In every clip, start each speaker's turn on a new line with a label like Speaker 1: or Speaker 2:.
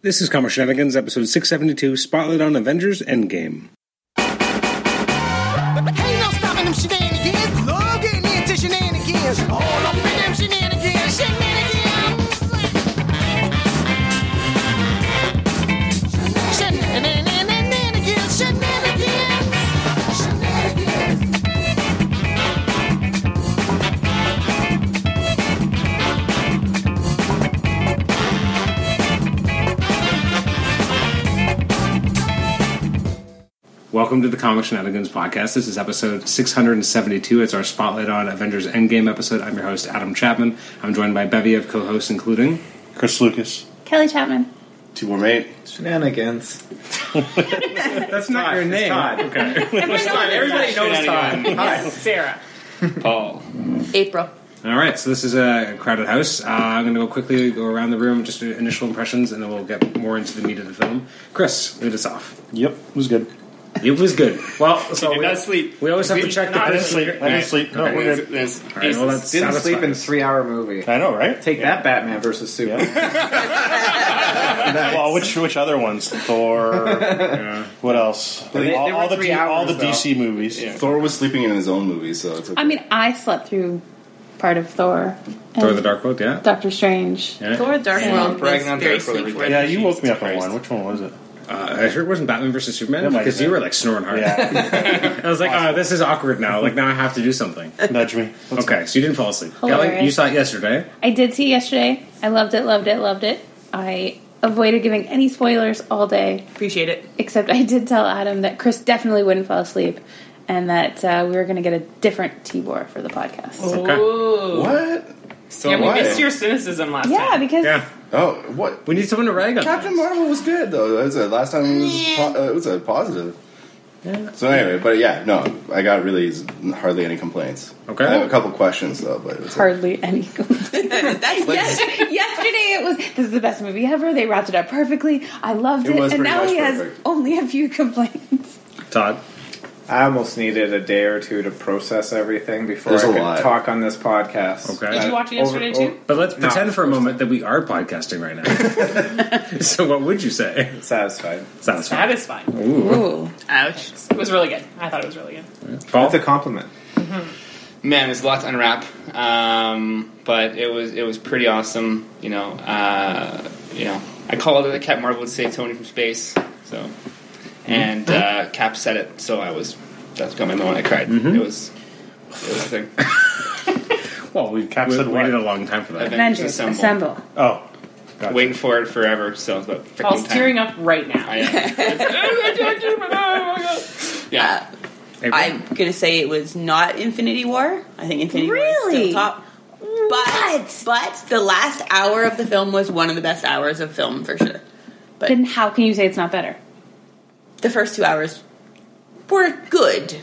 Speaker 1: This is Comic Shenanigans, episode 672, Spotlight on Avengers Endgame.
Speaker 2: Ain't no stopping them shenanigans. Love getting into shenanigans. All up in them shenanigans. Shenanigans. Shenanigans. Shenanigans. Shenanigans.
Speaker 1: Welcome to the Comic Shenanigans podcast. This is episode 672. It's our Spotlight on Avengers Endgame episode. I'm your host, Adam Chapman. I'm joined by a bevy of co hosts, including
Speaker 3: Chris Lucas,
Speaker 4: Kelly Chapman.
Speaker 3: two more mate.
Speaker 5: Shenanigans.
Speaker 1: That's not your name. Okay.
Speaker 5: Everybody knows Todd.
Speaker 4: Sarah.
Speaker 1: Paul.
Speaker 4: April.
Speaker 1: All right, so this is a crowded house. Uh, I'm going to go quickly go around the room, just do initial impressions, and then we'll get more into the meat of the film. Chris, lead us off.
Speaker 3: Yep, it was good.
Speaker 1: It was good. Well, so we,
Speaker 6: sleep.
Speaker 1: we always have to check the
Speaker 3: I didn't sleep. I didn't sleep. No, we're good.
Speaker 1: All right, well, that's
Speaker 5: Didn't sleep in
Speaker 1: satisfying.
Speaker 5: three-hour movie.
Speaker 3: I know, right?
Speaker 5: Take that, Batman versus Superman.
Speaker 3: Well, which which other ones? Thor. What else? I think
Speaker 5: they-
Speaker 3: all,
Speaker 5: they were
Speaker 3: all the
Speaker 5: three
Speaker 3: D- all
Speaker 5: hours,
Speaker 3: the DC movies.
Speaker 7: Thor was sleeping in his own movie, so it's okay.
Speaker 4: I mean, I slept through part of Thor. and
Speaker 1: Thor the Dark World, yeah.
Speaker 4: Doctor Strange.
Speaker 1: Yeah.
Speaker 8: Thor Dark
Speaker 4: Yeah.
Speaker 8: World was
Speaker 6: Ragnar
Speaker 8: very
Speaker 6: Dark World
Speaker 8: sleep
Speaker 6: was
Speaker 8: worthy.
Speaker 3: Yeah, you woke me up
Speaker 6: Christ.
Speaker 3: on one. Which one was it?
Speaker 1: Uh, I sure it wasn't Batman versus Superman
Speaker 3: That might
Speaker 1: because
Speaker 3: have
Speaker 1: you were
Speaker 3: been.
Speaker 1: like snoring hard.
Speaker 3: Yeah,
Speaker 1: I was like, oh, this is awkward now. Like now I have to do something.
Speaker 3: nudge me. Let's
Speaker 1: Okay, so you didn't fall asleep. Kelly,
Speaker 4: Hilarious.
Speaker 1: you saw it yesterday.
Speaker 4: I did see yesterday. I loved it, loved it, loved it. I avoided giving any spoilers all day,
Speaker 8: Appreciate it.
Speaker 4: except I did tell Adam that Chris definitely wouldn't fall asleep and that uh, we were going to get a different Tibor for the podcast.
Speaker 8: Oh,
Speaker 1: Okay.
Speaker 8: Ooh.
Speaker 7: what?
Speaker 6: So
Speaker 8: Yeah, we
Speaker 7: why?
Speaker 8: missed your cynicism last
Speaker 4: Yeah,
Speaker 8: time.
Speaker 4: because
Speaker 1: Yeah,
Speaker 7: Oh, what?
Speaker 1: we need someone to rag on.
Speaker 7: Captain Marvel was good though. That was the last time it was po- uh, it was a positive. So anyway, but yeah, no, I got really z- hardly any complaints.
Speaker 1: Okay.
Speaker 7: I have a couple questions though, but it's
Speaker 4: hardly any.
Speaker 8: That's
Speaker 4: Yes, yesterday it was. This is the best movie ever. They wrapped it up perfectly. I loved
Speaker 7: It
Speaker 4: it,
Speaker 7: was
Speaker 4: and
Speaker 7: pretty
Speaker 4: now
Speaker 7: much
Speaker 4: he has
Speaker 7: perfect.
Speaker 4: only a few complaints.
Speaker 1: Todd.
Speaker 5: I almost needed a day or two to process everything before
Speaker 7: There's
Speaker 5: I
Speaker 7: a
Speaker 5: could
Speaker 7: lot.
Speaker 5: talk on this podcast.
Speaker 1: Okay.
Speaker 8: Did you watch it
Speaker 5: Over-
Speaker 8: yesterday
Speaker 5: over-
Speaker 8: too?
Speaker 1: But let's
Speaker 5: No.
Speaker 1: pretend for a moment that we are podcasting right now. so what would you say?
Speaker 5: Satisfied.
Speaker 1: Sounds fun.
Speaker 8: Satisfying.
Speaker 1: Ooh.
Speaker 4: Ooh,
Speaker 8: Ouch. It was really good. I thought it was really good.
Speaker 1: Paul?
Speaker 5: That's a compliment.
Speaker 6: man, there's a lot to unwrap. Um, but it was it was pretty awesome. You know, uh, you know, I called it. Cap Marvel would say Tony from space. So,
Speaker 1: Mm-hmm.
Speaker 6: and uh, Cap said it. So I was. That's got my moment. I cried.
Speaker 1: Mm-hmm.
Speaker 6: It was. It was a thing.
Speaker 1: well, we've
Speaker 3: Cap said
Speaker 1: we- waited
Speaker 3: what?
Speaker 1: a long time for that.
Speaker 4: Avengers
Speaker 6: Assemble.
Speaker 4: assemble.
Speaker 3: Oh, gotcha.
Speaker 6: Waiting for it forever. So, but
Speaker 8: Paul's tearing up right now.
Speaker 6: I am. yeah.
Speaker 8: I
Speaker 1: April?
Speaker 8: am gonna say it was not Infinity War. I think Infinity War is
Speaker 4: Really?
Speaker 8: still top. But but the last hour of the film was one of the best hours of film for sure. But
Speaker 4: Then how can you say it's not better?
Speaker 8: the first two hours were good.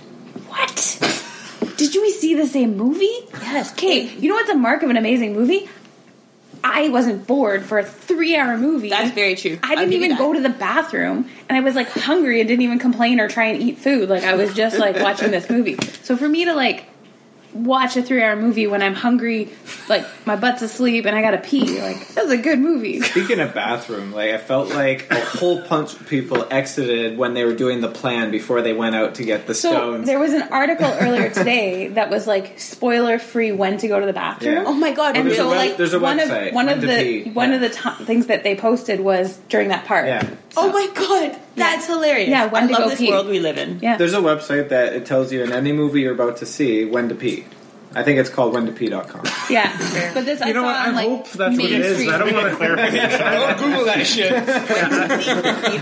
Speaker 4: What? Did you see the same movie? Yes. Kate, you know what's a mark of an amazing movie? I wasn't bored for a three-hour movie.
Speaker 8: That's very true.
Speaker 4: I
Speaker 8: I'll
Speaker 4: didn't
Speaker 8: give you
Speaker 4: even
Speaker 8: that.
Speaker 4: go to the bathroom, and I was like hungry and didn't even complain or try and eat food. Like I was just like watching this movie. So for me to like watch a three-hour movie when I'm hungry, like my butt's asleep and I gotta pee, like that was a good movie.
Speaker 5: Speaking of bathroom, like I felt like a whole bunch of people exited when they were doing the plan before they went out to get the
Speaker 4: So
Speaker 5: stones.
Speaker 4: there was an article earlier today that was like spoiler-free when to go to the bathroom.
Speaker 5: Yeah.
Speaker 8: Oh my god!
Speaker 4: and
Speaker 5: there's
Speaker 4: so
Speaker 5: a web-
Speaker 4: like
Speaker 5: there's a
Speaker 4: one
Speaker 5: website,
Speaker 4: of one
Speaker 5: when
Speaker 4: of
Speaker 5: to
Speaker 4: the
Speaker 5: pee.
Speaker 4: one
Speaker 5: Yeah.
Speaker 4: of the to- things that they posted was during that part.
Speaker 5: yeah.
Speaker 8: Oh my god, that's hilarious!
Speaker 4: Yeah, when
Speaker 8: I
Speaker 4: to
Speaker 8: love
Speaker 4: go
Speaker 8: this
Speaker 4: pee.
Speaker 8: world we live in.
Speaker 4: yeah.
Speaker 5: There's a website that it tells you in any movie you're about to see when to pee. I think it's called when to pee.com.
Speaker 4: yeah. But this I
Speaker 1: you know
Speaker 4: saw
Speaker 1: what? I
Speaker 4: on like
Speaker 1: hope that's what it
Speaker 4: Main
Speaker 1: is.
Speaker 4: Street.
Speaker 1: I don't want to clarify.
Speaker 6: Don't Google that shit.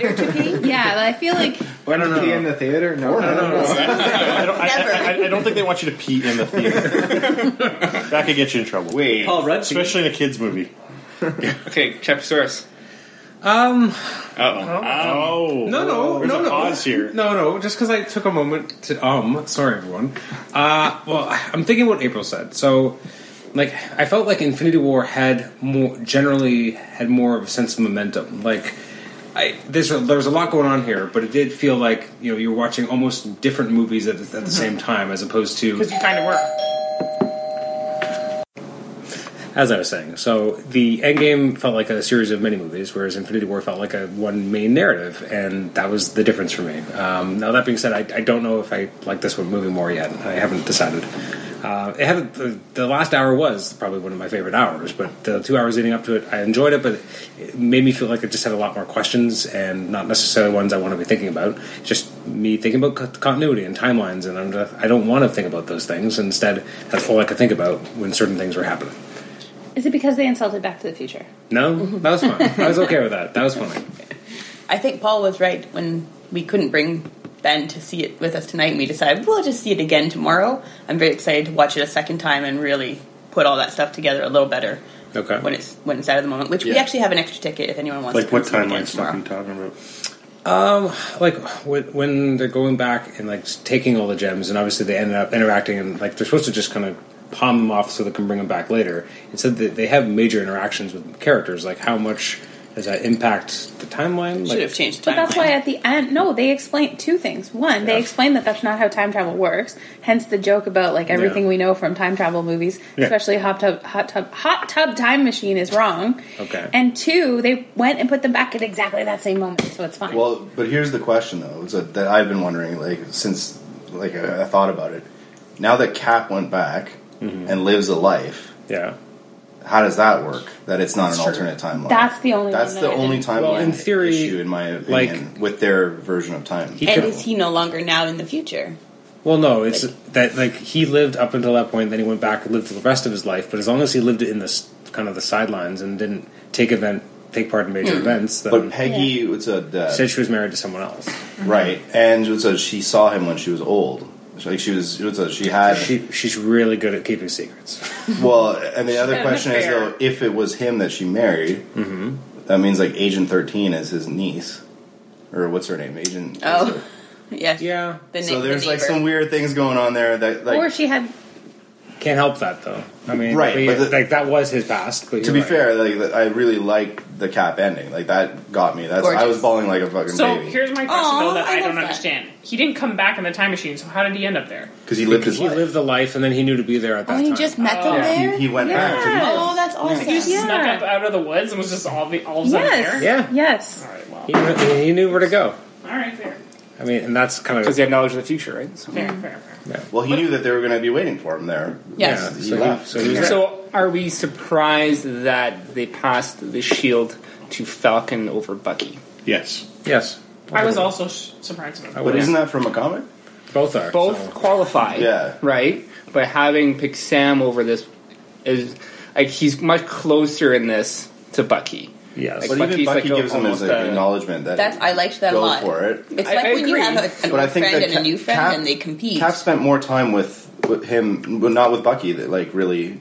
Speaker 8: Theater to pee.
Speaker 4: yeah, but I feel like
Speaker 5: When to pee in the theater? No, no, no.
Speaker 3: I don't, I,
Speaker 8: Never.
Speaker 3: I, I- I don't think they want you to pee in the theater. that could get you in trouble.
Speaker 7: wait.
Speaker 5: Paul Rudd peed.
Speaker 3: especially in a kids movie.
Speaker 6: Okay, chapter source.
Speaker 1: Um,
Speaker 6: Uh oh.
Speaker 3: Oh
Speaker 1: no, no,
Speaker 3: There's
Speaker 1: no,
Speaker 3: a
Speaker 1: no.
Speaker 3: Pause here.
Speaker 1: No, no, just because I took a moment to um. Sorry, everyone. Uh, well, I'm thinking what April said. So, like, I felt like Infinity War had more generally had more of a sense of momentum. Like, I there's a, there's a lot going on here, but it did feel like you know you're watching almost different movies at, the- at the same time as opposed to
Speaker 8: you kind of work.
Speaker 1: as I was saying, so the Endgame felt like a series of many movies, whereas Infinity War felt like a one main narrative, and that was the difference for me. Um, now that being said, I, I don't know if I like this one movie more yet. I haven't decided. Uh, it had the, the last hour was probably one of my favorite hours, but the two hours leading up to it, I enjoyed it, but it made me feel like it just had a lot more questions and not necessarily ones I want to be thinking about. Just me thinking about co- continuity and timelines, and I'm just, I don't want to think about those things. Instead, that's all I could think about when certain things were happening.
Speaker 4: Is it because they insulted Back to the Future?
Speaker 1: No, that was fun. I was okay with that. That was funny.
Speaker 8: I think Paul was right when we couldn't bring Ben to see it with us tonight, and we decided we'll just see it again tomorrow. I'm very excited to watch it a second time and really put all that stuff together a little better
Speaker 1: Okay.
Speaker 8: when it's when it's out of the moment. Which we
Speaker 3: Yeah.
Speaker 8: actually have an extra ticket if anyone wants. to
Speaker 3: Like
Speaker 8: come
Speaker 3: what
Speaker 8: see it again
Speaker 3: timeline stuff are
Speaker 8: tomorrow.
Speaker 3: you talking about?
Speaker 1: like when- when they're going back and like taking all the gems, and obviously they ended up interacting, and like they're supposed to just kind of palm them off so they can bring them back later. Instead, they they have major interactions with characters. Like how much does that impact the timeline?
Speaker 8: Should
Speaker 1: Like,
Speaker 8: have changed. The
Speaker 4: But that's
Speaker 8: timeline.
Speaker 4: why at the end, no, they explain two things. One, they explain that that's not how time travel works. Hence the joke about like everything
Speaker 1: Yeah.
Speaker 4: we know from time travel movies,
Speaker 1: Yeah.
Speaker 4: especially hot tub, hot tub, hot tub time machine is wrong.
Speaker 1: Okay.
Speaker 4: And two, they went and put them back at exactly that same moment, so it's fine.
Speaker 7: Well, but here's the question though, is that, that I've been wondering like since like I, I thought about it. Now that Cap went back
Speaker 1: Mm-hmm.
Speaker 7: and lives a life,
Speaker 1: yeah.
Speaker 7: how does that work? That it's not an alternate timeline.
Speaker 4: that's the only.
Speaker 7: That's
Speaker 4: one
Speaker 7: the
Speaker 4: that I
Speaker 7: only
Speaker 4: didn't-
Speaker 7: timeline
Speaker 1: Well, in theory,
Speaker 7: issue, in my opinion,
Speaker 1: like-
Speaker 7: with their version of time.
Speaker 1: He
Speaker 8: And
Speaker 1: could-
Speaker 8: is he no longer now in the future?
Speaker 1: Well, no, it's that like he lived up until that point, then he went back and lived the rest of his life. But as long as he lived in this kind of the sidelines and didn't take event, take part in major events,
Speaker 7: But
Speaker 1: then
Speaker 7: Peggy it's a uh,
Speaker 1: said she was married to someone else.
Speaker 7: right, and it's a, she saw him when she was old. She- Like she was, it's a, she had.
Speaker 1: She she's really good at keeping secrets.
Speaker 7: well, and the other question is
Speaker 8: affair.
Speaker 7: though, if it was him that she married, that means like Agent Thirteen is his niece, or what's her name, Agent.
Speaker 8: Oh. Yes.
Speaker 1: Yeah.
Speaker 8: The na-
Speaker 7: So
Speaker 8: the
Speaker 7: there's like
Speaker 8: neighbor.
Speaker 7: some weird things going on there that like
Speaker 4: Or she had
Speaker 1: Can't help that though. I mean,
Speaker 7: Right,
Speaker 1: we-
Speaker 7: but the-
Speaker 1: like that was his past. But
Speaker 7: to
Speaker 1: you're
Speaker 7: be
Speaker 1: right.
Speaker 7: fair, like th- I really liked the cap ending. Like that got me. That's I was
Speaker 8: Gorgeous.
Speaker 7: bawling like a fucking
Speaker 9: So
Speaker 7: baby
Speaker 9: here's my question
Speaker 8: Aw,
Speaker 9: though that
Speaker 8: I
Speaker 9: I,
Speaker 8: love
Speaker 9: don't
Speaker 8: that.
Speaker 9: understand. He didn't come back in the time machine, so how did he end up there?
Speaker 7: because he lived his
Speaker 1: he
Speaker 7: life.
Speaker 1: lived the life, and then he knew to be there at that
Speaker 8: Oh, he
Speaker 1: time.
Speaker 8: just met them there.
Speaker 7: he, he went back. To,
Speaker 8: Oh, that's awesome.
Speaker 9: He just
Speaker 4: Yeah.
Speaker 9: snuck up out of the woods and was just all, the, all of a sudden
Speaker 4: yes,
Speaker 9: there?
Speaker 1: Yeah.
Speaker 4: yes.
Speaker 9: Alright,
Speaker 1: he,
Speaker 9: well.
Speaker 1: knew, he knew where to go.
Speaker 9: Alright, fair.
Speaker 1: I mean, and that's kind of
Speaker 6: because they have knowledge of the future, right? So,
Speaker 9: Fair, fair, fair.
Speaker 7: well, he knew that they were going to be waiting for him there.
Speaker 8: Yes.
Speaker 1: yeah.
Speaker 7: He
Speaker 1: so,
Speaker 7: left.
Speaker 1: so he was there.
Speaker 6: so are we surprised that they passed the shield to Falcon over Bucky?
Speaker 3: Yes.
Speaker 1: yes.
Speaker 9: I was also sh- surprised about that.
Speaker 7: But isn't that from a comic?
Speaker 1: Both are
Speaker 6: both
Speaker 1: so-
Speaker 6: qualify.
Speaker 7: Yeah.
Speaker 6: Right? But having pick Sam over this is like he's much closer in this to Bucky.
Speaker 1: Yes.
Speaker 6: Like,
Speaker 7: But even
Speaker 6: Bucky's
Speaker 7: Bucky
Speaker 6: like a-
Speaker 7: gives him his
Speaker 6: almost
Speaker 7: like,
Speaker 6: a-
Speaker 7: acknowledgement that
Speaker 8: That's I liked that
Speaker 7: go
Speaker 8: a lot.
Speaker 7: for it.
Speaker 8: It's
Speaker 6: I-
Speaker 8: like
Speaker 6: I
Speaker 8: when you
Speaker 6: agree.
Speaker 8: have a, an
Speaker 7: But I
Speaker 8: old
Speaker 7: think
Speaker 8: friend
Speaker 7: that
Speaker 8: and a new
Speaker 7: Cap-
Speaker 8: friend,
Speaker 7: Cap-
Speaker 8: and they compete.
Speaker 7: Cap spent more time with, with him, but not with Bucky. That like really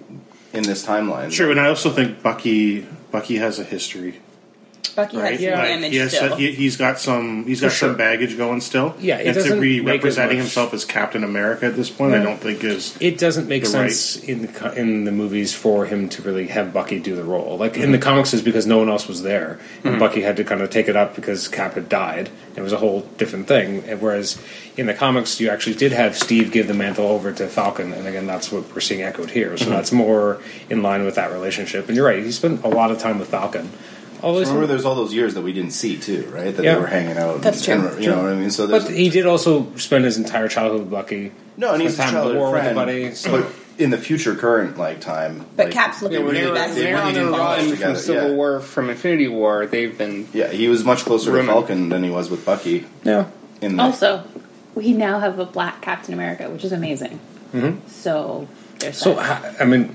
Speaker 7: in this timeline.
Speaker 3: Sure, and I also think Bucky Bucky has a history.
Speaker 8: Bucky has some
Speaker 3: Like,
Speaker 8: damage
Speaker 3: he has,
Speaker 8: still.
Speaker 3: he, he's got some he's got some
Speaker 1: sure.
Speaker 3: baggage going still.
Speaker 1: Yeah, it
Speaker 3: and to
Speaker 1: doesn't
Speaker 3: be
Speaker 1: make as
Speaker 3: representing
Speaker 1: much-
Speaker 3: himself as Captain America at this point, I don't think is
Speaker 1: it doesn't make
Speaker 3: You're right.
Speaker 1: sense in the co- in the movies for him to really have Bucky do the role. Like in the comics, is because no one else was there, and Bucky had to kind of take it up because Cap had died. It was a whole different thing. And Whereas in the comics, you actually did have Steve give the mantle over to Falcon, and again, that's what we're seeing echoed here. So that's more in line with that relationship. And you're right; he spent a lot of time with Falcon. Although he
Speaker 7: Remember,
Speaker 1: spent-
Speaker 7: there's all those years that we didn't see too, right? That
Speaker 1: Yeah.
Speaker 7: they were hanging out.
Speaker 8: That's
Speaker 7: and,
Speaker 8: true.
Speaker 7: And, you know what I mean? So there's
Speaker 1: but he did also spend his entire childhood with Bucky.
Speaker 7: no,
Speaker 1: Spent
Speaker 7: and he's a
Speaker 1: time at
Speaker 7: childhood
Speaker 1: war
Speaker 7: friend,
Speaker 1: with buddy. So.
Speaker 7: but in the future, current like time.
Speaker 8: but
Speaker 7: like,
Speaker 8: Cap's looking
Speaker 6: when
Speaker 8: really
Speaker 6: they were,
Speaker 8: bad.
Speaker 6: when they were on
Speaker 7: didn't
Speaker 6: the
Speaker 7: follow us
Speaker 6: run
Speaker 7: together,
Speaker 6: from Civil
Speaker 7: yeah.
Speaker 6: War, from Infinity War, they've been
Speaker 7: Yeah, he was much closer
Speaker 6: Roman.
Speaker 7: to Falcon than he was with Bucky.
Speaker 1: Yeah.
Speaker 7: In the,
Speaker 4: Also, we now have a black Captain America, which is amazing. So there's
Speaker 1: So
Speaker 4: that.
Speaker 1: h- I mean,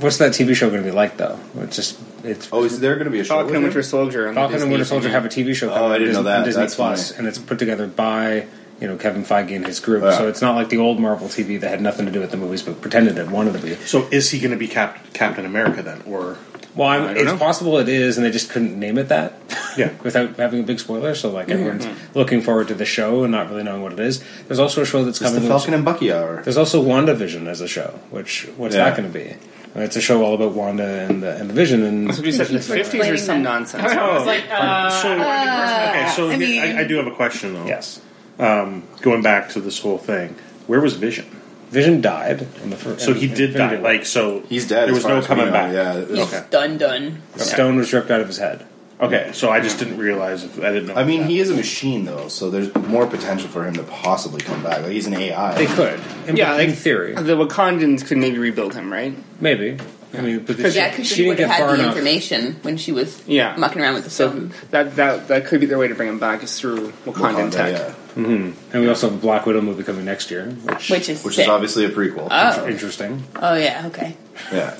Speaker 1: what's that TV show going to be like though? It's just it's
Speaker 7: oh, is there going to be a show?
Speaker 6: Falcon
Speaker 7: with
Speaker 6: and
Speaker 7: him?
Speaker 6: Winter Soldier. on the
Speaker 1: Falcon and
Speaker 6: Disney
Speaker 1: Winter Soldier
Speaker 6: thing.
Speaker 1: have a TV show.
Speaker 7: Oh,
Speaker 1: coming
Speaker 7: I didn't
Speaker 1: on
Speaker 7: know that.
Speaker 1: on Disney
Speaker 7: That's
Speaker 1: Plus,
Speaker 7: funny.
Speaker 1: and it's put together by you know Kevin Feige and his group.
Speaker 7: Yeah.
Speaker 1: So it's not like the old Marvel TV that had nothing to do with the movies, but pretended it wanted to be.
Speaker 3: so is he gonna be Cap, Captain America then? Or
Speaker 1: Well, I'm,
Speaker 3: I don't
Speaker 1: it's
Speaker 3: know.
Speaker 1: possible it is, and they just couldn't name it that.
Speaker 3: Yeah.
Speaker 1: without having a big spoiler. So like everyone's looking forward to the show and not really knowing what it is. There's also a show that's
Speaker 7: It's the
Speaker 1: coming.
Speaker 7: Falcon and Bucky hour.
Speaker 1: There's also WandaVision as a show, which what's
Speaker 7: Yeah.
Speaker 1: that going to be? Uh, It's a show all about Wanda and the, and the Vision, and
Speaker 6: That's what you said in the fifties or some nonsense.
Speaker 9: I was like, uh,
Speaker 3: so, okay, so
Speaker 8: uh, I
Speaker 3: here- I,
Speaker 8: mean-
Speaker 3: I do have a question though.
Speaker 1: yes,
Speaker 3: Going back to this whole thing, where was Vision?
Speaker 1: Vision died on the first.
Speaker 3: So he did die. Like so,
Speaker 7: He's
Speaker 3: There
Speaker 7: dead. as
Speaker 3: was
Speaker 7: far
Speaker 3: no
Speaker 7: as we
Speaker 3: coming
Speaker 7: know,
Speaker 3: back.
Speaker 7: Yeah. It's-
Speaker 3: Okay.
Speaker 8: Done, done.
Speaker 1: stone was ripped out of his head.
Speaker 3: Okay. So I just didn't realize. If, I didn't know.
Speaker 7: I mean,
Speaker 3: that.
Speaker 7: he is a machine though, so there's more potential for him to possibly come back. Like he's an AI.
Speaker 1: They could, in,
Speaker 6: Yeah,
Speaker 1: in
Speaker 6: like- um,
Speaker 1: theory,
Speaker 6: The Wakandans could maybe rebuild him, right?
Speaker 1: maybe. I mean, but
Speaker 8: Yeah, because she, would have had the information when she was
Speaker 6: Yeah.
Speaker 8: mucking around with the
Speaker 6: So
Speaker 8: stone.
Speaker 6: that that that could be their way to bring him back is through Wakandan,
Speaker 7: Wakanda,
Speaker 6: tech.
Speaker 7: yeah.
Speaker 1: And we also have a Black Widow movie coming next year, which
Speaker 8: which is
Speaker 7: which
Speaker 8: sick.
Speaker 7: is obviously a prequel.
Speaker 8: Oh,
Speaker 1: interesting.
Speaker 8: oh yeah, okay.
Speaker 7: Yeah.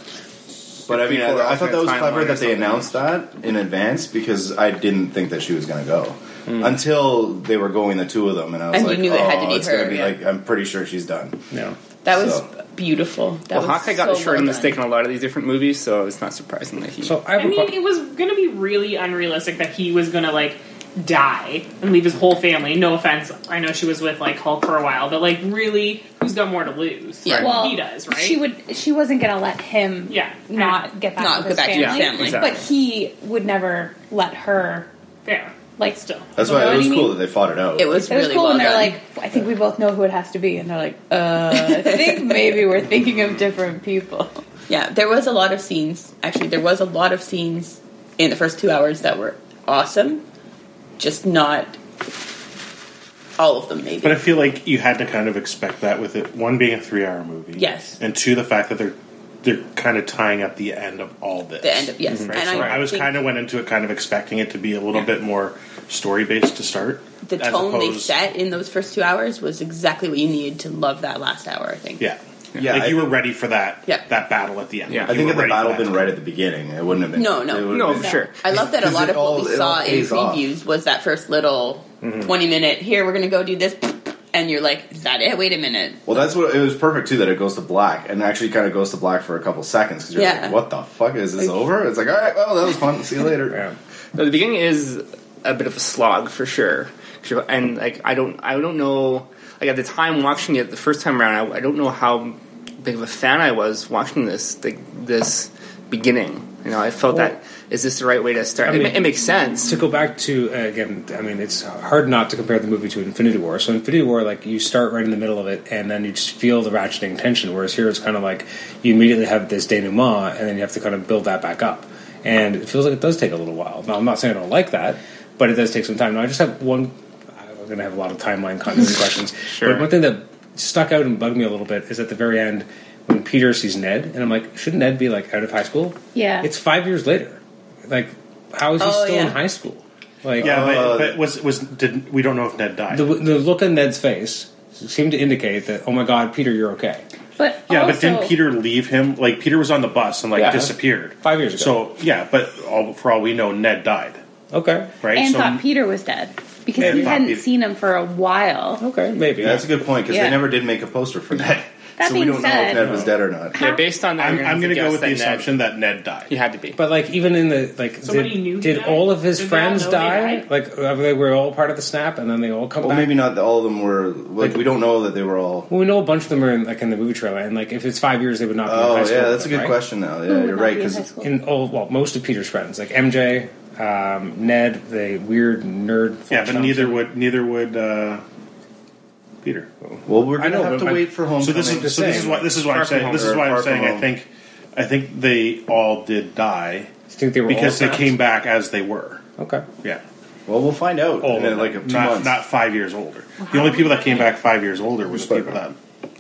Speaker 7: But I mean,
Speaker 6: People are
Speaker 7: I, I
Speaker 6: alternate
Speaker 7: thought that was
Speaker 6: timeline
Speaker 7: clever
Speaker 6: or
Speaker 7: that they
Speaker 6: something.
Speaker 7: announced that in advance because I didn't think that she was going to go
Speaker 6: Hmm.
Speaker 7: until they were going the two of them, and I was
Speaker 8: And you
Speaker 7: like,
Speaker 8: knew
Speaker 7: "Oh,
Speaker 8: it had to be
Speaker 7: it's going
Speaker 8: her,
Speaker 7: to be
Speaker 8: yeah.
Speaker 7: like I'm pretty sure she's done."
Speaker 1: Yeah.
Speaker 8: That was
Speaker 7: So-
Speaker 8: beautiful. That
Speaker 6: Well,
Speaker 8: was
Speaker 6: Hawkeye got
Speaker 8: so
Speaker 6: the short
Speaker 8: well
Speaker 6: end of
Speaker 8: done.
Speaker 6: the stick in a lot of these different movies, so it's not surprising that he.
Speaker 1: So I have
Speaker 9: I
Speaker 1: a
Speaker 9: mean,
Speaker 1: question.
Speaker 9: it was going to be really unrealistic that he was going to like die and leave his whole family. No offense, I know she was with like Hulk for a while, but like really, who's got more to lose?
Speaker 8: Yeah.
Speaker 9: Like,
Speaker 4: Well,
Speaker 9: he does, right?
Speaker 4: She would. She wasn't going to let him.
Speaker 9: Yeah.
Speaker 4: Not get back.
Speaker 8: Not
Speaker 4: with
Speaker 8: go
Speaker 4: his
Speaker 8: back to
Speaker 4: family,
Speaker 8: his family.
Speaker 6: Exactly.
Speaker 4: But he would never let her.
Speaker 9: fair.
Speaker 4: Like
Speaker 9: Still,
Speaker 7: That's
Speaker 4: You know
Speaker 7: why
Speaker 4: what
Speaker 7: it was
Speaker 4: I mean?
Speaker 7: cool that they fought it out.
Speaker 8: It was
Speaker 4: It was
Speaker 8: really
Speaker 4: cool,
Speaker 8: well
Speaker 4: and they're
Speaker 8: done.
Speaker 4: like, "I think we both know who it has to be," and they're like, "Uh, I think maybe we're thinking of different people."
Speaker 8: yeah, there was a lot of scenes. Actually, there was a lot of scenes in the first two hours that were awesome, just not all of them. Maybe
Speaker 3: But I feel like you had to kind of expect that with it. One being a three-hour movie,
Speaker 8: Yes.
Speaker 3: and two, the fact that they're they're kind of tying up the end of all this.
Speaker 8: the end of yes,
Speaker 3: Right, so I, was
Speaker 8: think
Speaker 3: kind of went into it kind of expecting it to be a little bit more story based to start.
Speaker 8: the
Speaker 3: as
Speaker 8: tone they
Speaker 3: opposed-
Speaker 8: set in those first two hours was exactly what you needed to love that last hour. I think.
Speaker 3: Yeah,
Speaker 7: Yeah,
Speaker 3: Like
Speaker 7: I
Speaker 3: you were
Speaker 7: think-
Speaker 3: ready for that.
Speaker 8: Yeah.
Speaker 3: that battle at the end.
Speaker 6: Yeah.
Speaker 7: I
Speaker 3: You
Speaker 7: think
Speaker 3: were
Speaker 7: if the
Speaker 3: ready for
Speaker 7: battle
Speaker 3: that.
Speaker 7: had been right at the beginning, it wouldn't have been.
Speaker 8: No, no.
Speaker 7: it would have
Speaker 6: no,
Speaker 7: been-
Speaker 6: for sure.
Speaker 8: I love that a
Speaker 7: 'Cause
Speaker 8: lot
Speaker 7: it
Speaker 8: of what
Speaker 7: all-
Speaker 8: we
Speaker 7: it
Speaker 8: saw
Speaker 7: all
Speaker 8: in
Speaker 7: pays off.
Speaker 8: previews was that first little twenty minute. Here we're gonna go do this, and you're like, "Is that it? Wait a minute."
Speaker 7: Well, that's what it was perfect too that it goes to black and actually kind of goes to black for a couple seconds because you're
Speaker 8: Yeah.
Speaker 7: like, "What the fuck is this over?" It's like, "All right, well, that was fun. See you later."
Speaker 1: Yeah.
Speaker 6: No, the beginning is a bit of a slog for sure, Sure, and like I don't, I don't know. Like at the time watching it the first time around, I, I don't know how big of a fan I was watching this like, this beginning. You know, I felt
Speaker 1: Well-
Speaker 6: that is this the right way to start?
Speaker 1: I
Speaker 6: It ma-
Speaker 1: mean-
Speaker 6: it, makes sense.
Speaker 1: to go back to uh, again, I mean, it's hard not to compare the movie to Infinity War. So Infinity War, like you start right in the middle of it, and then you just feel the ratcheting tension. Whereas here, it's kind of like you immediately have this denouement, and then you have to kind of build that back up. And it feels like it does take a little while. Now, I'm not saying I don't like that, but it does take some time. Now, I just have one. I'm going to have a lot of timeline continuity questions.
Speaker 6: Sure.
Speaker 1: But one thing that stuck out and bugged me a little bit is at the very end when Peter sees Ned, and I'm like, shouldn't Ned be like out of high school?
Speaker 4: Yeah.
Speaker 1: It's five years later. Like, how is he
Speaker 8: Oh,
Speaker 1: still in
Speaker 8: yeah.
Speaker 1: high school? Like,
Speaker 3: Yeah, but,
Speaker 7: Uh,
Speaker 3: but was was did we don't know if Ned died.
Speaker 1: the, the look on Ned's face seemed to indicate that, oh my god, Peter, you're okay.
Speaker 4: But
Speaker 3: yeah,
Speaker 4: also,
Speaker 3: but didn't Peter leave him? Like Peter was on the bus and like
Speaker 1: Yeah.
Speaker 3: disappeared
Speaker 1: Five years ago.
Speaker 3: So yeah, but all, for all we know, Ned died.
Speaker 1: Okay.
Speaker 3: Right?
Speaker 4: and
Speaker 3: so
Speaker 4: thought Peter was dead because
Speaker 3: And
Speaker 4: he
Speaker 3: thought
Speaker 4: hadn't
Speaker 3: Peter-
Speaker 4: seen him for a
Speaker 7: Oh.
Speaker 4: while.
Speaker 1: Okay, maybe.
Speaker 7: Yeah, that's a good point because
Speaker 4: Yeah.
Speaker 7: they never did make a poster for that,
Speaker 4: That
Speaker 7: so we
Speaker 4: being
Speaker 7: don't know
Speaker 4: said-
Speaker 7: if Ned was dead or not.
Speaker 6: Yeah, based on that,
Speaker 3: I'm,
Speaker 6: you're
Speaker 3: I'm
Speaker 6: have
Speaker 3: going to go with
Speaker 6: guess
Speaker 3: the
Speaker 6: that Ned-
Speaker 3: assumption that Ned died.
Speaker 6: he had to be.
Speaker 1: but like even in the like,
Speaker 9: Somebody
Speaker 1: did,
Speaker 9: knew
Speaker 1: did
Speaker 9: died?
Speaker 1: all of his
Speaker 9: Did they all
Speaker 1: friends
Speaker 9: know they
Speaker 1: die?
Speaker 9: died?
Speaker 1: Like uh, they were all part of the snap, and then they all come
Speaker 7: Well,
Speaker 1: back.
Speaker 7: maybe not all of them were. Like, we don't know that they were all.
Speaker 1: Well, we know a bunch of them are in, like in the movie trailer, and like if it's five years, they would not be in
Speaker 7: Oh
Speaker 1: high school.
Speaker 7: yeah, that's a
Speaker 1: then,
Speaker 7: good
Speaker 1: right?
Speaker 7: question. Now,
Speaker 4: Who
Speaker 7: yeah,
Speaker 4: would
Speaker 7: you're
Speaker 4: not
Speaker 7: right
Speaker 4: be in high
Speaker 7: because
Speaker 4: school?
Speaker 1: In all, well, most of Peter's friends, like MJ, um, Ned, the weird nerd.
Speaker 3: yeah, but
Speaker 1: Fletch
Speaker 3: neither
Speaker 1: Thompson.
Speaker 3: would neither would uh, Peter.
Speaker 7: well, we're
Speaker 1: I
Speaker 7: gonna
Speaker 1: know,
Speaker 7: have
Speaker 1: but
Speaker 7: to
Speaker 1: I'm-
Speaker 7: wait for homecoming.
Speaker 3: So this is
Speaker 1: just
Speaker 3: so this is
Speaker 1: saying,
Speaker 3: why this is why I'm
Speaker 7: far from
Speaker 3: saying this
Speaker 7: home,
Speaker 3: is
Speaker 7: or
Speaker 3: why I'm
Speaker 7: far from
Speaker 3: saying I
Speaker 7: home.
Speaker 3: think I think they all did die
Speaker 1: You think they were
Speaker 3: because
Speaker 1: all
Speaker 3: they
Speaker 1: friends?
Speaker 3: came back as they were.
Speaker 1: Okay.
Speaker 3: Yeah.
Speaker 7: well, we'll find out
Speaker 3: All
Speaker 7: in
Speaker 3: of
Speaker 7: like
Speaker 3: them.
Speaker 7: two
Speaker 3: Oh, not,
Speaker 7: months.
Speaker 3: not five years older. The only people that came back five years older were the people that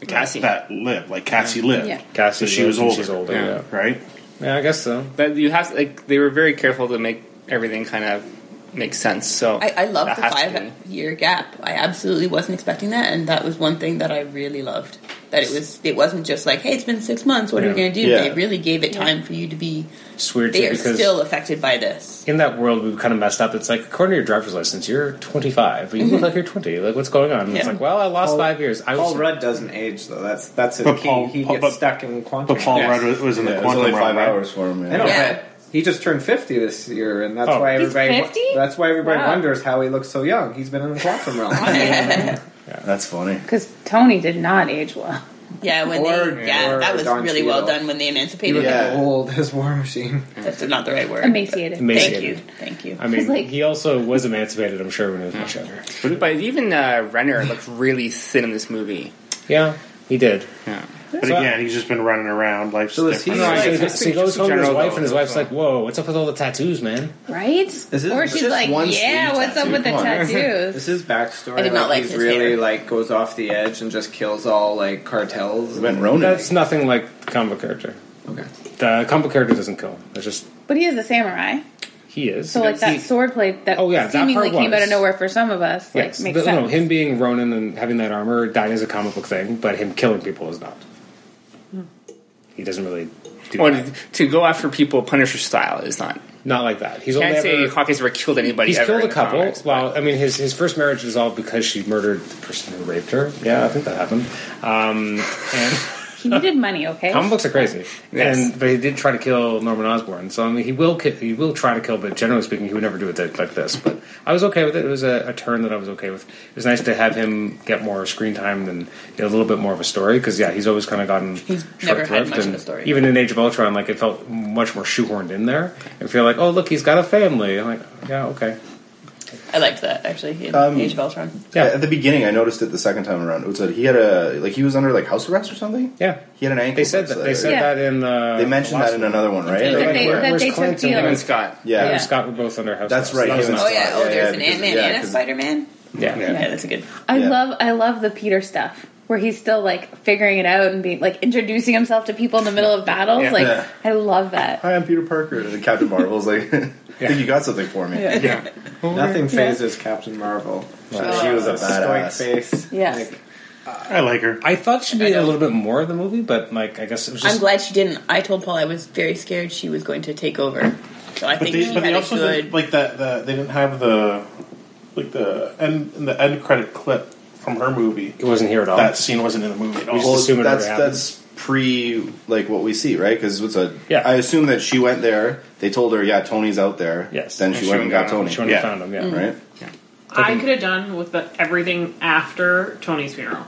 Speaker 6: Cassie.
Speaker 3: that lived, like Cassie lived.
Speaker 4: Yeah.
Speaker 1: Cassie,
Speaker 3: so she was
Speaker 1: and
Speaker 3: older,
Speaker 1: She's older.
Speaker 6: Yeah.
Speaker 1: Yeah.
Speaker 3: right?
Speaker 1: yeah, I guess so.
Speaker 6: But you have like they were very careful to make everything kind of make sense. So
Speaker 8: I, I love
Speaker 6: that
Speaker 8: the
Speaker 6: has to be.
Speaker 8: five year gap. I absolutely wasn't expecting that, and that was one thing that I really loved. That it was it wasn't just like, hey, it's been six months. What are we
Speaker 1: Yeah.
Speaker 8: going to do?
Speaker 7: Yeah.
Speaker 8: They really gave it time for you to be.
Speaker 1: It's weird
Speaker 8: They
Speaker 1: too
Speaker 8: are
Speaker 1: because
Speaker 8: still affected by this.
Speaker 1: in that world we've kind of messed up. It's like according to your driver's license, you're 25, but you look like you're 20. Like what's going on? And It's
Speaker 8: Mm-hmm. Yeah.
Speaker 1: like, well, I lost
Speaker 5: Paul-
Speaker 1: five years. I was
Speaker 5: Paul Rudd doesn't age though. That's that's his
Speaker 3: But
Speaker 5: key.
Speaker 3: Paul-
Speaker 5: he
Speaker 3: Paul-
Speaker 5: gets
Speaker 3: but-
Speaker 5: stuck in quantum.
Speaker 3: But Paul
Speaker 6: Yes.
Speaker 3: Rudd was in
Speaker 7: yeah,
Speaker 3: the
Speaker 7: it was
Speaker 3: quantum
Speaker 7: only
Speaker 3: realm,
Speaker 7: five
Speaker 3: right?
Speaker 7: hours for him.
Speaker 5: I know,
Speaker 7: Yeah.
Speaker 8: Yeah.
Speaker 5: but he just turned fifty this year, and that's
Speaker 1: Oh.
Speaker 5: why
Speaker 4: He's
Speaker 5: everybody.
Speaker 4: 50?
Speaker 5: That's why everybody
Speaker 4: Wow.
Speaker 5: wonders how he looks so young. He's been in the quantum realm.
Speaker 7: That's funny.
Speaker 4: Because Tony did not age well.
Speaker 8: Yeah, when
Speaker 5: Or-
Speaker 8: they yeah,
Speaker 5: or
Speaker 8: that was
Speaker 5: Don
Speaker 8: really well
Speaker 5: Cheadle.
Speaker 8: done when they
Speaker 5: He
Speaker 8: emancipated.
Speaker 5: looked
Speaker 7: Yeah.
Speaker 5: as old as War Machine.
Speaker 8: him. That's not the right word.
Speaker 4: Emaciated.
Speaker 8: Thank
Speaker 1: emaciated.
Speaker 8: you, thank you.
Speaker 1: I mean,
Speaker 4: 'Cause, like-
Speaker 1: he also was emancipated. I'm sure when he was much younger.
Speaker 6: But even uh, Renner looked really thin in this movie.
Speaker 1: Yeah, He did.
Speaker 6: Yeah.
Speaker 3: But
Speaker 1: So-
Speaker 3: again, he's just been running around. Life's
Speaker 1: So is he?
Speaker 3: different.
Speaker 1: so
Speaker 6: I
Speaker 1: he
Speaker 6: guess
Speaker 1: goes-
Speaker 6: it's
Speaker 1: so he goes
Speaker 6: just
Speaker 1: home to his
Speaker 6: general,
Speaker 1: wife, and his
Speaker 6: though,
Speaker 1: wife's
Speaker 6: so.
Speaker 1: like, "Whoa, what's up with all the tattoos, man?"
Speaker 4: Right?
Speaker 5: This is
Speaker 4: or she's
Speaker 5: just
Speaker 4: like,
Speaker 7: one
Speaker 4: yeah,
Speaker 7: sleeve
Speaker 4: what's up
Speaker 7: tattoo.
Speaker 4: with the
Speaker 7: Come on.
Speaker 4: tattoos?
Speaker 5: This is backstory.
Speaker 8: I did not like
Speaker 5: he's
Speaker 8: his
Speaker 5: really
Speaker 8: hair.
Speaker 5: like goes off the edge and just kills all like cartels.
Speaker 7: He went Ronin.
Speaker 1: That's nothing like the comic book character.
Speaker 5: Okay.
Speaker 1: The comic book character doesn't kill. That's just
Speaker 4: but he is a samurai.
Speaker 1: he is.
Speaker 4: So, like, that swordplay that
Speaker 1: Oh, yeah, that
Speaker 4: seemingly
Speaker 1: part
Speaker 4: came out
Speaker 1: was.
Speaker 4: of nowhere for some of us,
Speaker 1: yes,
Speaker 4: like,
Speaker 1: but,
Speaker 4: makes sense.
Speaker 1: no, him being Ronin and having that armor, that is a comic book thing, but him killing people is not.
Speaker 4: Hmm.
Speaker 1: He doesn't really do
Speaker 6: Well,
Speaker 1: that.
Speaker 6: to go after people Punisher style is not.
Speaker 1: not like that. He's
Speaker 6: You can't
Speaker 1: only
Speaker 6: say
Speaker 1: ever,
Speaker 6: Hawkeye's ever killed anybody.
Speaker 1: he's
Speaker 6: ever
Speaker 1: killed
Speaker 6: in
Speaker 1: a
Speaker 6: the
Speaker 1: couple.
Speaker 6: comics, but-
Speaker 1: well, I mean, his his first marriage dissolved because she murdered the person who raped her. Yeah, I think that happened. Um, and
Speaker 4: he needed money, okay?
Speaker 1: comic books are crazy.
Speaker 6: Yes.
Speaker 1: And but he did try to kill Norman Osborn. So I mean, he will ki- he will try to kill, but generally speaking, he would never do it th- like this. But I was okay with it. It was a, a turn that I was okay with. It was nice to have him get more screen time and get a little bit more of a story because yeah, he's always kind of gotten he's
Speaker 8: never had much of a story.
Speaker 1: Even in Age of Ultron, like it felt much more shoehorned in there. And feel like, oh look, he's got a family. I'm like, yeah, okay,
Speaker 8: I liked that actually in Age of Ultron.
Speaker 1: yeah.
Speaker 7: At the beginning, I noticed it the second time around. It was that he had a like he was under like house arrest or something.
Speaker 1: yeah.
Speaker 7: He had an ankle.
Speaker 1: They said that. They said
Speaker 4: Yeah.
Speaker 1: that in. Uh,
Speaker 7: They mentioned
Speaker 1: the
Speaker 7: that
Speaker 1: last
Speaker 7: in
Speaker 1: one.
Speaker 7: another one, right?
Speaker 4: That
Speaker 7: Like,
Speaker 4: they,
Speaker 1: where-
Speaker 4: that
Speaker 1: where's
Speaker 4: they took
Speaker 1: Clanton?
Speaker 4: deal.
Speaker 6: Him and Scott.
Speaker 7: yeah,
Speaker 1: Him
Speaker 4: Yeah.
Speaker 1: and Scott were both under house.
Speaker 7: That's
Speaker 1: arrest.
Speaker 7: right.
Speaker 1: That was
Speaker 7: Him and
Speaker 1: nice.
Speaker 8: Oh yeah. Oh,
Speaker 7: Yeah,
Speaker 8: there's
Speaker 7: yeah,
Speaker 8: an
Speaker 7: because-
Speaker 8: Ant Man
Speaker 7: yeah,
Speaker 8: and a
Speaker 7: 'cause-
Speaker 8: Spider Man.
Speaker 1: Yeah.
Speaker 8: Yeah. that's a good.
Speaker 4: I
Speaker 7: Yeah.
Speaker 4: love I love the Peter stuff where he's still like figuring it out and being like introducing himself to people in the middle of battles.
Speaker 6: Yeah.
Speaker 4: Like
Speaker 7: Yeah.
Speaker 4: I love that.
Speaker 7: Hi, I'm Peter Parker. And Captain Marvel's like, I think you got something for me.
Speaker 6: Yeah.
Speaker 5: Nothing phases Captain Marvel.
Speaker 7: She was a
Speaker 5: Stoic
Speaker 7: badass.
Speaker 5: face.
Speaker 4: Yes.
Speaker 5: Like,
Speaker 3: I like her.
Speaker 1: I thought she did a little bit more of the movie, but like I guess it was just
Speaker 8: I'm glad she didn't. I told Paul I was very scared she was going to take over. So I
Speaker 3: But
Speaker 8: think
Speaker 3: they,
Speaker 8: she
Speaker 3: but they
Speaker 8: had a
Speaker 3: also
Speaker 8: good.
Speaker 3: didn't, like that. The, they didn't have the like the end the end credit clip from her movie.
Speaker 1: it wasn't here at all.
Speaker 3: That scene wasn't in the movie at all.
Speaker 1: just assume it
Speaker 7: that's
Speaker 1: never happened.
Speaker 7: that's pre like what we see, right? Because it's a.
Speaker 1: Yeah.
Speaker 7: I assume that she went there. They told her, yeah, Tony's out there.
Speaker 1: Yes.
Speaker 7: Then
Speaker 1: And
Speaker 7: she
Speaker 6: she
Speaker 7: went and got
Speaker 6: went
Speaker 7: Tony.
Speaker 1: she wouldn't have
Speaker 3: yeah.
Speaker 1: found him.
Speaker 8: Mm-hmm.
Speaker 1: Yeah,
Speaker 7: Right.
Speaker 9: I could have done with the, everything after Tony's funeral.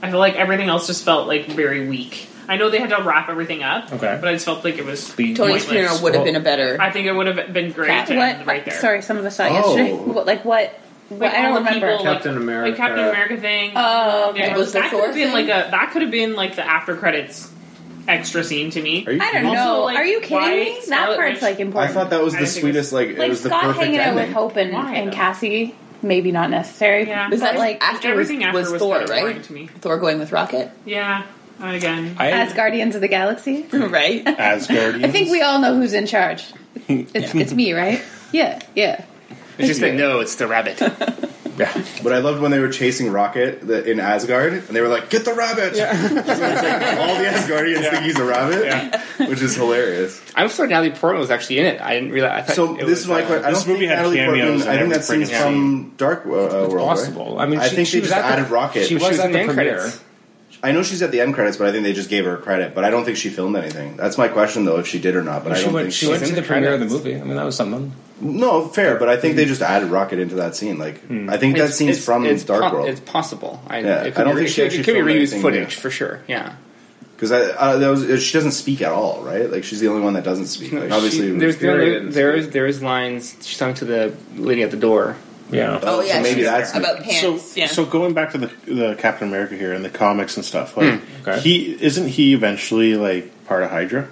Speaker 9: I feel like everything else just felt like very weak. I know they had to wrap everything up,
Speaker 1: Okay.
Speaker 9: but I just felt like it was.
Speaker 1: The-
Speaker 9: pointless.
Speaker 8: Tony's funeral would have
Speaker 1: Well,
Speaker 8: been a better.
Speaker 9: I think it would have been great to
Speaker 4: what?
Speaker 9: end right there.
Speaker 4: Sorry, some of us saw it
Speaker 7: Oh.
Speaker 4: yesterday. What, like what? what
Speaker 9: Like,
Speaker 4: I
Speaker 9: all
Speaker 4: don't
Speaker 9: the
Speaker 4: remember.
Speaker 9: people, like-
Speaker 5: Captain America.
Speaker 9: like Captain America thing.
Speaker 4: Oh, okay.
Speaker 9: Yeah,
Speaker 8: Was the
Speaker 9: that could have
Speaker 8: Thor
Speaker 9: been
Speaker 8: thing?
Speaker 9: like a that could have been like the after credits extra scene to me.
Speaker 7: Are you
Speaker 4: I don't
Speaker 7: kidding me?
Speaker 9: Also,
Speaker 4: know.
Speaker 9: like,
Speaker 4: Are you kidding
Speaker 9: why
Speaker 4: me? That
Speaker 9: Scarlet
Speaker 4: part's
Speaker 9: Witch-
Speaker 4: like
Speaker 7: I
Speaker 4: important.
Speaker 7: thought that was
Speaker 9: I
Speaker 7: the
Speaker 9: think it
Speaker 7: sweetest. like it
Speaker 4: like
Speaker 7: was the
Speaker 4: Scott
Speaker 7: perfect
Speaker 4: hanging out
Speaker 7: ending.
Speaker 4: with Hope and,
Speaker 9: Why,
Speaker 4: and
Speaker 9: though?
Speaker 4: Cassie, maybe not necessary.
Speaker 9: Yeah.
Speaker 4: But
Speaker 8: Was that
Speaker 4: like
Speaker 8: like after was,
Speaker 9: everything after
Speaker 8: was
Speaker 9: was
Speaker 8: Thor,
Speaker 9: kinda boring
Speaker 8: right?
Speaker 9: to me.
Speaker 8: Thor going with Rocket,
Speaker 9: Yeah, not again.
Speaker 1: I,
Speaker 4: as Guardians of the Galaxy?
Speaker 8: right?
Speaker 3: as Guardians.
Speaker 4: I think we all know who's in charge. It's, it's me, right? Yeah, yeah.
Speaker 6: It's just like, no, it's the rabbit.
Speaker 1: yeah.
Speaker 7: But I loved when they were chasing Rocket the, in Asgard, and they were like, "Get the rabbit!" All the Asgardians think he's a rabbit, which is hilarious.
Speaker 6: I'm sorry Natalie Portman was actually in it. I didn't realize. I thought
Speaker 7: So
Speaker 6: it
Speaker 7: this is
Speaker 6: was,
Speaker 7: my
Speaker 6: uh,
Speaker 7: question. I don't
Speaker 3: this
Speaker 7: think
Speaker 3: movie had
Speaker 7: Natalie
Speaker 3: cameos in
Speaker 7: Portman- I think
Speaker 3: every
Speaker 7: that scene's
Speaker 3: freaking
Speaker 7: from Dark uh, World. right?
Speaker 1: Possible. I mean,
Speaker 7: I
Speaker 1: she-
Speaker 7: think
Speaker 1: she
Speaker 7: they
Speaker 1: was
Speaker 7: just
Speaker 1: at the-
Speaker 7: added Rocket.
Speaker 1: She was,
Speaker 6: She was
Speaker 1: at
Speaker 6: in
Speaker 1: the
Speaker 6: the end
Speaker 1: premiere.
Speaker 6: credits.
Speaker 7: I know she's at the end credits, but I think they just gave her credit. But I don't think she filmed anything. That's my question, though, if she did or not. But I
Speaker 1: She
Speaker 7: don't
Speaker 1: went.
Speaker 7: think
Speaker 1: She went
Speaker 6: in
Speaker 1: to
Speaker 6: the
Speaker 1: the premiere of the
Speaker 6: credits.
Speaker 1: movie. I mean, that was something.
Speaker 7: No, fair. But I think they just added Rocket into that scene. Like
Speaker 3: Hmm.
Speaker 7: I think that
Speaker 6: Hmm. It's-
Speaker 7: scene's
Speaker 6: it's-
Speaker 7: from
Speaker 6: it's
Speaker 7: Dark
Speaker 6: po-
Speaker 7: World
Speaker 6: It's possible. I,
Speaker 7: Yeah,
Speaker 6: it
Speaker 7: I
Speaker 6: could
Speaker 7: don't
Speaker 6: be,
Speaker 7: think
Speaker 6: it
Speaker 7: she
Speaker 6: could-
Speaker 7: actually
Speaker 6: It could be
Speaker 7: filmed
Speaker 6: reused
Speaker 7: anything
Speaker 6: footage
Speaker 7: new.
Speaker 6: for sure. Yeah.
Speaker 7: because uh, that was, she doesn't speak at all, right? Like she's the only one that doesn't speak. Like, obviously,
Speaker 6: she, there's
Speaker 5: Fury
Speaker 6: there,
Speaker 5: didn't
Speaker 6: there is there is lines. She's talking to the lady at the door.
Speaker 1: Yeah.
Speaker 8: Oh
Speaker 7: so
Speaker 8: yeah,
Speaker 7: maybe
Speaker 8: she's
Speaker 7: that's-
Speaker 8: about
Speaker 3: so,
Speaker 8: pants. yeah,
Speaker 3: so going back to the, the Captain America here and the comics and stuff, like
Speaker 1: Okay.
Speaker 3: he isn't he eventually like part of Hydra?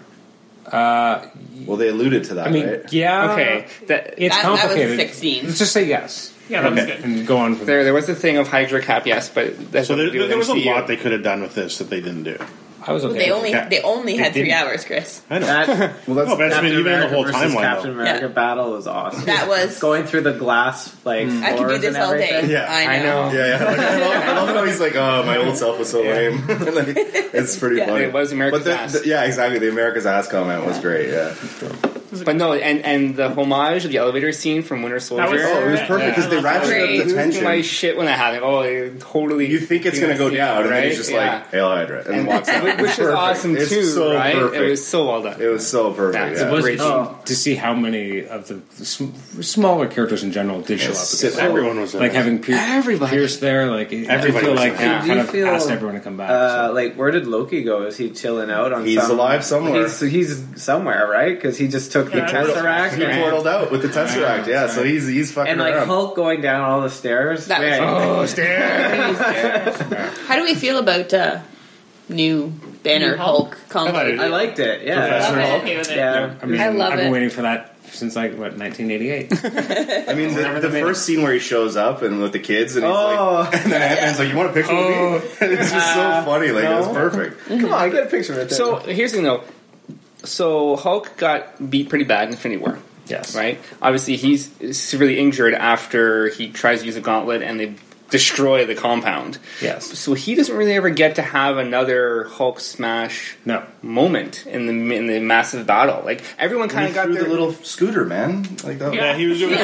Speaker 7: well, they alluded to that,
Speaker 1: I mean,
Speaker 7: right?
Speaker 9: Uh,
Speaker 1: yeah.
Speaker 6: Okay, that
Speaker 1: It's
Speaker 8: That- that was
Speaker 1: complicated.
Speaker 8: 16.
Speaker 1: Let's just say yes
Speaker 9: Yeah, that was
Speaker 3: Okay.
Speaker 9: good.
Speaker 1: and go on. From
Speaker 6: there there was a thing of Hydra cap. Yes, but that's
Speaker 3: So
Speaker 6: what
Speaker 3: there,
Speaker 6: they do with
Speaker 3: there was a
Speaker 6: MCU.
Speaker 3: lot they could have done with this that they didn't do.
Speaker 1: I was okay.
Speaker 8: they only
Speaker 3: Cap-
Speaker 8: they only had
Speaker 3: they
Speaker 8: three
Speaker 3: didn't-
Speaker 8: hours, Chris.
Speaker 3: I know.
Speaker 5: that
Speaker 7: Well, that's
Speaker 3: no, but I
Speaker 5: Captain
Speaker 3: mean, even in the
Speaker 5: America
Speaker 3: whole
Speaker 5: versus
Speaker 3: timeline,
Speaker 5: Captain
Speaker 3: though.
Speaker 5: America
Speaker 8: Yeah.
Speaker 5: battle was awesome.
Speaker 8: That was-
Speaker 5: going through the glass like
Speaker 8: Mm. I could do
Speaker 5: floors
Speaker 8: this
Speaker 5: and
Speaker 8: all
Speaker 5: everything.
Speaker 8: day.
Speaker 7: Yeah.
Speaker 8: I
Speaker 6: I
Speaker 8: know.
Speaker 6: know.
Speaker 7: Yeah, yeah. Like, I, love, I love how he's like, "Oh, my old self was so lame." like, it's pretty funny.
Speaker 6: It was America's
Speaker 7: but the,
Speaker 6: ass.
Speaker 7: the- yeah, exactly. The America's ass comment was great. Yeah.
Speaker 6: But no, and and the homage of the elevator scene from Winter Soldier.
Speaker 9: was
Speaker 7: Oh, it was
Speaker 9: Yeah.
Speaker 7: perfect because they
Speaker 9: Yeah.
Speaker 7: ratcheted up the
Speaker 6: Losing my
Speaker 7: tension.
Speaker 6: shit when that happened. Oh, I totally.
Speaker 7: You think it's
Speaker 6: you know,
Speaker 7: gonna go
Speaker 6: see,
Speaker 7: down, and then he's
Speaker 6: right?
Speaker 7: just
Speaker 6: Yeah.
Speaker 7: like, "Hail Hydra," and walks out.
Speaker 6: Which- which is
Speaker 7: Perfect.
Speaker 6: awesome
Speaker 7: It's
Speaker 6: too,
Speaker 7: so
Speaker 6: right?
Speaker 7: perfect.
Speaker 6: It was so well done.
Speaker 7: It was so perfect.
Speaker 6: That's
Speaker 7: yeah.
Speaker 6: a
Speaker 1: was
Speaker 6: great
Speaker 1: interesting to see how many of the sm- smaller characters in general did show up.
Speaker 7: Yes.
Speaker 1: because,
Speaker 3: Everyone was
Speaker 1: like
Speaker 3: there.
Speaker 1: having Pier-
Speaker 6: Everybody.
Speaker 1: Pierce there. Like it- I
Speaker 3: Everybody
Speaker 1: feel
Speaker 3: was
Speaker 1: like they
Speaker 3: there.
Speaker 6: Yeah.
Speaker 1: kind
Speaker 5: Do you
Speaker 1: of
Speaker 5: feel,
Speaker 1: asked everyone to come back.
Speaker 5: Uh,
Speaker 1: so.
Speaker 5: like where did Loki go? Is he chilling out on?
Speaker 7: He's
Speaker 5: some-
Speaker 7: alive somewhere.
Speaker 5: He's, he's somewhere, right? Because he just took
Speaker 9: Yeah,
Speaker 5: the
Speaker 9: I don't-
Speaker 5: tesseract
Speaker 7: He portaled out with the Tesseract, yeah. So he's he's fucking
Speaker 5: and like
Speaker 7: around.
Speaker 5: Hulk going down all the stairs.
Speaker 8: That was-
Speaker 5: Man,
Speaker 6: Oh, Stan.
Speaker 8: How do we feel about uh, new Banner
Speaker 9: New Hulk.
Speaker 8: Hulk combo.
Speaker 3: I thought it-
Speaker 5: I liked it. Yeah.
Speaker 3: Professor
Speaker 9: I'm
Speaker 3: Hulk.
Speaker 9: okay with it.
Speaker 5: Yeah.
Speaker 1: I, mean,
Speaker 4: I love
Speaker 1: I've been
Speaker 4: it.
Speaker 1: waiting for that since like what 1988.
Speaker 7: I mean,
Speaker 3: Whatever
Speaker 7: the, the
Speaker 3: they made
Speaker 7: first scene where he shows up and with the kids, and he's
Speaker 5: Oh.
Speaker 7: like, and then Ant Man's like, "You want a picture
Speaker 1: Oh.
Speaker 7: with me?" And it's just so funny. Like it's
Speaker 5: no.
Speaker 7: perfect.
Speaker 5: Come on, get a picture of it.
Speaker 6: So here's the thing, though. So Hulk got beat pretty bad in Infinity War,
Speaker 1: yes,
Speaker 6: right? Obviously, he's severely injured after he tries to use a gauntlet and they destroy the compound.
Speaker 1: Yes,
Speaker 6: So he doesn't really ever get to have another Hulk smash
Speaker 1: no.
Speaker 6: moment in the in the massive battle. Like everyone
Speaker 7: And
Speaker 6: kind
Speaker 7: he
Speaker 6: of got
Speaker 7: threw
Speaker 6: their
Speaker 7: the little scooter, man. Like that.
Speaker 9: Yeah.
Speaker 3: Yeah, he was Ah. doing.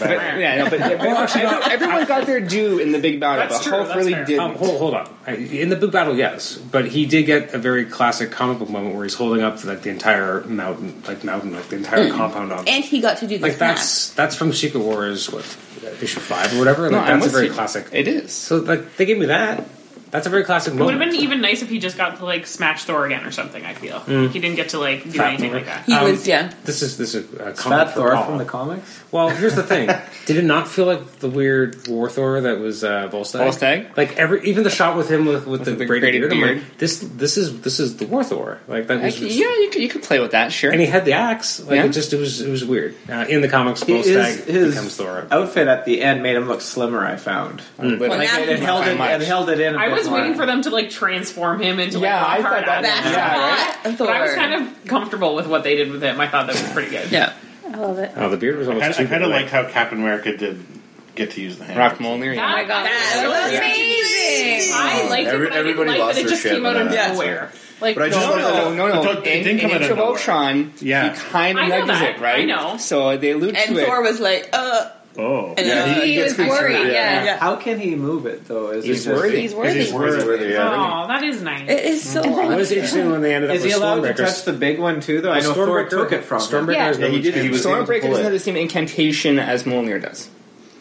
Speaker 6: But, yeah, no, but actually, everyone got their due in the big battle,
Speaker 9: That's
Speaker 6: but
Speaker 9: true,
Speaker 6: Hulk
Speaker 9: that's
Speaker 6: really
Speaker 9: fair.
Speaker 6: didn't.
Speaker 1: Um, hold, hold on. I- In the big battle, yes, but he did get a very classic comic book moment where he's holding up like the entire mountain, like mountain, like the entire compound up.
Speaker 8: And he got to do this
Speaker 1: Like that's that's from Secret Wars, what issue five or whatever. Like,
Speaker 6: No, I'm
Speaker 1: that's a
Speaker 6: with
Speaker 1: very
Speaker 6: you.
Speaker 1: classic.
Speaker 6: It is.
Speaker 1: So like they gave me that. That's a very classic
Speaker 9: It would have
Speaker 1: moment.
Speaker 9: been even nice if he just got to like smash Thor again or something. I feel he didn't get to like do
Speaker 1: Fat
Speaker 9: anything
Speaker 1: Thor.
Speaker 9: like that.
Speaker 8: He
Speaker 1: Um,
Speaker 8: was yeah.
Speaker 1: This is this is a comment
Speaker 5: Fat
Speaker 1: for
Speaker 5: Thor
Speaker 1: Paul.
Speaker 5: from the comics.
Speaker 1: Well, here's the thing. Did it not feel like the weird War Thor that was uh, Volstagg?
Speaker 6: Volstagg?
Speaker 1: Like every even the shot with him with, with, the,
Speaker 6: the
Speaker 1: braided
Speaker 6: braided
Speaker 1: beard. I'm like,
Speaker 6: beard.
Speaker 1: this this is this is the War Thor. Like that was.
Speaker 6: Like, yeah, you could, you could play with that, sure.
Speaker 1: And he had the axe. Like
Speaker 6: Yeah.
Speaker 1: it just it was it was weird. Uh, in the comics,
Speaker 5: His,
Speaker 1: Volstagg
Speaker 5: his
Speaker 1: becomes Thor.
Speaker 5: outfit at the end made him look slimmer. I found.
Speaker 6: But,
Speaker 8: Well,
Speaker 6: like,
Speaker 8: now
Speaker 6: it
Speaker 5: It held
Speaker 6: Mm. by
Speaker 5: it.
Speaker 6: much.
Speaker 5: It held it in. I
Speaker 9: I was waiting for them to like transform him into like
Speaker 5: Yeah,
Speaker 9: a
Speaker 5: I
Speaker 9: hard
Speaker 5: thought
Speaker 9: Adam.
Speaker 5: that-
Speaker 8: That's
Speaker 5: Yeah,
Speaker 8: hot. Thor.
Speaker 9: But I was kind of comfortable with what they did with him. I thought that was pretty good.
Speaker 8: yeah.
Speaker 4: I love it.
Speaker 1: Oh, the beard was almost.
Speaker 3: I
Speaker 1: too
Speaker 3: kind of
Speaker 1: big.
Speaker 3: like how Captain America did get to use the hand.
Speaker 6: Rock Mjolnir,
Speaker 9: That,
Speaker 6: yeah.
Speaker 8: That was amazing.
Speaker 9: I liked
Speaker 7: Every-
Speaker 9: it. But
Speaker 7: everybody
Speaker 9: I didn't like
Speaker 7: lost
Speaker 9: that it
Speaker 7: their
Speaker 9: just
Speaker 7: shit
Speaker 9: came out
Speaker 7: when
Speaker 9: of
Speaker 7: that-
Speaker 9: nowhere. Like
Speaker 7: But I just
Speaker 6: No,
Speaker 7: wanted
Speaker 6: no, no, no.
Speaker 3: It don't- it
Speaker 6: in,
Speaker 3: didn't come
Speaker 6: in
Speaker 3: out of
Speaker 6: Age of
Speaker 3: nowhere.
Speaker 6: Ultron,
Speaker 1: Yeah.
Speaker 6: he kind of
Speaker 9: I know
Speaker 6: nudges
Speaker 9: that.
Speaker 6: it, right?
Speaker 9: I know.
Speaker 6: So they allude
Speaker 8: And
Speaker 6: to
Speaker 8: Thor
Speaker 6: it.
Speaker 8: was like, uh,
Speaker 3: Oh,
Speaker 8: and
Speaker 7: Yeah,
Speaker 8: uh,
Speaker 7: he
Speaker 4: He
Speaker 7: gets
Speaker 4: was worried.
Speaker 7: concerned,
Speaker 4: Yeah.
Speaker 8: yeah.
Speaker 5: How can he move it though? Is
Speaker 6: He's
Speaker 5: it just-
Speaker 6: worthy.
Speaker 4: He's worthy.
Speaker 7: It's worth it, yeah.
Speaker 9: Oh, that is nice.
Speaker 8: It is so
Speaker 1: It
Speaker 8: odd.
Speaker 1: was interesting when they ended up
Speaker 5: Is
Speaker 1: with
Speaker 5: he allowed to
Speaker 1: Stormbreaker.
Speaker 5: touch the big one too? Though I know Thor
Speaker 1: Stormbreaker
Speaker 5: took it from
Speaker 1: Stormbreaker.
Speaker 5: him.
Speaker 4: Yeah.
Speaker 1: has no
Speaker 7: Yeah, he did.
Speaker 1: chance.
Speaker 7: He was able to
Speaker 6: Stormbreaker
Speaker 7: pull
Speaker 6: doesn't have the
Speaker 7: it.
Speaker 6: same incantation as Mjolnir does.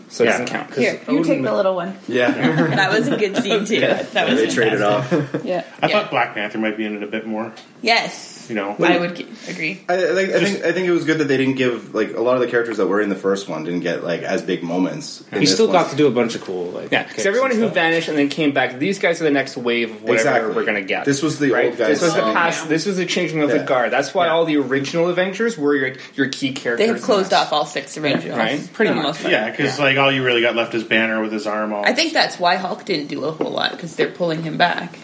Speaker 6: So it
Speaker 1: Yeah.
Speaker 6: doesn't count.
Speaker 4: Here, you
Speaker 1: Odin-
Speaker 4: take the little one.
Speaker 7: Yeah,
Speaker 8: That was a good scene too. That was
Speaker 7: they traded off.
Speaker 4: Yeah.
Speaker 3: I
Speaker 8: Yeah.
Speaker 3: thought Black Panther might be in it a bit more.
Speaker 8: yes.
Speaker 3: You know,
Speaker 8: I would g- agree.
Speaker 7: I, I think I think I think it was good that they didn't give like a lot of the characters that were in the first one didn't get like as big moments. in
Speaker 1: He
Speaker 7: this
Speaker 1: still
Speaker 7: one.
Speaker 1: got to do a bunch of cool like
Speaker 6: Yeah,
Speaker 1: kicks
Speaker 6: because everyone
Speaker 1: and
Speaker 6: who
Speaker 1: stuff.
Speaker 6: vanished and then came back, these guys are the next wave of whatever
Speaker 7: exactly.
Speaker 6: we're gonna get.
Speaker 7: This was the
Speaker 6: right?
Speaker 7: old guys.
Speaker 6: This was the
Speaker 7: thing.
Speaker 6: past.
Speaker 9: yeah.
Speaker 6: This was the changing of
Speaker 7: Yeah.
Speaker 6: the guard. That's why all the original Avengers were your your key characters.
Speaker 8: They have
Speaker 6: in
Speaker 8: closed
Speaker 6: this.
Speaker 8: off all six originals,
Speaker 6: right.
Speaker 8: Pretty
Speaker 6: Pretty
Speaker 8: for the
Speaker 6: much.
Speaker 8: most part.
Speaker 3: yeah, because like all you really got left is Banner with his arm all.
Speaker 8: I think that's why Hulk didn't do a whole lot because they're pulling him back,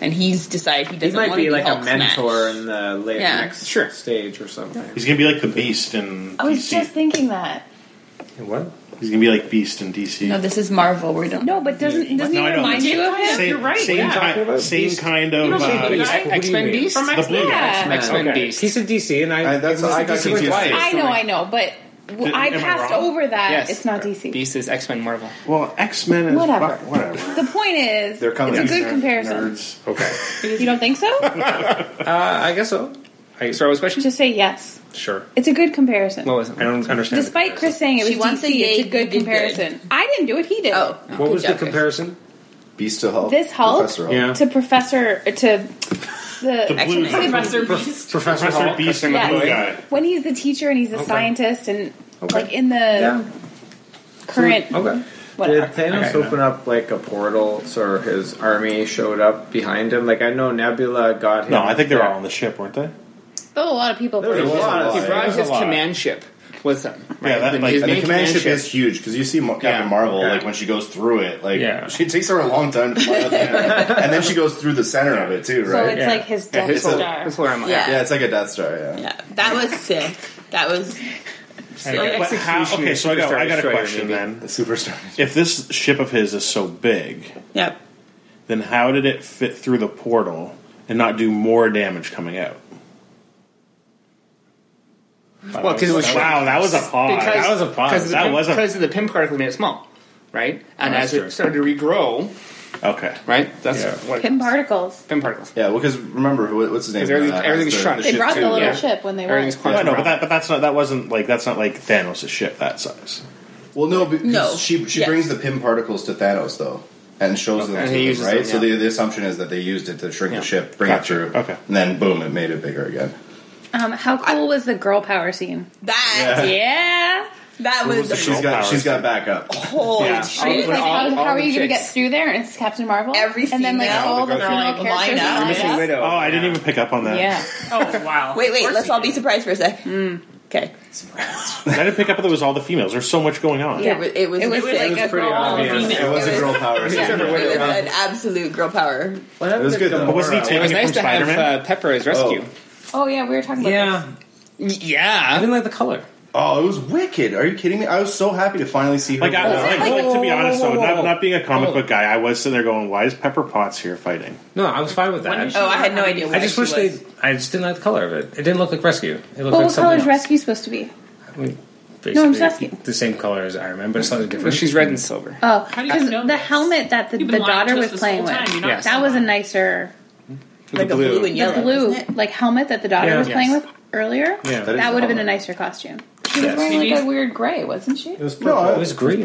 Speaker 8: and he's decided he
Speaker 5: He
Speaker 8: doesn't
Speaker 5: might
Speaker 8: want to
Speaker 5: be like
Speaker 8: Hulk
Speaker 5: a mentor
Speaker 8: Smash.
Speaker 5: in the later
Speaker 8: Yeah.
Speaker 5: next
Speaker 6: Sure.
Speaker 5: stage or something.
Speaker 3: he's gonna be like the Beast in
Speaker 4: I was
Speaker 3: DC.
Speaker 4: just thinking that.
Speaker 1: What?
Speaker 3: he's gonna be like Beast in DC.
Speaker 8: No, this is Marvel. We don't.
Speaker 4: No, but doesn't doesn't
Speaker 3: No, I
Speaker 4: he
Speaker 3: know.
Speaker 4: remind you of him?
Speaker 3: same,
Speaker 9: You're right,
Speaker 3: Same,
Speaker 9: yeah.
Speaker 1: Talking
Speaker 3: kind,
Speaker 1: about
Speaker 3: same
Speaker 1: Beast?
Speaker 3: kind of.
Speaker 9: don't say
Speaker 3: uh,
Speaker 9: Beast.
Speaker 1: What do you
Speaker 6: X Men
Speaker 1: mean?
Speaker 6: Beast.
Speaker 9: From
Speaker 3: the
Speaker 9: X
Speaker 3: blue
Speaker 9: Men.
Speaker 3: guy.
Speaker 6: X Men
Speaker 1: Okay.
Speaker 6: Beast.
Speaker 1: He's a DC, and I.
Speaker 7: I- that's
Speaker 1: he's a
Speaker 7: I got
Speaker 1: DC with
Speaker 7: confused.
Speaker 1: Wyatt.
Speaker 4: I know, I know, but w-
Speaker 3: Did-
Speaker 4: I
Speaker 3: am I
Speaker 4: passed
Speaker 3: wrong?
Speaker 4: over that.
Speaker 6: Yes.
Speaker 4: It's not DC.
Speaker 6: Beast is X Men Marvel.
Speaker 3: Well, X Men is
Speaker 4: Whatever.
Speaker 3: fuck- whatever.
Speaker 4: The point is,
Speaker 7: They're coming.
Speaker 4: it's a good
Speaker 3: They're
Speaker 4: comparison.
Speaker 3: Nerds.
Speaker 1: Okay.
Speaker 4: You don't think so?
Speaker 1: Uh, I guess so. I,
Speaker 6: Sorry, what was the question?
Speaker 4: Just say yes.
Speaker 1: sure.
Speaker 4: It's a good comparison.
Speaker 6: What was it?
Speaker 1: I don't understand. the
Speaker 4: Despite Chris
Speaker 1: comparison.
Speaker 4: saying it was
Speaker 8: She wants
Speaker 4: DC,
Speaker 8: a yay,
Speaker 4: it's a good
Speaker 8: you did good.
Speaker 4: comparison. I didn't do it; he did.
Speaker 8: Oh,
Speaker 1: What
Speaker 8: good
Speaker 1: was the
Speaker 8: job, Chris.
Speaker 1: comparison?
Speaker 7: Beast to Hulk.
Speaker 4: This Hulk?
Speaker 7: Professor Hulk.
Speaker 1: Yeah.
Speaker 4: it. to Professor uh, to
Speaker 3: The
Speaker 4: the
Speaker 3: blue
Speaker 8: X-Men.
Speaker 9: Professor Beast.
Speaker 1: Professor
Speaker 3: Professor
Speaker 1: Hulk.
Speaker 3: Beast and
Speaker 4: Yeah.
Speaker 3: the blue guy.
Speaker 4: when he's the teacher and he's a
Speaker 1: Okay.
Speaker 4: scientist and
Speaker 1: Okay.
Speaker 4: like in the
Speaker 1: Yeah.
Speaker 4: current
Speaker 1: Okay.
Speaker 4: whatever.
Speaker 5: Did Thanos
Speaker 1: Okay, no.
Speaker 5: open up like a portal so his army showed up behind him? Like I know Nebula got him.
Speaker 3: No, I think they're
Speaker 5: Yeah.
Speaker 3: all on the ship, weren't they?
Speaker 4: Though a lot of people.
Speaker 5: There was a lot of-
Speaker 6: He brought
Speaker 3: There's a
Speaker 6: his
Speaker 3: lot.
Speaker 6: command ship with him. Right?
Speaker 3: Yeah, that,
Speaker 6: The-
Speaker 3: like-
Speaker 6: his
Speaker 7: And the
Speaker 6: main
Speaker 7: command ship
Speaker 6: ship.
Speaker 7: is huge because you see Mo- Captain
Speaker 6: Yeah.
Speaker 7: Marvel
Speaker 5: Okay.
Speaker 7: like when she goes through it, like
Speaker 1: Yeah.
Speaker 7: she it takes her a long time to fly out the end. and then she goes through the center of it too,
Speaker 4: so
Speaker 7: right?
Speaker 4: it's
Speaker 1: Yeah.
Speaker 4: like his
Speaker 6: Yeah,
Speaker 4: Death
Speaker 6: his whole,
Speaker 4: Star.
Speaker 6: his whole armor.
Speaker 8: Yeah.
Speaker 7: yeah, it's like a Death Star. Yeah,
Speaker 8: Yeah, that was sick. That was
Speaker 3: But how-
Speaker 6: Execution
Speaker 3: okay,
Speaker 6: is
Speaker 3: so I got,
Speaker 6: Superstar
Speaker 3: I got a
Speaker 6: Destroyer,
Speaker 3: question
Speaker 6: maybe.
Speaker 7: the
Speaker 3: then.
Speaker 7: superstar.
Speaker 3: If this ship of his is so big,
Speaker 8: yeah.
Speaker 3: then how did it fit through the portal and not do more damage coming out?
Speaker 6: Well, because it was
Speaker 3: wow, that was a pause.
Speaker 6: Because-
Speaker 3: that was a
Speaker 6: because of
Speaker 3: pause.
Speaker 6: the
Speaker 3: That
Speaker 6: pim-
Speaker 3: was a
Speaker 6: because of the pin particle made it small, right? And
Speaker 1: that's
Speaker 6: as it
Speaker 1: true.
Speaker 6: started to regrow,
Speaker 3: okay.
Speaker 6: right? That's
Speaker 1: Yeah.
Speaker 6: what
Speaker 4: Pin particles.
Speaker 6: pin particles.
Speaker 7: Yeah, well, because remember who, what's his name?
Speaker 6: 'Cause everything-
Speaker 7: has
Speaker 6: everything's
Speaker 7: the-
Speaker 6: shrunk.
Speaker 7: the
Speaker 4: They
Speaker 7: ship
Speaker 4: brought
Speaker 7: too,
Speaker 4: the little
Speaker 7: yeah.
Speaker 4: ship when they
Speaker 6: Everything's
Speaker 4: went.
Speaker 7: Yeah.
Speaker 3: I
Speaker 6: quantum.
Speaker 3: know, but that but that's not that wasn't like that's not like Thanos' ship that size.
Speaker 7: Well, no, because
Speaker 8: No.
Speaker 7: she she
Speaker 8: Yes.
Speaker 7: brings the pim particles to Thanos though, and shows them
Speaker 6: And
Speaker 7: to
Speaker 6: he
Speaker 7: him,
Speaker 6: uses
Speaker 7: right?
Speaker 6: them,
Speaker 7: So
Speaker 6: yeah.
Speaker 7: the, the assumption is that they used it to shrink
Speaker 6: Yeah.
Speaker 7: the ship, bring
Speaker 3: Gotcha.
Speaker 7: it through,
Speaker 3: Okay.
Speaker 7: and then boom, it made it bigger again.
Speaker 4: Um, how cool was the girl power scene?
Speaker 8: That
Speaker 4: Yeah,
Speaker 8: That
Speaker 3: What was
Speaker 8: was,
Speaker 3: the
Speaker 7: She's got
Speaker 3: Powers.
Speaker 7: she's got backup.
Speaker 8: holy
Speaker 6: Yeah.
Speaker 8: shit.
Speaker 4: I was
Speaker 6: When
Speaker 4: like,
Speaker 6: all-
Speaker 4: how, how
Speaker 6: all
Speaker 4: are
Speaker 6: the
Speaker 4: you going to
Speaker 6: chicks-
Speaker 4: get through there? And it's Captain Marvel.
Speaker 8: Every
Speaker 4: and then like
Speaker 8: female.
Speaker 4: all the
Speaker 7: All the
Speaker 4: female
Speaker 8: girls.
Speaker 4: characters.
Speaker 8: Line up.
Speaker 4: and all
Speaker 8: Missing
Speaker 4: that.
Speaker 5: Widow.
Speaker 3: Oh, I didn't even pick up on that.
Speaker 4: Yeah,
Speaker 9: Oh wow!
Speaker 8: Wait, wait,
Speaker 9: Of
Speaker 8: let's
Speaker 9: course
Speaker 8: all
Speaker 9: you
Speaker 8: be surprised for a sec. Okay.
Speaker 3: I didn't pick up that it was all the females. There's so much going on.
Speaker 4: Yeah.
Speaker 8: It was, it was,
Speaker 4: it was
Speaker 8: sick.
Speaker 4: like a
Speaker 6: pretty
Speaker 4: girl.
Speaker 6: obvious.
Speaker 4: female.
Speaker 7: It was a girl power.
Speaker 8: Yeah,
Speaker 7: scene.
Speaker 8: it was an absolute girl power.
Speaker 7: It was good though.
Speaker 3: But wasn't he
Speaker 6: It was
Speaker 3: taking it
Speaker 6: nice
Speaker 3: from
Speaker 6: to have
Speaker 3: Spider-Man?
Speaker 6: uh, Pepper as rescue.
Speaker 4: Oh yeah, we were talking about
Speaker 5: Yeah,
Speaker 1: I
Speaker 6: Yeah.
Speaker 1: didn't like the color.
Speaker 7: Oh, it was wicked. Are you kidding me? I was so happy to finally see her.
Speaker 3: Like, I,
Speaker 7: back.
Speaker 3: like,
Speaker 1: Whoa,
Speaker 3: like, to be
Speaker 1: whoa,
Speaker 3: honest,
Speaker 1: whoa,
Speaker 3: though,
Speaker 1: whoa,
Speaker 3: not,
Speaker 1: whoa.
Speaker 3: not being a comic
Speaker 1: Hold on.
Speaker 3: book guy, I was sitting there going, "Why is Pepper Potts here fighting?"
Speaker 1: No, I was fine with
Speaker 9: When did
Speaker 1: that.
Speaker 9: she-
Speaker 8: Oh, I had no idea.
Speaker 1: I just
Speaker 8: why
Speaker 1: wish
Speaker 8: she
Speaker 1: they.
Speaker 8: was.
Speaker 1: I just didn't like the color of it. It didn't look like rescue. It looked
Speaker 4: Well,
Speaker 1: like
Speaker 4: what color
Speaker 1: something
Speaker 4: is
Speaker 1: else.
Speaker 4: rescue supposed to be?
Speaker 1: I mean,
Speaker 4: No, I'm just
Speaker 1: basically
Speaker 4: asking.
Speaker 1: The same color as Iron Man, but it's slightly
Speaker 6: Well,
Speaker 1: different.
Speaker 6: she's red and silver.
Speaker 4: Oh,
Speaker 9: How do you guys know
Speaker 4: the
Speaker 9: this?
Speaker 4: helmet that the,
Speaker 9: You've
Speaker 4: the
Speaker 9: been lying to
Speaker 4: daughter
Speaker 9: us
Speaker 4: was
Speaker 9: this whole
Speaker 4: playing with.
Speaker 9: time. You're not
Speaker 6: Yes.
Speaker 4: That
Speaker 9: saying
Speaker 4: was a
Speaker 9: that.
Speaker 4: nicer
Speaker 8: Like a blue and
Speaker 4: the
Speaker 8: yellow.
Speaker 4: blue
Speaker 8: isn't it?
Speaker 4: like helmet that the daughter
Speaker 1: Yeah.
Speaker 4: was playing
Speaker 6: Yes.
Speaker 4: with earlier.
Speaker 1: Yeah. That
Speaker 7: is
Speaker 4: that would have been
Speaker 7: the
Speaker 4: a nicer costume. She
Speaker 1: Yes.
Speaker 4: was wearing like
Speaker 9: Maybe-
Speaker 4: a weird gray, wasn't she?
Speaker 5: it was purple.
Speaker 7: no, I,
Speaker 1: it was green.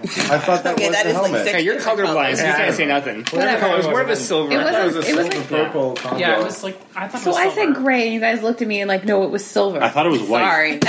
Speaker 1: though.
Speaker 7: I thought that
Speaker 8: Okay,
Speaker 7: was
Speaker 8: that
Speaker 7: the
Speaker 8: is, like,
Speaker 7: helmet.
Speaker 8: six-
Speaker 6: Yeah, you're colorblind, so you
Speaker 1: Yeah, I
Speaker 6: can't
Speaker 1: don't
Speaker 6: say nothing.
Speaker 4: Whatever.
Speaker 6: It was more of a silver.
Speaker 4: It
Speaker 6: I thought
Speaker 4: wasn't- it was like-
Speaker 5: purple combo.
Speaker 9: Yeah, it was like I thought. it
Speaker 4: So
Speaker 9: was
Speaker 4: I
Speaker 9: silver.
Speaker 4: said gray, and you guys looked at me and like, no, it was silver.
Speaker 3: I thought it was white.
Speaker 4: Sorry,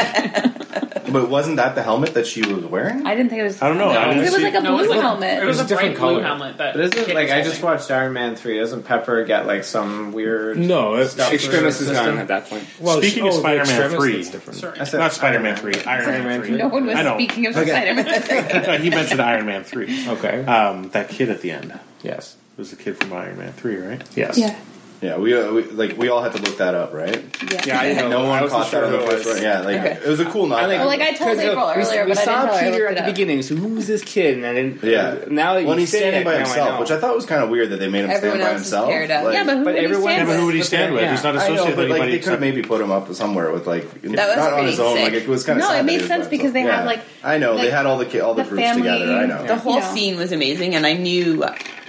Speaker 7: But wasn't that the helmet that she was wearing?
Speaker 4: I didn't think it was.
Speaker 3: I don't know. I
Speaker 4: It was
Speaker 3: didn't
Speaker 4: like a
Speaker 9: No, it was
Speaker 4: blue
Speaker 9: like-
Speaker 4: helmet.
Speaker 9: It was a
Speaker 1: It's a
Speaker 9: bright
Speaker 1: different
Speaker 9: blue
Speaker 1: color.
Speaker 9: helmet. That
Speaker 5: But isn't
Speaker 9: Kate
Speaker 5: like
Speaker 9: was
Speaker 5: I
Speaker 9: holding.
Speaker 5: just watched Iron Man three? Doesn't Pepper get like some weird?
Speaker 1: No, it's
Speaker 5: Stuff
Speaker 6: Extremis is
Speaker 5: with her
Speaker 6: gone
Speaker 5: system?
Speaker 6: at that point.
Speaker 1: well, oh,
Speaker 3: Speaking of
Speaker 1: the
Speaker 3: Spider-Man
Speaker 1: Extremis,
Speaker 3: three.
Speaker 1: that's different.
Speaker 9: Sorry.
Speaker 5: I said
Speaker 3: Not Spider-Man
Speaker 5: Iron
Speaker 3: three, Iron Man three.
Speaker 4: No one was
Speaker 3: I know.
Speaker 4: speaking of
Speaker 5: Okay.
Speaker 4: Spider-Man.
Speaker 3: No, he mentioned Iron Man three.
Speaker 1: Okay.
Speaker 3: Um, that kid at the end it
Speaker 1: yes.
Speaker 3: was the kid from Iron Man three, right?
Speaker 1: Yes.
Speaker 4: yeah,
Speaker 7: yeah, we, uh, we like we all had to look that up, right?
Speaker 4: yeah.
Speaker 6: Yeah, I didn't know.
Speaker 7: No
Speaker 6: I
Speaker 7: one
Speaker 6: wasn't
Speaker 7: caught that
Speaker 6: sure
Speaker 7: on the
Speaker 6: who it
Speaker 7: first
Speaker 6: was.
Speaker 7: one. Yeah, like
Speaker 8: Okay.
Speaker 7: it was a cool nod.
Speaker 6: I like-
Speaker 4: Well, like I told
Speaker 6: Because, you know,
Speaker 4: April
Speaker 6: we,
Speaker 4: earlier,
Speaker 6: we
Speaker 4: but I
Speaker 6: saw
Speaker 4: didn't tell her. I
Speaker 6: Peter
Speaker 4: looked
Speaker 6: at
Speaker 4: it
Speaker 6: the
Speaker 4: up.
Speaker 6: beginning. So who's this kid? And I didn't.
Speaker 7: yeah.
Speaker 6: Now that you
Speaker 7: when he's
Speaker 6: say
Speaker 7: standing
Speaker 6: that,
Speaker 7: by
Speaker 6: now I
Speaker 7: himself,
Speaker 6: know.
Speaker 7: which I thought was kind of weird that they made him
Speaker 8: Everyone
Speaker 7: stand by
Speaker 8: else is
Speaker 7: himself.
Speaker 8: paired up.
Speaker 7: like-
Speaker 4: yeah, but who
Speaker 6: But
Speaker 4: would you
Speaker 6: everyone-
Speaker 3: Yeah,
Speaker 4: stand
Speaker 3: but who would
Speaker 4: with?
Speaker 3: he stand with?
Speaker 6: Yeah.
Speaker 3: He's not
Speaker 7: I know,
Speaker 3: associated
Speaker 7: but
Speaker 3: with
Speaker 7: like
Speaker 3: anybody.
Speaker 7: they could have
Speaker 3: except-
Speaker 7: maybe put him up somewhere with like
Speaker 8: That was
Speaker 7: not on
Speaker 8: pretty
Speaker 7: his own.
Speaker 8: sick.
Speaker 7: Like it was kind of
Speaker 4: No, it
Speaker 7: sad that
Speaker 4: made
Speaker 7: he was by
Speaker 4: sense because they
Speaker 7: himself.
Speaker 4: had,
Speaker 7: Yeah.
Speaker 4: like-
Speaker 7: I know they
Speaker 4: like,
Speaker 7: had all the ki- all the,
Speaker 4: the
Speaker 7: groups together. I
Speaker 4: family-
Speaker 7: know.
Speaker 8: The whole
Speaker 4: You know.
Speaker 8: scene was amazing, and I knew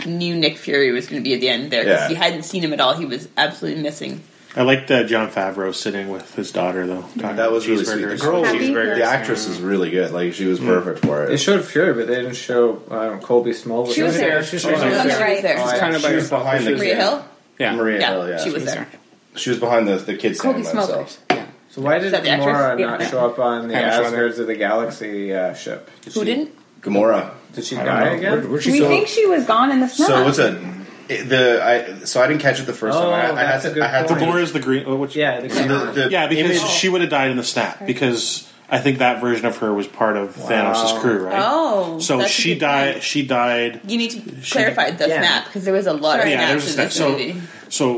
Speaker 8: knew Nick Fury was going to be at the end there
Speaker 7: Yeah.
Speaker 8: because you hadn't seen him at all. He was absolutely missing.
Speaker 3: I liked uh, John Favreau sitting with his daughter though. talking
Speaker 7: That was really sweet. The
Speaker 3: cheeseburgers.
Speaker 7: girl,
Speaker 4: Happy
Speaker 7: the
Speaker 4: Birthday.
Speaker 7: actress, is really good. Like she was perfect for
Speaker 5: They
Speaker 7: it.
Speaker 5: showed Fury, but they didn't show um, Colby Small.
Speaker 4: She was there.
Speaker 1: She was
Speaker 4: She was
Speaker 1: there.
Speaker 4: on the
Speaker 8: She was
Speaker 4: right.
Speaker 8: there.
Speaker 5: Oh, yeah.
Speaker 6: kind of by
Speaker 7: She was
Speaker 6: herself.
Speaker 7: behind the
Speaker 8: Maria
Speaker 7: kid.
Speaker 8: Hill?
Speaker 6: Yeah.
Speaker 7: Maria
Speaker 8: Yeah,
Speaker 7: Hill. Oh, Yeah,
Speaker 8: she was there.
Speaker 7: She was behind the the kids
Speaker 4: Kobe
Speaker 7: standing by
Speaker 4: Smokers.
Speaker 7: themselves.
Speaker 5: So why did
Speaker 8: that the actress?
Speaker 5: Gamora
Speaker 4: Yeah.
Speaker 5: not show up on the
Speaker 6: Hamish
Speaker 5: outskirts of the galaxy uh, ship? Did
Speaker 8: Who
Speaker 5: she-
Speaker 8: didn't?
Speaker 7: Gamora.
Speaker 5: Did she
Speaker 1: I don't
Speaker 5: die
Speaker 1: know.
Speaker 5: again?
Speaker 1: Uh, Where, where'd she
Speaker 4: We
Speaker 1: go?
Speaker 4: think she was gone in the snow.
Speaker 7: So what's a it- the I so I didn't catch it the first
Speaker 5: Oh,
Speaker 7: time. I, I had
Speaker 5: that's a
Speaker 7: to.
Speaker 5: good
Speaker 7: I had to.
Speaker 5: point.
Speaker 3: Gamora is the green. Oh, which,
Speaker 5: yeah, the
Speaker 7: The, the
Speaker 3: Yeah, because
Speaker 7: image-
Speaker 3: she would have died in the snap because I think that version of her was part of Thanos' crew, right?
Speaker 8: Oh,
Speaker 3: so
Speaker 8: that's a
Speaker 3: she
Speaker 8: good
Speaker 3: died.
Speaker 8: point.
Speaker 3: She died.
Speaker 8: You need to clarify the
Speaker 5: Yeah.
Speaker 8: snap because there was a lot of
Speaker 3: yeah, there's
Speaker 8: snaps
Speaker 3: a
Speaker 8: in
Speaker 3: snap.
Speaker 8: this
Speaker 3: So,
Speaker 8: movie.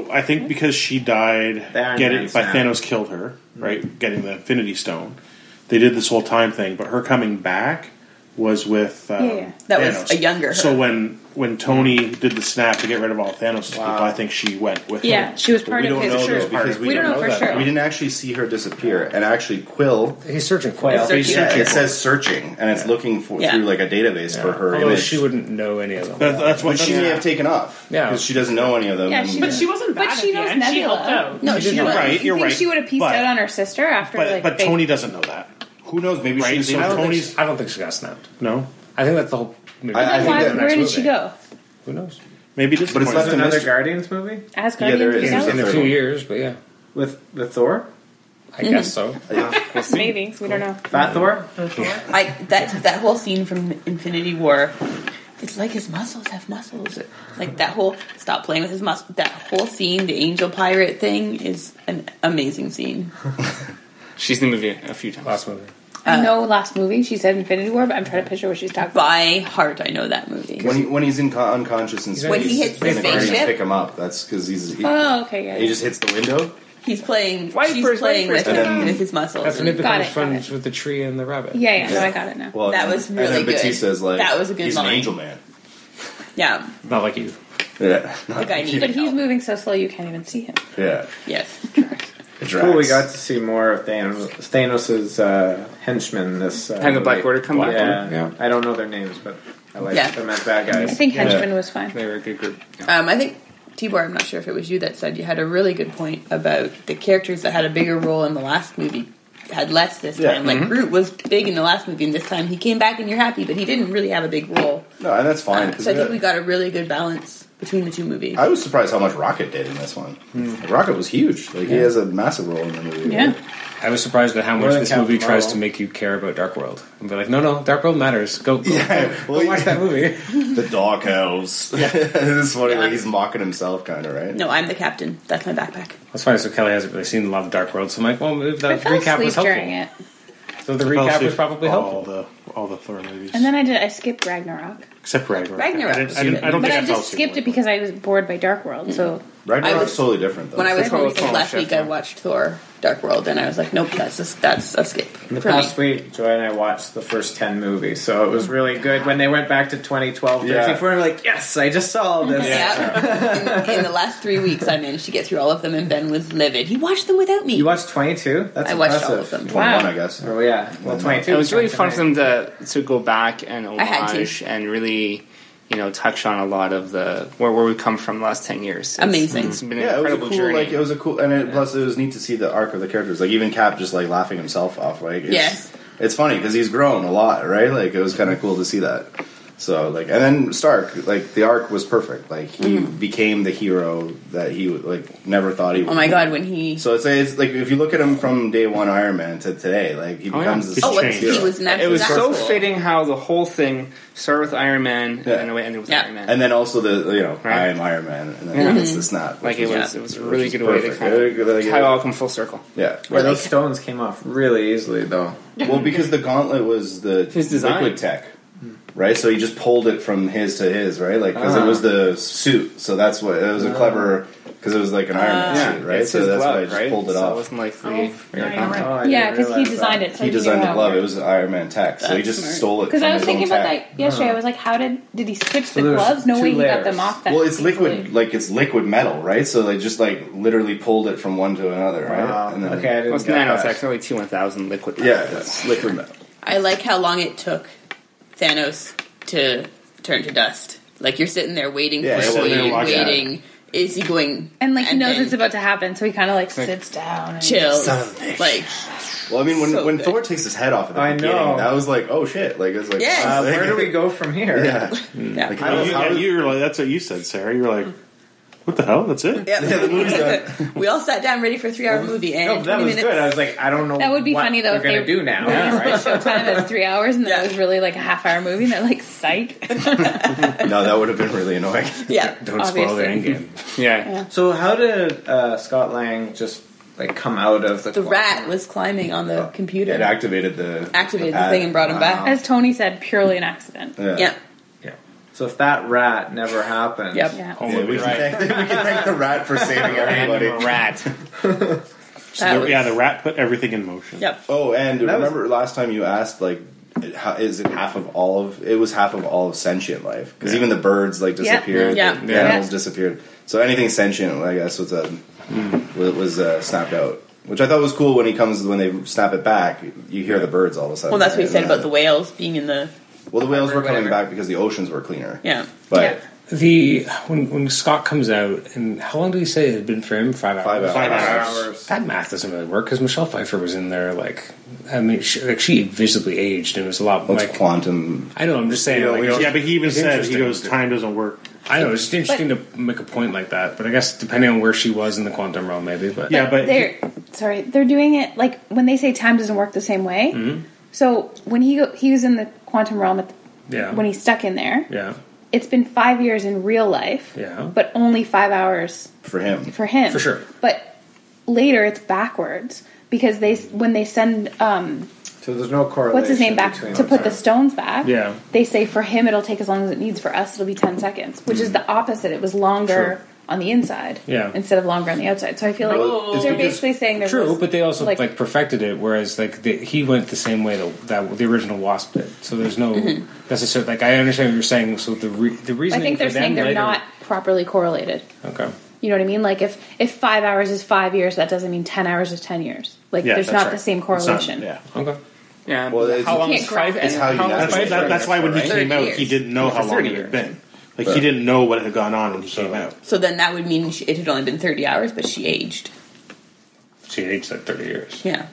Speaker 3: so I think because she died,
Speaker 5: The Iron
Speaker 3: get
Speaker 5: Man
Speaker 3: it by
Speaker 5: snap.
Speaker 3: Thanos killed her,
Speaker 7: Mm-hmm.
Speaker 3: right? Getting the Infinity Stone. They did this whole time thing, but her coming back was with um,
Speaker 4: Yeah, yeah.
Speaker 8: That was
Speaker 3: Thanos.
Speaker 8: a younger her.
Speaker 3: So when when Tony did the snap to get rid of all Thanos' people, I think she went with.
Speaker 4: yeah,
Speaker 3: him.
Speaker 4: she was
Speaker 7: but
Speaker 4: part
Speaker 7: we
Speaker 4: of
Speaker 7: don't know
Speaker 4: his crew.
Speaker 7: though, because we,
Speaker 4: We don't know for
Speaker 7: that.
Speaker 4: sure.
Speaker 7: We didn't actually see her disappear, and actually Quill.
Speaker 1: He's searching for it.
Speaker 7: He's
Speaker 8: Yeah.
Speaker 7: searching. It says searching, and it's looking for
Speaker 8: Yeah.
Speaker 7: through like a database for her
Speaker 1: Although
Speaker 7: image.
Speaker 1: she wouldn't know any of them.
Speaker 3: That- that's what
Speaker 7: but she may have taken off.
Speaker 1: Yeah.
Speaker 7: because she doesn't know any of them.
Speaker 4: Yeah,
Speaker 7: and-
Speaker 4: she
Speaker 9: But she wasn't
Speaker 4: But
Speaker 9: bad.
Speaker 4: she
Speaker 9: at the
Speaker 4: knows
Speaker 9: end. She
Speaker 4: Nebula.
Speaker 9: helped out.
Speaker 8: No, she
Speaker 1: didn't-
Speaker 8: was.
Speaker 3: Right,
Speaker 4: You
Speaker 3: you're
Speaker 4: think
Speaker 3: right.
Speaker 4: she would have pieced
Speaker 3: But-
Speaker 4: out on her sister after
Speaker 3: but
Speaker 4: like
Speaker 3: but
Speaker 4: they-
Speaker 3: Tony doesn't know that,
Speaker 7: who knows? Maybe
Speaker 3: right?
Speaker 7: she's
Speaker 3: So
Speaker 1: I don't, think
Speaker 3: Tony's
Speaker 1: she, I don't think she got snapped.
Speaker 3: no.
Speaker 1: I think that's the whole. Maybe
Speaker 7: I- I
Speaker 1: that's
Speaker 7: think
Speaker 4: Why,
Speaker 1: the
Speaker 7: that-
Speaker 1: next
Speaker 4: where did she
Speaker 1: movie.
Speaker 4: go?
Speaker 1: Who knows?
Speaker 3: Maybe this
Speaker 7: But it's
Speaker 3: point-
Speaker 7: left
Speaker 5: There's
Speaker 7: in
Speaker 5: another
Speaker 7: myst-
Speaker 5: Guardians movie
Speaker 4: As
Speaker 7: Yeah,
Speaker 4: Guardians
Speaker 7: there
Speaker 4: of the
Speaker 7: is. There's
Speaker 1: In
Speaker 4: Galaxy?
Speaker 1: a
Speaker 7: third
Speaker 1: few
Speaker 7: one.
Speaker 1: years, but yeah,
Speaker 5: with with Thor.
Speaker 1: I guess so.
Speaker 4: Maybe we don't know.
Speaker 5: Fat Thor.
Speaker 8: I that that whole scene from Infinity War. It's like his muscles have muscles. Like that whole stop playing with his muscles. That whole scene, the angel pirate thing, is an amazing scene.
Speaker 6: She's in the movie a few times.
Speaker 1: Last movie.
Speaker 4: I know last movie she said Infinity War, but I'm trying to picture what she's talking about.
Speaker 8: By heart, I know that movie.
Speaker 7: When, he, when he's in con- unconscious and
Speaker 8: When he hits
Speaker 7: and
Speaker 8: the
Speaker 7: the Guardians
Speaker 8: spaceship, Uh,
Speaker 7: pick him up. That's because he's he,
Speaker 4: Oh, okay, yeah.
Speaker 7: he
Speaker 4: yeah.
Speaker 7: just hits the window.
Speaker 8: he's playing.
Speaker 6: Wipers,
Speaker 8: she's playing
Speaker 6: wipers,
Speaker 8: with him
Speaker 7: and-
Speaker 8: with his muscles.
Speaker 1: That's when it
Speaker 8: and
Speaker 4: Got
Speaker 1: becomes
Speaker 4: it, got
Speaker 1: friends with the tree and the rabbit.
Speaker 4: yeah, yeah. No, I got it now.
Speaker 7: Well,
Speaker 8: That
Speaker 7: and-
Speaker 8: was really
Speaker 7: And then
Speaker 8: good.
Speaker 7: Batista's like,
Speaker 8: That was a good
Speaker 7: He's an
Speaker 8: line.
Speaker 7: angel man.
Speaker 8: yeah,
Speaker 1: Not like you.
Speaker 7: Yeah,
Speaker 8: the guy needed
Speaker 4: But he's
Speaker 8: help.
Speaker 4: moving so slow you can't even see him.
Speaker 7: yeah.
Speaker 8: Yes,
Speaker 5: Cool. We
Speaker 8: Uh,
Speaker 5: got to see more of Thanos, Thanos's uh, henchmen. This uh,
Speaker 6: And the Black
Speaker 5: movie.
Speaker 6: Order come back.
Speaker 5: Yeah.
Speaker 1: Yeah.
Speaker 5: I don't know their names, but I like
Speaker 8: Yeah.
Speaker 5: them as bad
Speaker 4: I
Speaker 5: guys.
Speaker 4: think Henchman was fine.
Speaker 6: They were a good group.
Speaker 8: um, I think Tibor. I'm not sure if it was you that said you had a really good point about the characters that had a bigger role in the last movie had less this
Speaker 7: Yeah.
Speaker 8: time. Like Groot was big in the last movie, and this time he came back and you're happy, but he didn't really have a big role.
Speaker 7: No, and that's fine.
Speaker 8: So I think we got a really good balance. between the two movies.
Speaker 7: I was surprised how much Rocket did in this one. Rocket was huge. Like he has a massive role in the movie.
Speaker 8: Yeah.
Speaker 1: I was surprised at how much
Speaker 5: than
Speaker 1: this
Speaker 5: Captain
Speaker 1: movie tries
Speaker 5: Marvel.
Speaker 1: to make you care about Dark World. And be like, no, no, Dark World matters. Go, go,
Speaker 7: Yeah,
Speaker 1: go, go
Speaker 7: well,
Speaker 1: watch
Speaker 7: yeah.
Speaker 1: that movie.
Speaker 7: The dog elves. Yeah. it's funny. Like he's mocking himself, kind of right.
Speaker 8: No, I'm the captain. That's my backpack.
Speaker 1: That's funny. So Kelly hasn't really seen a lot of Dark World, so I'm like, well, maybe
Speaker 4: I
Speaker 1: the
Speaker 4: fell
Speaker 1: recap
Speaker 4: asleep
Speaker 1: was helpful.
Speaker 4: during it,
Speaker 1: So the recap was probably
Speaker 3: all
Speaker 1: helpful.
Speaker 3: the all the Thor movies,
Speaker 4: and then I did. I skipped Ragnarok,
Speaker 3: except Ragnarok.
Speaker 8: Ragnarok
Speaker 3: I, didn't,
Speaker 8: was
Speaker 3: I, didn't,
Speaker 8: good.
Speaker 3: I don't
Speaker 4: but
Speaker 3: think
Speaker 4: I
Speaker 3: fell
Speaker 4: just
Speaker 3: asleep
Speaker 4: skipped it
Speaker 3: when-
Speaker 4: because I was bored by Dark World. So
Speaker 8: I
Speaker 7: Ragnarok's
Speaker 8: was-
Speaker 7: totally different though.
Speaker 8: When I was
Speaker 6: Thor
Speaker 8: home
Speaker 6: was
Speaker 8: sick
Speaker 6: Thor
Speaker 8: last
Speaker 6: Sheffield.
Speaker 8: week, I watched Thor: Dark World, and I was like, "Nope, that's a, that's a skip."
Speaker 5: In the
Speaker 8: for me.
Speaker 5: past week, Joy and I watched the first 10 movies, so it was really good. When they went back to 2012, 13,
Speaker 7: Yeah.
Speaker 5: 14, we were like, yes, I just saw all this.
Speaker 8: Yeah. in, in the last three weeks, I managed to get through all of them, and Ben was livid. He watched them without me.
Speaker 5: You watched 22? That's
Speaker 8: I watched
Speaker 5: impressive.
Speaker 8: all of them.
Speaker 7: Twenty-one,
Speaker 4: Wow.
Speaker 7: I guess.
Speaker 5: Oh, yeah. Well, 22.
Speaker 6: It was really
Speaker 5: Tonight.
Speaker 6: fun for them to to go back and
Speaker 8: had to.
Speaker 6: homage and really, you know, touch on a lot of the where where we come from the last ten years. It's-
Speaker 8: Amazing.
Speaker 6: It's been an
Speaker 7: Yeah, it was a
Speaker 6: incredible
Speaker 7: cool.
Speaker 6: journey.
Speaker 7: Like it was a cool, and it, plus it was neat to see the arc of the characters. Like even Cap just like laughing himself off. Like it's,
Speaker 8: Yes. Mm-hmm.
Speaker 7: it's funny because he's grown a lot, right? Like it was kind of cool to see that. So like, and then Stark, like the arc was perfect. Like he became the hero that he like never thought he. would
Speaker 8: Mm-hmm. oh my god, when he
Speaker 7: So it's, it's like if you look at him from day one Iron Man to today, like he
Speaker 6: Oh, yeah.
Speaker 7: becomes this
Speaker 8: oh, when
Speaker 3: changed.
Speaker 8: he was an
Speaker 6: it was so
Speaker 8: asshole.
Speaker 6: fitting how the whole thing started with Iron Man
Speaker 7: Yeah.
Speaker 6: and then it ended with
Speaker 8: Yeah.
Speaker 6: Iron Man.
Speaker 7: And then also the you know
Speaker 6: Right.
Speaker 7: I am Iron Man, and then
Speaker 4: Mm-hmm.
Speaker 7: it's the snap.
Speaker 6: like it
Speaker 7: which is-
Speaker 6: was,
Speaker 8: yeah.
Speaker 6: it was a
Speaker 7: which
Speaker 6: really
Speaker 7: is
Speaker 6: good way to
Speaker 7: perfect.
Speaker 6: kind of
Speaker 7: Yeah, like,
Speaker 6: how it all come full circle.
Speaker 7: yeah.
Speaker 5: Where those stones came off really easily, though.
Speaker 7: Well, because the gauntlet was the
Speaker 6: His design.
Speaker 7: liquid tech, right? So he just pulled it from his to his, right? Like because it
Speaker 5: Ah.
Speaker 7: was the suit, so that's what it was a clever because it was like an Iron Man suit, right?
Speaker 6: Ah. It's
Speaker 7: So
Speaker 6: his
Speaker 7: that's
Speaker 6: glove,
Speaker 7: why I just
Speaker 6: right?
Speaker 7: pulled it
Speaker 6: so It
Speaker 7: off.
Speaker 6: wasn't like the
Speaker 5: Oh, I
Speaker 4: yeah,
Speaker 5: didn't
Speaker 4: because he
Speaker 5: realize
Speaker 4: designed
Speaker 5: that.
Speaker 4: it. So
Speaker 7: He
Speaker 4: you knew
Speaker 7: designed the
Speaker 4: how
Speaker 7: glove; it
Speaker 4: worked.
Speaker 7: was an Iron Man tech, so he
Speaker 8: That's
Speaker 7: just
Speaker 8: smart.
Speaker 7: stole it.
Speaker 4: Because
Speaker 7: from
Speaker 4: I was
Speaker 7: his own
Speaker 4: thinking about
Speaker 7: tech.
Speaker 4: that yesterday. I was like, how did did he switch
Speaker 5: So
Speaker 4: the
Speaker 5: there's
Speaker 4: gloves? No
Speaker 5: two
Speaker 4: way he got
Speaker 5: layers.
Speaker 4: them off. That
Speaker 7: Well, it's liquid,
Speaker 4: easily.
Speaker 7: like it's liquid metal, right? So they just like literally pulled it from one to another, right?
Speaker 5: Wow.
Speaker 7: And then-
Speaker 5: Okay, I didn't
Speaker 6: well, it's
Speaker 5: get that.
Speaker 6: nanotech, only two one thousand liquid.
Speaker 7: Yeah, it's liquid metal.
Speaker 8: I like how long it took Thanos to turn to dust. Like you're sitting there waiting
Speaker 7: Yeah,
Speaker 8: for
Speaker 7: sitting
Speaker 8: it,
Speaker 7: there
Speaker 8: waiting,
Speaker 7: watching.
Speaker 8: waiting. Is he going?
Speaker 4: and like he knows
Speaker 8: then
Speaker 4: it's about to happen, so he kind of like sits down. And
Speaker 8: chills. Like
Speaker 7: Well, I mean, when,
Speaker 8: So
Speaker 7: when
Speaker 8: good.
Speaker 7: Thor takes his head off at the
Speaker 5: I
Speaker 7: beginning,
Speaker 5: know.
Speaker 7: that was like, oh shit! Like it was like,
Speaker 8: Yes.
Speaker 5: Uh,
Speaker 7: wow,
Speaker 5: where do we go from here?
Speaker 7: Yeah,
Speaker 8: yeah.
Speaker 7: Like,
Speaker 3: And
Speaker 7: how-
Speaker 3: you,
Speaker 7: how-
Speaker 3: and you were like, that's what you said, Sarah. You were like, what the hell? That's it?
Speaker 8: Yep.
Speaker 7: Yeah, the movie's done.
Speaker 8: we all sat down ready for a three hour movie and
Speaker 5: No, that
Speaker 8: 20
Speaker 5: was
Speaker 8: minutes.
Speaker 5: good. I was like, I don't know.
Speaker 4: That would be
Speaker 5: what
Speaker 4: funny, though,
Speaker 5: We're
Speaker 4: if
Speaker 5: gonna
Speaker 4: they-
Speaker 5: do now. right?
Speaker 4: Showtime is three hours, and that
Speaker 8: Yeah.
Speaker 4: was really like a half hour movie. And they're like, psych.
Speaker 7: No, that would have been really annoying.
Speaker 8: Yeah.
Speaker 1: Don't spoil the
Speaker 4: Obviously.
Speaker 1: end game.
Speaker 6: yeah.
Speaker 5: So how did uh, Scott Lang just like come out of the
Speaker 8: The
Speaker 5: closet?
Speaker 8: rat was climbing on the computer.
Speaker 7: It activated the
Speaker 8: activated the
Speaker 7: pad.
Speaker 8: thing and brought him back.
Speaker 4: As Tony said, purely an accident.
Speaker 7: Yeah.
Speaker 8: Yeah.
Speaker 5: So if that rat never happened,
Speaker 8: Yep.
Speaker 4: Yeah.
Speaker 7: Yeah, we, can thank, we can thank the rat for saving everybody.
Speaker 6: And rat.
Speaker 8: That was-
Speaker 3: yeah, the rat put everything in motion.
Speaker 8: Yep.
Speaker 7: Oh, and
Speaker 5: That was-
Speaker 7: remember last time you asked, like, it- how- is it half of all of? It was half of all of sentient life because even the birds like disappeared,
Speaker 8: Yeah.
Speaker 7: the
Speaker 8: Yeah.
Speaker 7: animals disappeared. So anything sentient, I guess, was um, was, was uh, snapped out, which I thought was cool. When he comes, when they snap it back, you hear the birds all of a sudden.
Speaker 8: Well, that's what he
Speaker 7: right?
Speaker 8: said about
Speaker 7: Yeah.
Speaker 8: the whales being in the.
Speaker 7: Well, the whales were coming
Speaker 8: Whatever.
Speaker 7: back because the oceans were cleaner.
Speaker 8: Yeah.
Speaker 7: but
Speaker 1: The when when Scott comes out, and how long did he say it had been for him? Five hours.
Speaker 7: five hours.
Speaker 3: Five hours.
Speaker 5: hours.
Speaker 1: That math doesn't really work because Michelle Pfeiffer was in there. Like, I mean, she, like she visibly aged, and it was a lot.
Speaker 7: What's
Speaker 1: like,
Speaker 7: quantum?
Speaker 1: I know. I'm just saying.
Speaker 7: You know,
Speaker 1: like,
Speaker 7: we don't-
Speaker 1: it's-
Speaker 3: Yeah, but he even
Speaker 1: it's
Speaker 3: said, he
Speaker 1: interesting.
Speaker 3: goes, time doesn't work.
Speaker 1: I know. It's just interesting to make a point like that. But I guess depending on where she was in the quantum realm, maybe. But
Speaker 3: Yeah, but
Speaker 4: they're sorry, they're doing it like when they say time doesn't work the same way. So when he go, he was in the quantum realm at the,
Speaker 1: yeah,
Speaker 4: when he's stuck in there.
Speaker 1: yeah,
Speaker 4: It's been five years in real life,
Speaker 1: Yeah.
Speaker 4: but only five hours
Speaker 7: for him.
Speaker 4: for him
Speaker 1: For sure.
Speaker 4: But later it's backwards because they when they send um,
Speaker 5: So there's no correlation.
Speaker 4: what's his name back
Speaker 5: between
Speaker 4: to
Speaker 5: the
Speaker 4: put the
Speaker 5: two.
Speaker 4: stones back.
Speaker 1: Yeah.
Speaker 4: they say for him it'll take as long as it needs. For us it'll be ten seconds, which is the opposite. It was longer.
Speaker 1: Mm. True.
Speaker 4: On the inside,
Speaker 1: Yeah.
Speaker 4: instead of longer on the outside. So I feel like
Speaker 7: Well, it's
Speaker 4: they're
Speaker 7: because-
Speaker 4: basically saying they're
Speaker 1: true. But they also like, perfected it, whereas like the, he went the same way that, that the original Wasp did. So there's no necessarily like I understand what you're saying. So the re- the
Speaker 4: Mm-hmm. I
Speaker 1: reasoning
Speaker 4: think they're
Speaker 1: for them
Speaker 4: saying they're
Speaker 1: later-
Speaker 4: not properly correlated.
Speaker 1: okay.
Speaker 4: You know what I mean? Like if if five hours is five years, that doesn't mean ten hours is ten years. Like
Speaker 3: Yeah,
Speaker 4: there's
Speaker 3: that's
Speaker 4: not
Speaker 3: right.
Speaker 4: the same
Speaker 3: It's not-
Speaker 4: correlation.
Speaker 3: yeah.
Speaker 1: Okay.
Speaker 6: Yeah.
Speaker 7: Well, it's-
Speaker 6: how long
Speaker 4: You
Speaker 6: is
Speaker 4: can't
Speaker 6: five?
Speaker 4: graph
Speaker 6: and
Speaker 7: It's how you
Speaker 6: long
Speaker 7: navigate
Speaker 6: is
Speaker 3: That's,
Speaker 7: Right.
Speaker 3: that, that's why when he
Speaker 8: Thirty
Speaker 3: came out, he
Speaker 8: years.
Speaker 3: didn't know how long
Speaker 6: thirty
Speaker 3: it had
Speaker 6: years.
Speaker 3: been. Like, he didn't know what had gone on when he came out.
Speaker 8: So then that would mean she, it had only been 30 hours, but she aged.
Speaker 1: She aged like thirty years.
Speaker 8: Yeah.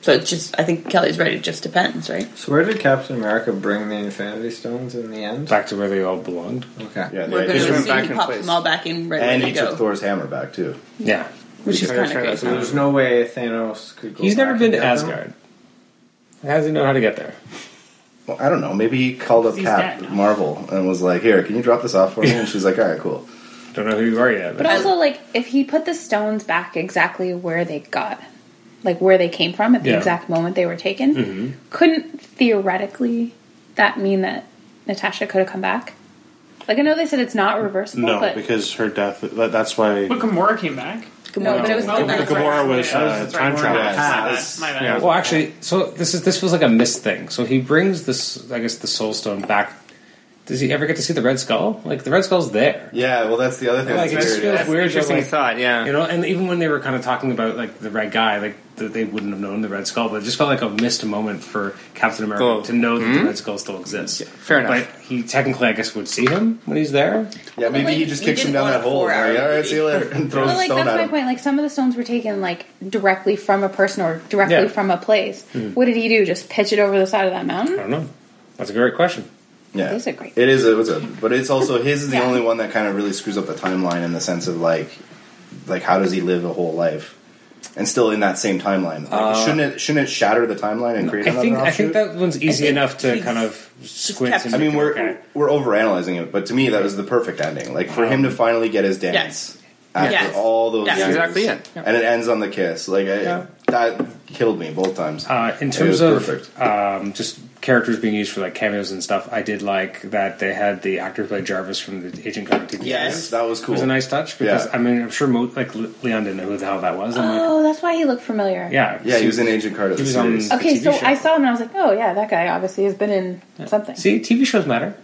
Speaker 8: So it's just, I think Kelly's right. It just depends, right?
Speaker 5: So where did Captain America bring the Infinity Stones in the end?
Speaker 1: Back to where they all belonged.
Speaker 5: Okay.
Speaker 7: Yeah, the
Speaker 8: We're going to
Speaker 7: idea-
Speaker 6: went
Speaker 8: assume
Speaker 6: back
Speaker 8: he
Speaker 6: in
Speaker 8: pops
Speaker 6: place.
Speaker 8: them all back in right
Speaker 7: and
Speaker 8: away
Speaker 7: he
Speaker 8: to go,
Speaker 7: took Thor's hammer back too.
Speaker 1: Yeah.
Speaker 8: which is
Speaker 6: Try to
Speaker 8: kind of
Speaker 6: try that
Speaker 8: crazy.
Speaker 5: So there's no way Thanos could go.
Speaker 1: He's never
Speaker 5: back
Speaker 1: been to
Speaker 5: and get them?
Speaker 1: Asgard. How does he know how to get there?
Speaker 7: Well, I don't know. Maybe he called up
Speaker 9: He's
Speaker 7: Cap
Speaker 9: dead now.
Speaker 7: Marvel and was like, "Here, can you drop this off for me?" And she's like, "All right, cool."
Speaker 1: Don't know who you are yet.
Speaker 4: But also, like, if he put the stones back exactly where they got, like where they came from at the
Speaker 1: Yeah. Mm-hmm.
Speaker 4: exact moment they were taken, couldn't theoretically that mean that Natasha could have come back? Like, I know they said it's not reversible,
Speaker 3: No,
Speaker 4: but
Speaker 3: because her death. That, that's why.
Speaker 9: But Gamora came back.
Speaker 4: no, but it was
Speaker 9: Oh,
Speaker 4: the
Speaker 3: Gamora
Speaker 4: back.
Speaker 3: was, uh,
Speaker 9: That's right,
Speaker 3: time
Speaker 9: Gamora.
Speaker 3: travel.
Speaker 9: My bad. My bad.
Speaker 3: Yeah.
Speaker 1: Well, actually, so this is this was like a missed thing. So he brings this, I guess, the Soul Stone back. Does he ever get to see the Red Skull? Like the Red Skull's there,
Speaker 7: Yeah, well, that's the other thing.
Speaker 1: Like,
Speaker 7: that's
Speaker 1: it's
Speaker 7: weird.
Speaker 1: just-
Speaker 6: That's
Speaker 1: Weird,
Speaker 6: an interesting
Speaker 1: like-
Speaker 6: thought. Yeah.
Speaker 1: you know. And even when they were kind of talking about like the red guy, like th- they wouldn't have known the Red Skull, but it just felt like a missed moment for Captain America
Speaker 6: Cool.
Speaker 1: to know that the Red Skull still exists.
Speaker 6: fair enough.
Speaker 1: But he technically, I guess, would see him when he's there.
Speaker 7: Yeah, maybe
Speaker 8: Like,
Speaker 7: he just
Speaker 8: you
Speaker 7: kicks him
Speaker 8: didn't
Speaker 7: down
Speaker 8: want
Speaker 7: that
Speaker 8: a
Speaker 7: hole. and
Speaker 8: four-hour
Speaker 7: like, all right, see you later, and throws
Speaker 4: But
Speaker 7: a
Speaker 4: like
Speaker 7: stone
Speaker 4: that's
Speaker 7: at
Speaker 4: my
Speaker 7: him.
Speaker 4: point. Like some of the stones were taken like directly from a person or directly
Speaker 1: Yeah. Hmm.
Speaker 4: from a place. What did he do? Just pitch it over the side of that mountain?
Speaker 1: I don't know. That's a great question.
Speaker 7: Yeah,
Speaker 4: It is a great-
Speaker 7: It is. It was a, but it's also his is the
Speaker 4: Yeah.
Speaker 7: only one that kind of really screws up the timeline in the sense of like, like how does he live a whole life, and still in that same timeline? Like, shouldn't it shouldn't it shatter the timeline and create
Speaker 1: Uh, I
Speaker 7: another
Speaker 1: think I
Speaker 7: offshoot?
Speaker 1: think that one's easy
Speaker 8: think
Speaker 1: enough to
Speaker 8: he's
Speaker 1: kind of squint.
Speaker 8: kept-
Speaker 1: and
Speaker 7: I mean,
Speaker 1: make it
Speaker 7: we're
Speaker 1: okay.
Speaker 7: we're overanalyzing it, but to me, that was the perfect ending. Like for him to finally get his
Speaker 8: Yes.
Speaker 7: dance after
Speaker 8: Yes.
Speaker 7: all those
Speaker 8: That's
Speaker 7: years,
Speaker 6: exactly it. Yeah.
Speaker 7: and it ends on the kiss. Like I, that killed me both times.
Speaker 1: Uh, in
Speaker 7: It
Speaker 1: terms
Speaker 7: was
Speaker 1: of
Speaker 7: perfect.
Speaker 1: um, just characters being used for like cameos and stuff, I did like that they had the actor play Jarvis from the Agent Carter TV.
Speaker 7: yes, that was cool.
Speaker 1: It was a nice touch because
Speaker 7: Yeah.
Speaker 1: I mean I'm sure Mo- like Le- Leon didn't know who the hell that was. I'm like,
Speaker 4: Oh, that's why he looked familiar.
Speaker 1: yeah,
Speaker 7: yeah, he was in Agent Carter.
Speaker 1: He
Speaker 7: the
Speaker 1: was on-
Speaker 7: series.
Speaker 1: the
Speaker 4: Okay,
Speaker 1: TV
Speaker 4: so
Speaker 1: show.
Speaker 4: I saw him and I was like, oh yeah, that guy obviously has been in something.
Speaker 1: See, TV shows matter.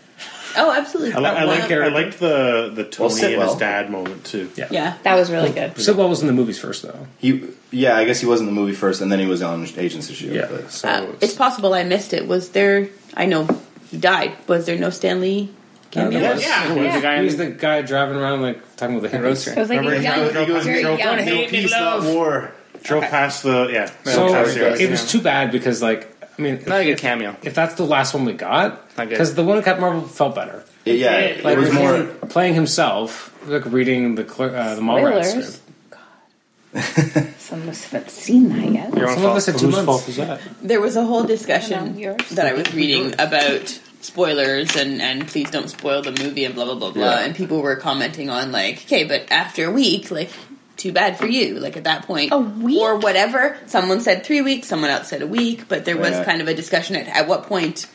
Speaker 8: Oh, absolutely.
Speaker 3: I, li- I
Speaker 8: That
Speaker 3: like.
Speaker 8: one-
Speaker 3: I liked the the Tony and his
Speaker 7: Sitwell.
Speaker 3: dad moment too.
Speaker 1: Yeah.
Speaker 8: Yeah.
Speaker 4: That was really good.
Speaker 1: Sidwell was in the movies first though.
Speaker 7: He, yeah, I guess he was in the movie first, and then he was on Agents of Shield.
Speaker 1: Yeah,
Speaker 7: E but-
Speaker 1: so
Speaker 8: Uh, it's possible I missed it. Was there? I know he died. Was there no Stanley cameo?
Speaker 1: there was.
Speaker 9: Yeah.
Speaker 6: Was the guy
Speaker 1: he was
Speaker 6: in
Speaker 1: the guy driving around like talking with the hippies.
Speaker 4: It was like a young,
Speaker 7: He goes,
Speaker 4: very
Speaker 7: "Don't
Speaker 4: young.
Speaker 7: hate me, love." war.
Speaker 3: Drove past the yeah.
Speaker 1: So
Speaker 3: drove past the-
Speaker 1: it was too bad because like I mean
Speaker 6: not a
Speaker 1: if,
Speaker 6: good cameo.
Speaker 1: if that's the last one we got
Speaker 6: Not good.
Speaker 1: because the one with Captain Marvel felt better.
Speaker 7: It- yeah, it,
Speaker 1: Like
Speaker 7: was
Speaker 1: with
Speaker 7: more.
Speaker 1: him playing himself, like reading the cler- uh, the Mallrats
Speaker 4: Spoilers.
Speaker 1: script.
Speaker 4: Some of us haven't seen that yet.
Speaker 6: Your own
Speaker 1: Some of us
Speaker 6: fault.
Speaker 1: had two months.
Speaker 3: that?
Speaker 8: There was a whole
Speaker 4: I know,
Speaker 8: discussion
Speaker 4: yours.
Speaker 8: that I was reading about spoilers and, and please don't spoil the movie and blah blah blah blah.
Speaker 7: Yeah.
Speaker 8: And people were commenting on like, okay, but after a week, like, too bad for you. Like at that point,
Speaker 4: A week?
Speaker 8: or whatever. Someone said three weeks, someone else said a week, but there was
Speaker 7: Yeah.
Speaker 8: kind of a discussion at at what point.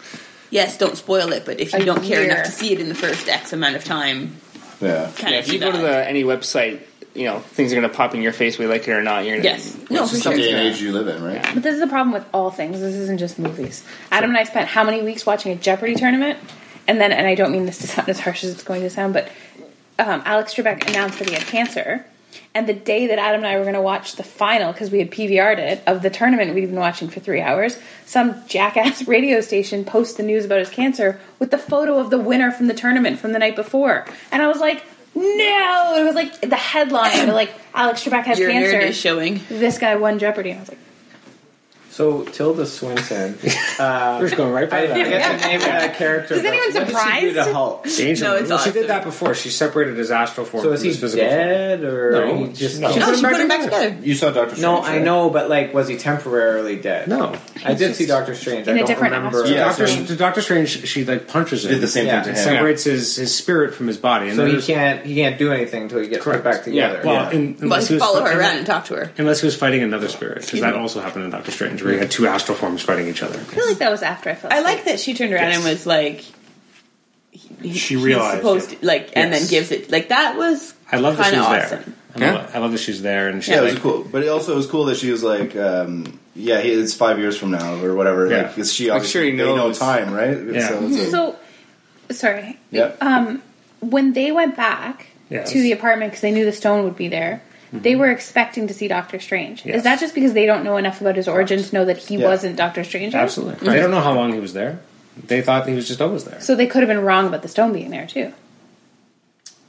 Speaker 8: Yes, don't spoil it, but if you
Speaker 4: A
Speaker 8: don't care
Speaker 4: year.
Speaker 8: enough to see it in the first X amount of time,
Speaker 7: Yeah,
Speaker 8: kind
Speaker 6: Yeah,
Speaker 8: of
Speaker 6: if you
Speaker 8: do
Speaker 6: go to
Speaker 8: that.
Speaker 6: the any website, you know things are going to pop in your face, whether you like it or not. You're gonna,
Speaker 8: yes, no, for
Speaker 7: it's
Speaker 8: sure.
Speaker 7: the day and age you live in, right?
Speaker 4: But this is the problem with all things. This isn't just movies. Adam and I spent how many weeks watching a Jeopardy tournament, and then and I don't mean this to sound as harsh as it's going to sound, but um, Alex Trebek announced that he had cancer, and the day that Adam and I were going to watch the final because we had PVR'd it of the tournament we'd been watching for three hours, some jackass radio station posts the news about his cancer with the photo of the winner from the tournament from the night before, and I was like. No, it was like the headline, like Alex Trebek has
Speaker 8: Your
Speaker 4: cancer.
Speaker 8: nerd is showing.
Speaker 4: This guy won Jeopardy, and I was like,
Speaker 5: So Tilda Swinton.
Speaker 1: We're just going right by
Speaker 5: I
Speaker 1: that.
Speaker 5: forget the name of that character.
Speaker 4: Is
Speaker 5: but
Speaker 4: anyone
Speaker 5: what did she do to
Speaker 4: surprised?
Speaker 5: Hulk?
Speaker 1: Danger.
Speaker 8: No, it's
Speaker 1: well, she
Speaker 8: awesome.
Speaker 1: did that before. She separated his astral form
Speaker 5: So
Speaker 1: from
Speaker 5: is he
Speaker 1: his physical
Speaker 5: dead or
Speaker 1: No,
Speaker 5: he just
Speaker 1: no.
Speaker 8: No, Oh, she put him back together.
Speaker 7: You saw Doctor.
Speaker 5: No,
Speaker 7: Strange,
Speaker 5: I
Speaker 7: right?
Speaker 5: know, but like, was he temporarily dead?
Speaker 1: form. No.
Speaker 5: I did see Doctor Strange.
Speaker 4: In
Speaker 5: I
Speaker 4: a
Speaker 5: don't
Speaker 4: different
Speaker 5: remember.
Speaker 4: aspect.
Speaker 7: Yeah,
Speaker 1: Doctor,
Speaker 7: so-
Speaker 1: to Doctor Strange, she like punches him.
Speaker 7: Did the same
Speaker 5: Yeah.
Speaker 7: thing to him.
Speaker 1: Separates his, his spirit from his body. And
Speaker 5: So
Speaker 1: then
Speaker 5: he
Speaker 1: there's-
Speaker 5: can't he can't do anything until he gets put
Speaker 1: Correct.
Speaker 5: back together.
Speaker 1: Well,
Speaker 7: Yeah.
Speaker 1: in-
Speaker 8: But
Speaker 1: unless he was
Speaker 8: follow her
Speaker 1: fighting-
Speaker 8: around and talk to her.
Speaker 1: Unless he was fighting another spirit, because that
Speaker 8: me.
Speaker 1: also happened in Doctor Strange, where you had two astral forms fighting each other.
Speaker 4: I feel like that was after I felt.
Speaker 8: I like that she turned around
Speaker 1: Yes.
Speaker 8: and was like, he- he-
Speaker 3: She
Speaker 8: he's
Speaker 3: realized,
Speaker 8: supposed to, like, and then
Speaker 1: Yes.
Speaker 8: gives it like that was.
Speaker 1: I love that
Speaker 8: kind
Speaker 1: she's
Speaker 8: of
Speaker 1: there.
Speaker 8: awesome.
Speaker 1: I
Speaker 6: Yeah.
Speaker 1: love, I love that she's there, and she's
Speaker 7: Yeah, it
Speaker 1: like,
Speaker 7: was cool. But it also was cool that she was like, um, yeah, he- it's five years from now or whatever.
Speaker 1: Yeah.
Speaker 7: Like, 'cause she
Speaker 6: Like,
Speaker 7: obviously
Speaker 6: sure he
Speaker 7: they know
Speaker 6: knows.
Speaker 7: time, right?
Speaker 1: Yeah.
Speaker 7: So, it's a-
Speaker 4: so. Sorry.
Speaker 7: yeah.
Speaker 4: Uh, When they went back
Speaker 1: Yes. Mm-hmm.
Speaker 4: to the apartment because they knew the stone would be there, they were expecting to see Doctor Strange.
Speaker 1: Yes.
Speaker 4: Is that just because they don't know enough about his origin to know that he
Speaker 7: Yeah.
Speaker 4: wasn't Doctor Strange?
Speaker 1: absolutely. They don't know how long he was there. They thought he was just always there.
Speaker 4: So they could have been wrong about the stone being there too.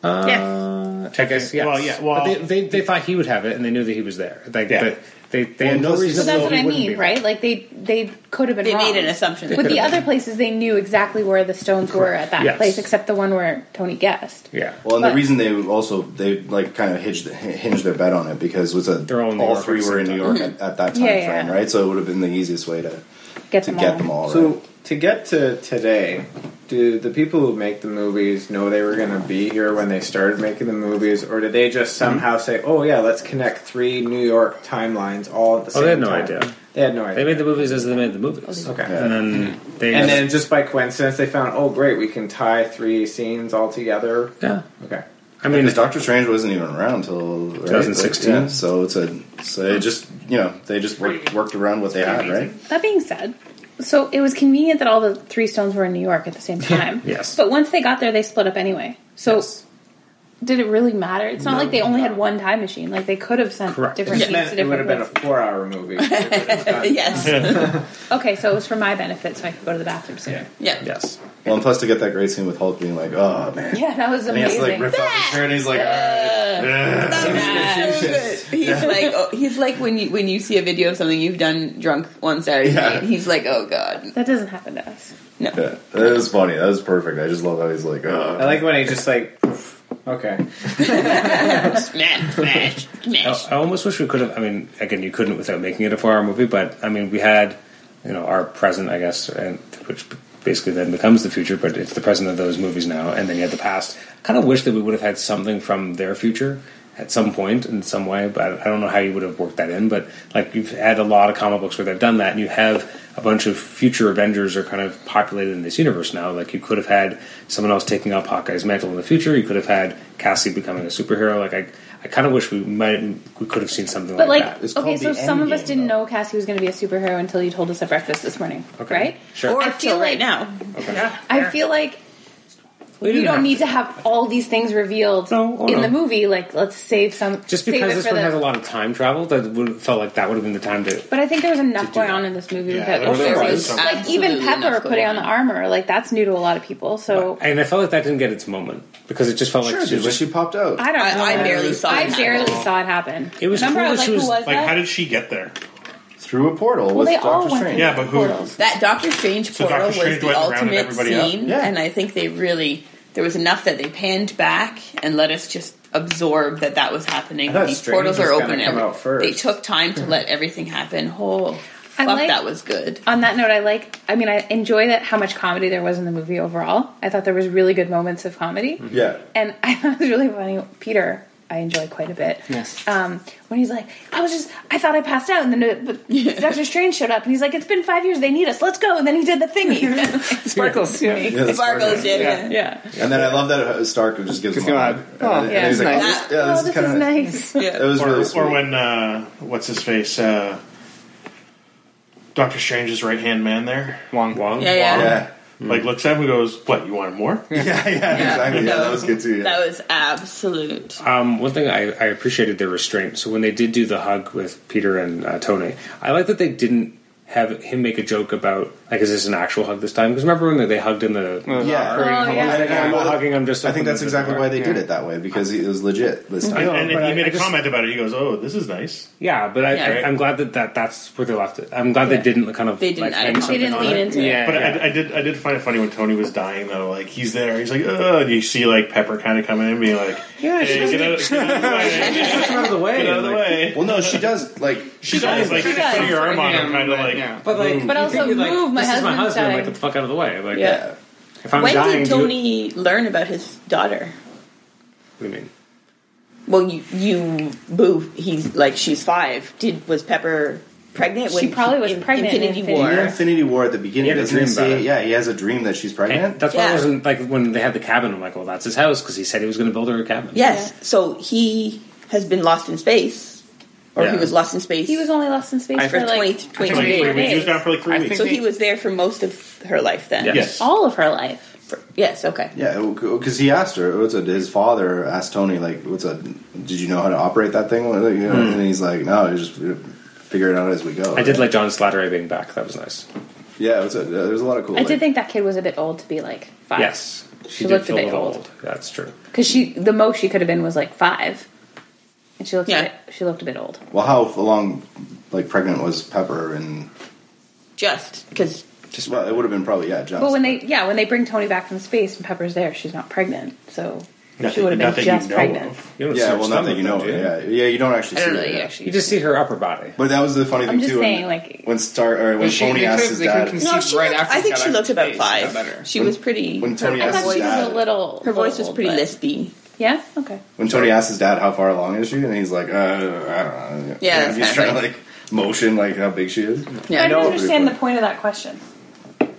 Speaker 1: Uh, I guess yes.
Speaker 3: Well, yeah, well-
Speaker 1: but they, they, they thought he would have it, and they knew that he was there. Like,
Speaker 3: Yeah.
Speaker 1: but They they
Speaker 7: Well,
Speaker 1: had no
Speaker 7: this is-
Speaker 1: reason.
Speaker 4: So
Speaker 1: to
Speaker 4: that's
Speaker 1: know
Speaker 4: what
Speaker 1: he
Speaker 4: I
Speaker 1: wouldn't
Speaker 4: mean,
Speaker 1: be.
Speaker 4: right? Like they they could have been
Speaker 8: They
Speaker 4: wrong.
Speaker 8: made an assumption.
Speaker 4: With the
Speaker 1: could've
Speaker 4: other places, they knew exactly where the stones were at that
Speaker 1: Yes.
Speaker 4: place, except the one where Tony guessed.
Speaker 1: Yeah.
Speaker 7: Well, and
Speaker 4: But-
Speaker 7: the reason they also they like kind of hinged, hinged their bet on it because it was a
Speaker 1: They're all in New
Speaker 7: all
Speaker 1: York at
Speaker 7: three
Speaker 1: the
Speaker 7: were in
Speaker 1: same
Speaker 7: New York at, at that time
Speaker 4: Mm-hmm. Yeah, yeah.
Speaker 7: frame, right? So it would have been the easiest way to
Speaker 4: Get
Speaker 7: to
Speaker 4: them all.
Speaker 7: get them all. Right?
Speaker 5: So to get to today, do the people who make the movies know they were going to be here when they started making the movies, or did they just
Speaker 1: Hmm?
Speaker 5: somehow say, "Oh yeah, let's connect three New York timelines all at the
Speaker 1: Oh,
Speaker 5: same
Speaker 1: they
Speaker 5: time"?
Speaker 1: had no idea.
Speaker 5: They had no
Speaker 1: They
Speaker 5: idea.
Speaker 1: made the movies as they made the movies.
Speaker 5: Okay.
Speaker 1: And then they
Speaker 5: And then just by coincidence, they found, "Oh great, we can tie three scenes all together."
Speaker 1: yeah.
Speaker 5: Okay.
Speaker 1: I mean,
Speaker 7: because Doctor Strange wasn't even around until
Speaker 1: 2016.
Speaker 7: so it's a so it just you know they just worked, worked around what they had, right?
Speaker 4: That being said, so it was convenient that all the three stones were in New York at the same time.
Speaker 1: Yes.
Speaker 4: But once they got there, they split up anyway. So did it really matter? It's not like they only had one time machine. Like they could have sent
Speaker 1: Correct.
Speaker 4: different
Speaker 5: It,
Speaker 4: sheets
Speaker 5: meant
Speaker 4: to
Speaker 5: it would have
Speaker 4: different
Speaker 5: been a
Speaker 4: places.
Speaker 5: four-hour movie. It would have done-
Speaker 8: yes.
Speaker 4: Okay, so it was for my benefit, so I could go to the bathroom sooner.
Speaker 8: Yeah.
Speaker 1: yes.
Speaker 7: Well, and plus to get that great scene with Hulk being like, oh man,
Speaker 4: Yeah, that was
Speaker 7: and he has to
Speaker 4: amazing.
Speaker 7: like rip off his shirt, and he's like, "Ugh."
Speaker 8: That's so good. He's like, oh, he's like when you when you see a video of something you've done drunk one Saturday
Speaker 7: Yeah.
Speaker 8: night. He's like, oh god,
Speaker 4: that doesn't happen to us.
Speaker 8: no.
Speaker 7: yeah, that was funny. That was perfect. I just love how he's like,
Speaker 5: I
Speaker 7: oh,
Speaker 5: like when he just like, "Poof." okay.
Speaker 8: Smash, smash, smash.
Speaker 1: I, I almost wish we could have. I mean, again, you couldn't without making it a four-hour movie, but I mean, we had you know our present, I guess, and which basically then becomes the future, but it's the present of those movies now, and then you had the past. Kind of wish that we would have had something from their future at some point in some way, but I don't know how you would have worked that in. But like you've had a lot of comic books where they've done that, and you have a bunch of future Avengers are kind of populated in this universe now. Like you could have had someone else taking up Hawkeye's mantle in the future. You could have had Cassie becoming a superhero. Like I, I kind of wish we might we could have seen something
Speaker 4: But
Speaker 1: like,
Speaker 4: like,
Speaker 1: that.
Speaker 7: It's
Speaker 4: okay,
Speaker 7: called
Speaker 4: so
Speaker 7: the
Speaker 4: some of
Speaker 7: Endgame,
Speaker 4: us didn't
Speaker 7: though.
Speaker 4: know Cassie was going to be a superhero until you told us at breakfast this morning,
Speaker 1: Okay.
Speaker 4: right?
Speaker 1: Sure.
Speaker 8: Or
Speaker 4: I
Speaker 8: till
Speaker 4: feel
Speaker 8: right
Speaker 4: like
Speaker 8: now.
Speaker 4: I feel like we,
Speaker 1: didn't
Speaker 4: don't
Speaker 1: have
Speaker 4: need
Speaker 1: to.
Speaker 4: to have all these things revealed
Speaker 1: No, oh
Speaker 4: in
Speaker 1: no.
Speaker 4: the movie. Like, let's save some.
Speaker 1: Just
Speaker 4: save
Speaker 1: because
Speaker 4: it
Speaker 1: this
Speaker 4: for
Speaker 1: one
Speaker 4: the-
Speaker 1: has a lot of time travel, that would felt like that would have been the time to.
Speaker 4: But I think there was enough
Speaker 1: do
Speaker 4: going
Speaker 1: that.
Speaker 4: on in this movie
Speaker 3: Yeah,
Speaker 4: without
Speaker 3: there was
Speaker 4: like,
Speaker 3: There
Speaker 8: was
Speaker 4: like even
Speaker 8: absolutely
Speaker 4: Pepper
Speaker 8: enough
Speaker 4: putting
Speaker 8: going
Speaker 4: on the
Speaker 8: on.
Speaker 4: armor. Like that's new to a lot of people. So
Speaker 1: And I felt like that didn't get its moment because it just felt
Speaker 7: sure,
Speaker 1: like she
Speaker 7: dude,
Speaker 1: was.
Speaker 7: she popped out.
Speaker 4: I don't.
Speaker 8: I-
Speaker 4: know.
Speaker 8: I barely saw
Speaker 4: I
Speaker 8: it.
Speaker 4: barely saw it happen.
Speaker 1: It was
Speaker 4: Remember,
Speaker 1: cool
Speaker 4: I was
Speaker 1: that
Speaker 4: like,
Speaker 1: she was,
Speaker 4: who was
Speaker 3: Like,
Speaker 4: that?
Speaker 3: how did she get there?
Speaker 7: through a portal
Speaker 4: well,
Speaker 7: with
Speaker 4: they all
Speaker 7: Doctor
Speaker 4: went
Speaker 7: Strange.
Speaker 4: through
Speaker 3: Yeah, but who-
Speaker 4: portals.
Speaker 8: That Doctor Strange
Speaker 3: So Dr.
Speaker 8: portal
Speaker 3: Strange went
Speaker 8: was the
Speaker 3: around and
Speaker 8: ultimate
Speaker 3: everybody up?
Speaker 8: scene,
Speaker 7: Yeah.
Speaker 8: and I think they really there was enough that they panned back and let us just absorb that that was happening.
Speaker 5: I thought
Speaker 8: These
Speaker 5: Strange
Speaker 8: portals
Speaker 5: was
Speaker 8: are
Speaker 5: gonna
Speaker 8: open.
Speaker 5: come
Speaker 8: and
Speaker 5: out first.
Speaker 8: They took time to let everything happen. Oh,
Speaker 4: I
Speaker 8: fuck,
Speaker 4: like-
Speaker 8: that was good.
Speaker 4: on that note, I like. I mean, I enjoy that how much comedy there was in the movie overall. I thought there was really good moments of comedy,
Speaker 1: Mm-hmm.
Speaker 7: Yeah,
Speaker 4: and I thought it was really funny. Peter, I enjoy quite a bit.
Speaker 6: Yes.
Speaker 4: Um, when he's like, I was just, I thought I passed out, and then it- but Doctor Strange showed up, and he's like, It's been five years. They need us. Let's go. And then he did the thingy.
Speaker 6: Sparkles. Yeah.
Speaker 7: Yeah, that's
Speaker 8: Sparkles,
Speaker 7: perfect.
Speaker 8: yeah. yeah.
Speaker 4: yeah.
Speaker 7: And then I love that Stark just gives him
Speaker 6: him
Speaker 7: a
Speaker 6: a
Speaker 7: hug.
Speaker 6: hug.
Speaker 7: And- and
Speaker 4: yeah,
Speaker 7: he's
Speaker 8: it's
Speaker 7: like,
Speaker 8: nice.
Speaker 7: "Oh, yeah,
Speaker 4: Oh,
Speaker 7: this
Speaker 4: this
Speaker 7: is kind
Speaker 4: is
Speaker 7: of nice.
Speaker 4: nice.
Speaker 7: It was
Speaker 3: Or,
Speaker 7: really sweet.
Speaker 3: or when uh, what's his face? Uh, Doctor Strange's right hand man there,
Speaker 6: Wong. Wong.
Speaker 8: Yeah, yeah.
Speaker 7: yeah.
Speaker 3: like looks at him and goes, "What? You wanted more?"
Speaker 7: yeah, yeah, exactly. Yeah, that was good too. Yeah.
Speaker 8: That was absolute.
Speaker 3: Uh,
Speaker 1: Um, one thing I, I appreciated their restraint. So when they did do the hug with Peter and uh, Tony, I like that they didn't have him make a joke about like is this an actual hug this time? Because remember when they, they hugged in the
Speaker 7: Uh, Yeah.
Speaker 4: Oh, yeah.
Speaker 1: Like, I'm not
Speaker 7: Well,
Speaker 1: hugging. I'm just.
Speaker 7: I think that's exactly why they did it that way because it was legit this time.
Speaker 3: And,
Speaker 1: know,
Speaker 3: and
Speaker 1: but I-
Speaker 3: he made
Speaker 1: I
Speaker 3: a
Speaker 1: just-
Speaker 3: comment about it. He goes, "Oh, this is nice."
Speaker 1: Yeah, but I,
Speaker 8: Yeah.
Speaker 1: I, I'm glad that, that that's where they left it. I'm glad
Speaker 4: Yeah.
Speaker 1: they didn't kind of
Speaker 8: They
Speaker 1: like,
Speaker 8: didn't add
Speaker 1: hang
Speaker 8: a
Speaker 1: something
Speaker 4: They didn't
Speaker 1: on
Speaker 4: lean
Speaker 1: it.
Speaker 4: into it.
Speaker 3: But I, I did, I did find it funny when Tony was dying though. Like he's there, he's like, "Ugh," and you see like Pepper kind of coming in, and being like, "Yeah, hey, get out, get out of the way,
Speaker 1: That's out of the way.
Speaker 3: get out of the
Speaker 1: like-
Speaker 3: way."
Speaker 7: Well, no, she does like
Speaker 3: She does like
Speaker 8: She does.
Speaker 3: putting your arm on him, kind of like.
Speaker 6: yeah.
Speaker 1: But like,
Speaker 4: But
Speaker 1: you
Speaker 4: also
Speaker 1: think, like,
Speaker 4: move, my
Speaker 1: this is my
Speaker 4: husband's
Speaker 1: husband.
Speaker 4: dying.
Speaker 1: Like, get the fuck out of the way. Like,
Speaker 4: Yeah.
Speaker 7: yeah.
Speaker 1: if I'm
Speaker 8: when e-
Speaker 1: dying,
Speaker 8: did
Speaker 1: do it-
Speaker 8: Tony learn about his daughter?
Speaker 1: What do you mean?
Speaker 8: Well, you, you boo. He's like she's five. Did was Pepper pregnant?
Speaker 4: She probably was pregnant in
Speaker 8: Infinity
Speaker 4: Infinity
Speaker 8: War.
Speaker 7: In Infinity War at the beginning,
Speaker 1: had a
Speaker 7: doesn't he
Speaker 1: dream about
Speaker 7: say-
Speaker 1: it.
Speaker 7: Yeah, he has a dream that she's
Speaker 1: And
Speaker 7: pregnant.
Speaker 1: that's why I
Speaker 8: Yeah.
Speaker 1: wasn't like when they had the cabin. I'm like, well, that's his house because he said he was going to build her a cabin.
Speaker 8: Yes.
Speaker 4: Yeah.
Speaker 8: So he has been lost in space, or he
Speaker 1: Yeah.
Speaker 8: was lost in space.
Speaker 4: He was only lost in space
Speaker 8: for
Speaker 4: for like
Speaker 8: 20,
Speaker 3: Like, three
Speaker 8: 23
Speaker 4: days.
Speaker 3: weeks. He was down for like three
Speaker 6: I
Speaker 3: weeks.
Speaker 6: think-
Speaker 8: So he was there for most of her life then.
Speaker 1: Yeah.
Speaker 3: yes.
Speaker 4: all of her life.
Speaker 8: Yes. Okay.
Speaker 7: Yeah, because he asked her. What's it? His father asked Tony, like, "What's a? Did you know how to operate that thing?" Like, you know, And he's like, "No, I just figure it out as we go."
Speaker 1: Hmm. I did like John Slattery being back. That was nice.
Speaker 7: Yeah, it was a, there was a lot of cool.
Speaker 4: I did
Speaker 7: like-
Speaker 4: think that kid was a bit old to be like five.
Speaker 1: Yes, she,
Speaker 4: She
Speaker 1: did
Speaker 4: looked
Speaker 1: feel
Speaker 4: a
Speaker 1: a
Speaker 4: bit
Speaker 1: little
Speaker 4: old.
Speaker 1: old. That's true.
Speaker 4: because she the most she could have been was like five, and she looked
Speaker 8: Yeah.
Speaker 4: a bit, she looked a bit old.
Speaker 7: Well, how f- long like pregnant was Pepper and
Speaker 8: Just because
Speaker 7: just well, it would have been probably yeah, Joss.
Speaker 4: But when they yeah when they bring Tony back from space and Pepper's there, she's not pregnant, so she
Speaker 3: Nothing-
Speaker 4: would have been
Speaker 3: nothing you
Speaker 4: just
Speaker 3: know
Speaker 4: pregnant.
Speaker 3: of.
Speaker 1: You don't see
Speaker 7: yeah,
Speaker 1: her
Speaker 7: well, not
Speaker 1: stomach,
Speaker 7: that you know,
Speaker 1: though, do you?
Speaker 7: yeah, yeah, you don't actually
Speaker 8: I
Speaker 7: see
Speaker 8: don't
Speaker 7: it.
Speaker 8: really
Speaker 6: uh,
Speaker 7: yeah.
Speaker 8: actually.
Speaker 1: You just see her upper body.
Speaker 7: But that was the funny thing
Speaker 4: just
Speaker 7: too. when-
Speaker 4: saying, like-
Speaker 7: when Star or when
Speaker 6: But she-
Speaker 7: Tony
Speaker 6: they
Speaker 7: asked
Speaker 6: could-
Speaker 7: his
Speaker 6: they could
Speaker 7: dad,
Speaker 6: conceive
Speaker 8: no, she
Speaker 6: right
Speaker 8: looked-
Speaker 6: after
Speaker 8: I
Speaker 6: he
Speaker 8: think
Speaker 6: got
Speaker 8: she
Speaker 6: back
Speaker 8: looked
Speaker 6: from
Speaker 8: about
Speaker 6: space,
Speaker 8: five.
Speaker 6: got better.
Speaker 8: She was pretty.
Speaker 7: when Tony
Speaker 4: I
Speaker 7: asked
Speaker 4: thought
Speaker 7: his
Speaker 4: she
Speaker 7: dad,
Speaker 4: was a little.
Speaker 8: her voice was
Speaker 4: little,
Speaker 8: pretty
Speaker 4: but-
Speaker 8: lispy.
Speaker 4: Yeah. Okay.
Speaker 7: when Tony asked his dad how far along is she, and he's like, uh, I don't know.
Speaker 8: Yeah, that's
Speaker 7: he's
Speaker 8: kinda
Speaker 7: trying to
Speaker 8: like-
Speaker 7: like motion like how big she is.
Speaker 8: Yeah,
Speaker 4: I don't
Speaker 8: no,
Speaker 4: understand the point of that question.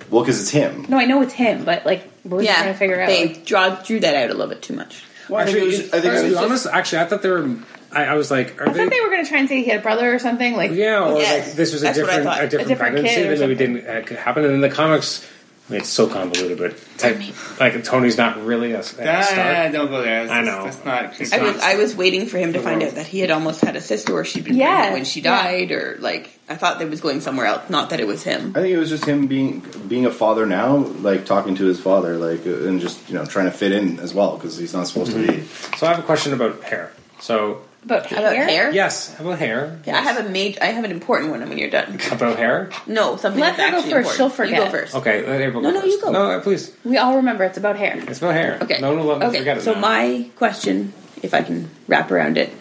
Speaker 7: Well, because it's him.
Speaker 4: No, I know it's him, but like we're just
Speaker 8: yeah.
Speaker 4: trying to figure out.
Speaker 8: they
Speaker 4: like,
Speaker 8: draw drew that out a little bit too much.
Speaker 7: Well, I think it was, I think
Speaker 1: To
Speaker 7: it
Speaker 1: be
Speaker 7: was,
Speaker 1: honest, actually, I thought they were. I, I was like, are
Speaker 4: I thought
Speaker 1: they?
Speaker 4: they were going to try and say he had a brother or something. Like
Speaker 1: Yeah, or
Speaker 8: Yes,
Speaker 1: like this was a
Speaker 8: that's what I
Speaker 1: different,
Speaker 8: thought.
Speaker 1: a different,
Speaker 4: A different
Speaker 1: pregnancy
Speaker 4: kid or
Speaker 1: that maybe didn't uh, could happen. And in the comics, I mean, it's so convoluted, but type, like Tony's not really a, a
Speaker 6: Ah,
Speaker 1: star.
Speaker 6: don't go there. That's,
Speaker 1: I know.
Speaker 6: That's not.
Speaker 8: I was I was waiting for him to find out that he had almost had a sister, or she'd been
Speaker 4: Yeah,
Speaker 8: pregnant when she
Speaker 4: yeah.
Speaker 8: died, or like I thought they was going somewhere else. Not that it was him.
Speaker 7: I think it was just him being being a father now, like talking to his father, like uh, and just you know trying to fit in as well because he's not supposed to be.
Speaker 1: So I have a question about hair. So
Speaker 4: about hair.
Speaker 8: About hair.
Speaker 1: yes, about hair.
Speaker 8: Yeah, I have a maj I have an important one when you're done.
Speaker 1: About hair.
Speaker 8: No, something
Speaker 4: Let
Speaker 8: that's
Speaker 4: her go
Speaker 8: actually
Speaker 4: first. She'll
Speaker 8: important. You
Speaker 4: forget.
Speaker 8: go first.
Speaker 1: Okay, let April
Speaker 8: No,
Speaker 1: go
Speaker 8: no, you
Speaker 1: first.
Speaker 8: go.
Speaker 1: No, uh, please.
Speaker 4: We all remember it's about hair.
Speaker 1: It's about hair.
Speaker 8: Okay.
Speaker 1: No one will let me
Speaker 8: okay.
Speaker 1: forget it.
Speaker 8: So
Speaker 1: now.
Speaker 8: my question, if I can wrap around it,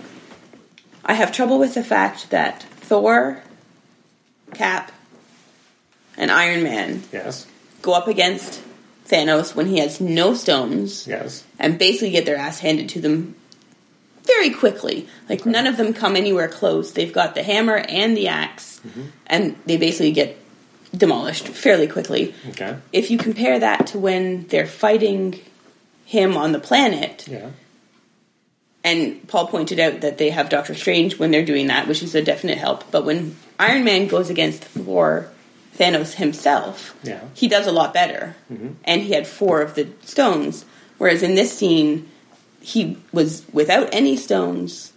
Speaker 8: I have trouble with the fact that Thor, Cap, and Iron Man
Speaker 1: yes,
Speaker 8: go up against Thanos when he has no stones
Speaker 1: yes.
Speaker 8: and basically get their ass handed to them very quickly. Like none of them come anywhere close. They've got the hammer and the ax
Speaker 1: Mm-hmm.
Speaker 8: and they basically get demolished fairly quickly.
Speaker 1: Okay.
Speaker 8: If you compare that to when they're fighting him on the planet,
Speaker 1: Yeah.
Speaker 8: and Paul pointed out that they have Doctor Strange when they're doing that, which is a definite help. But when Iron Man goes against Thor, Thanos himself,
Speaker 1: Yeah. Mm-hmm.
Speaker 8: he does a lot better, and he had four of the stones. Whereas in this scene, he was without any stones,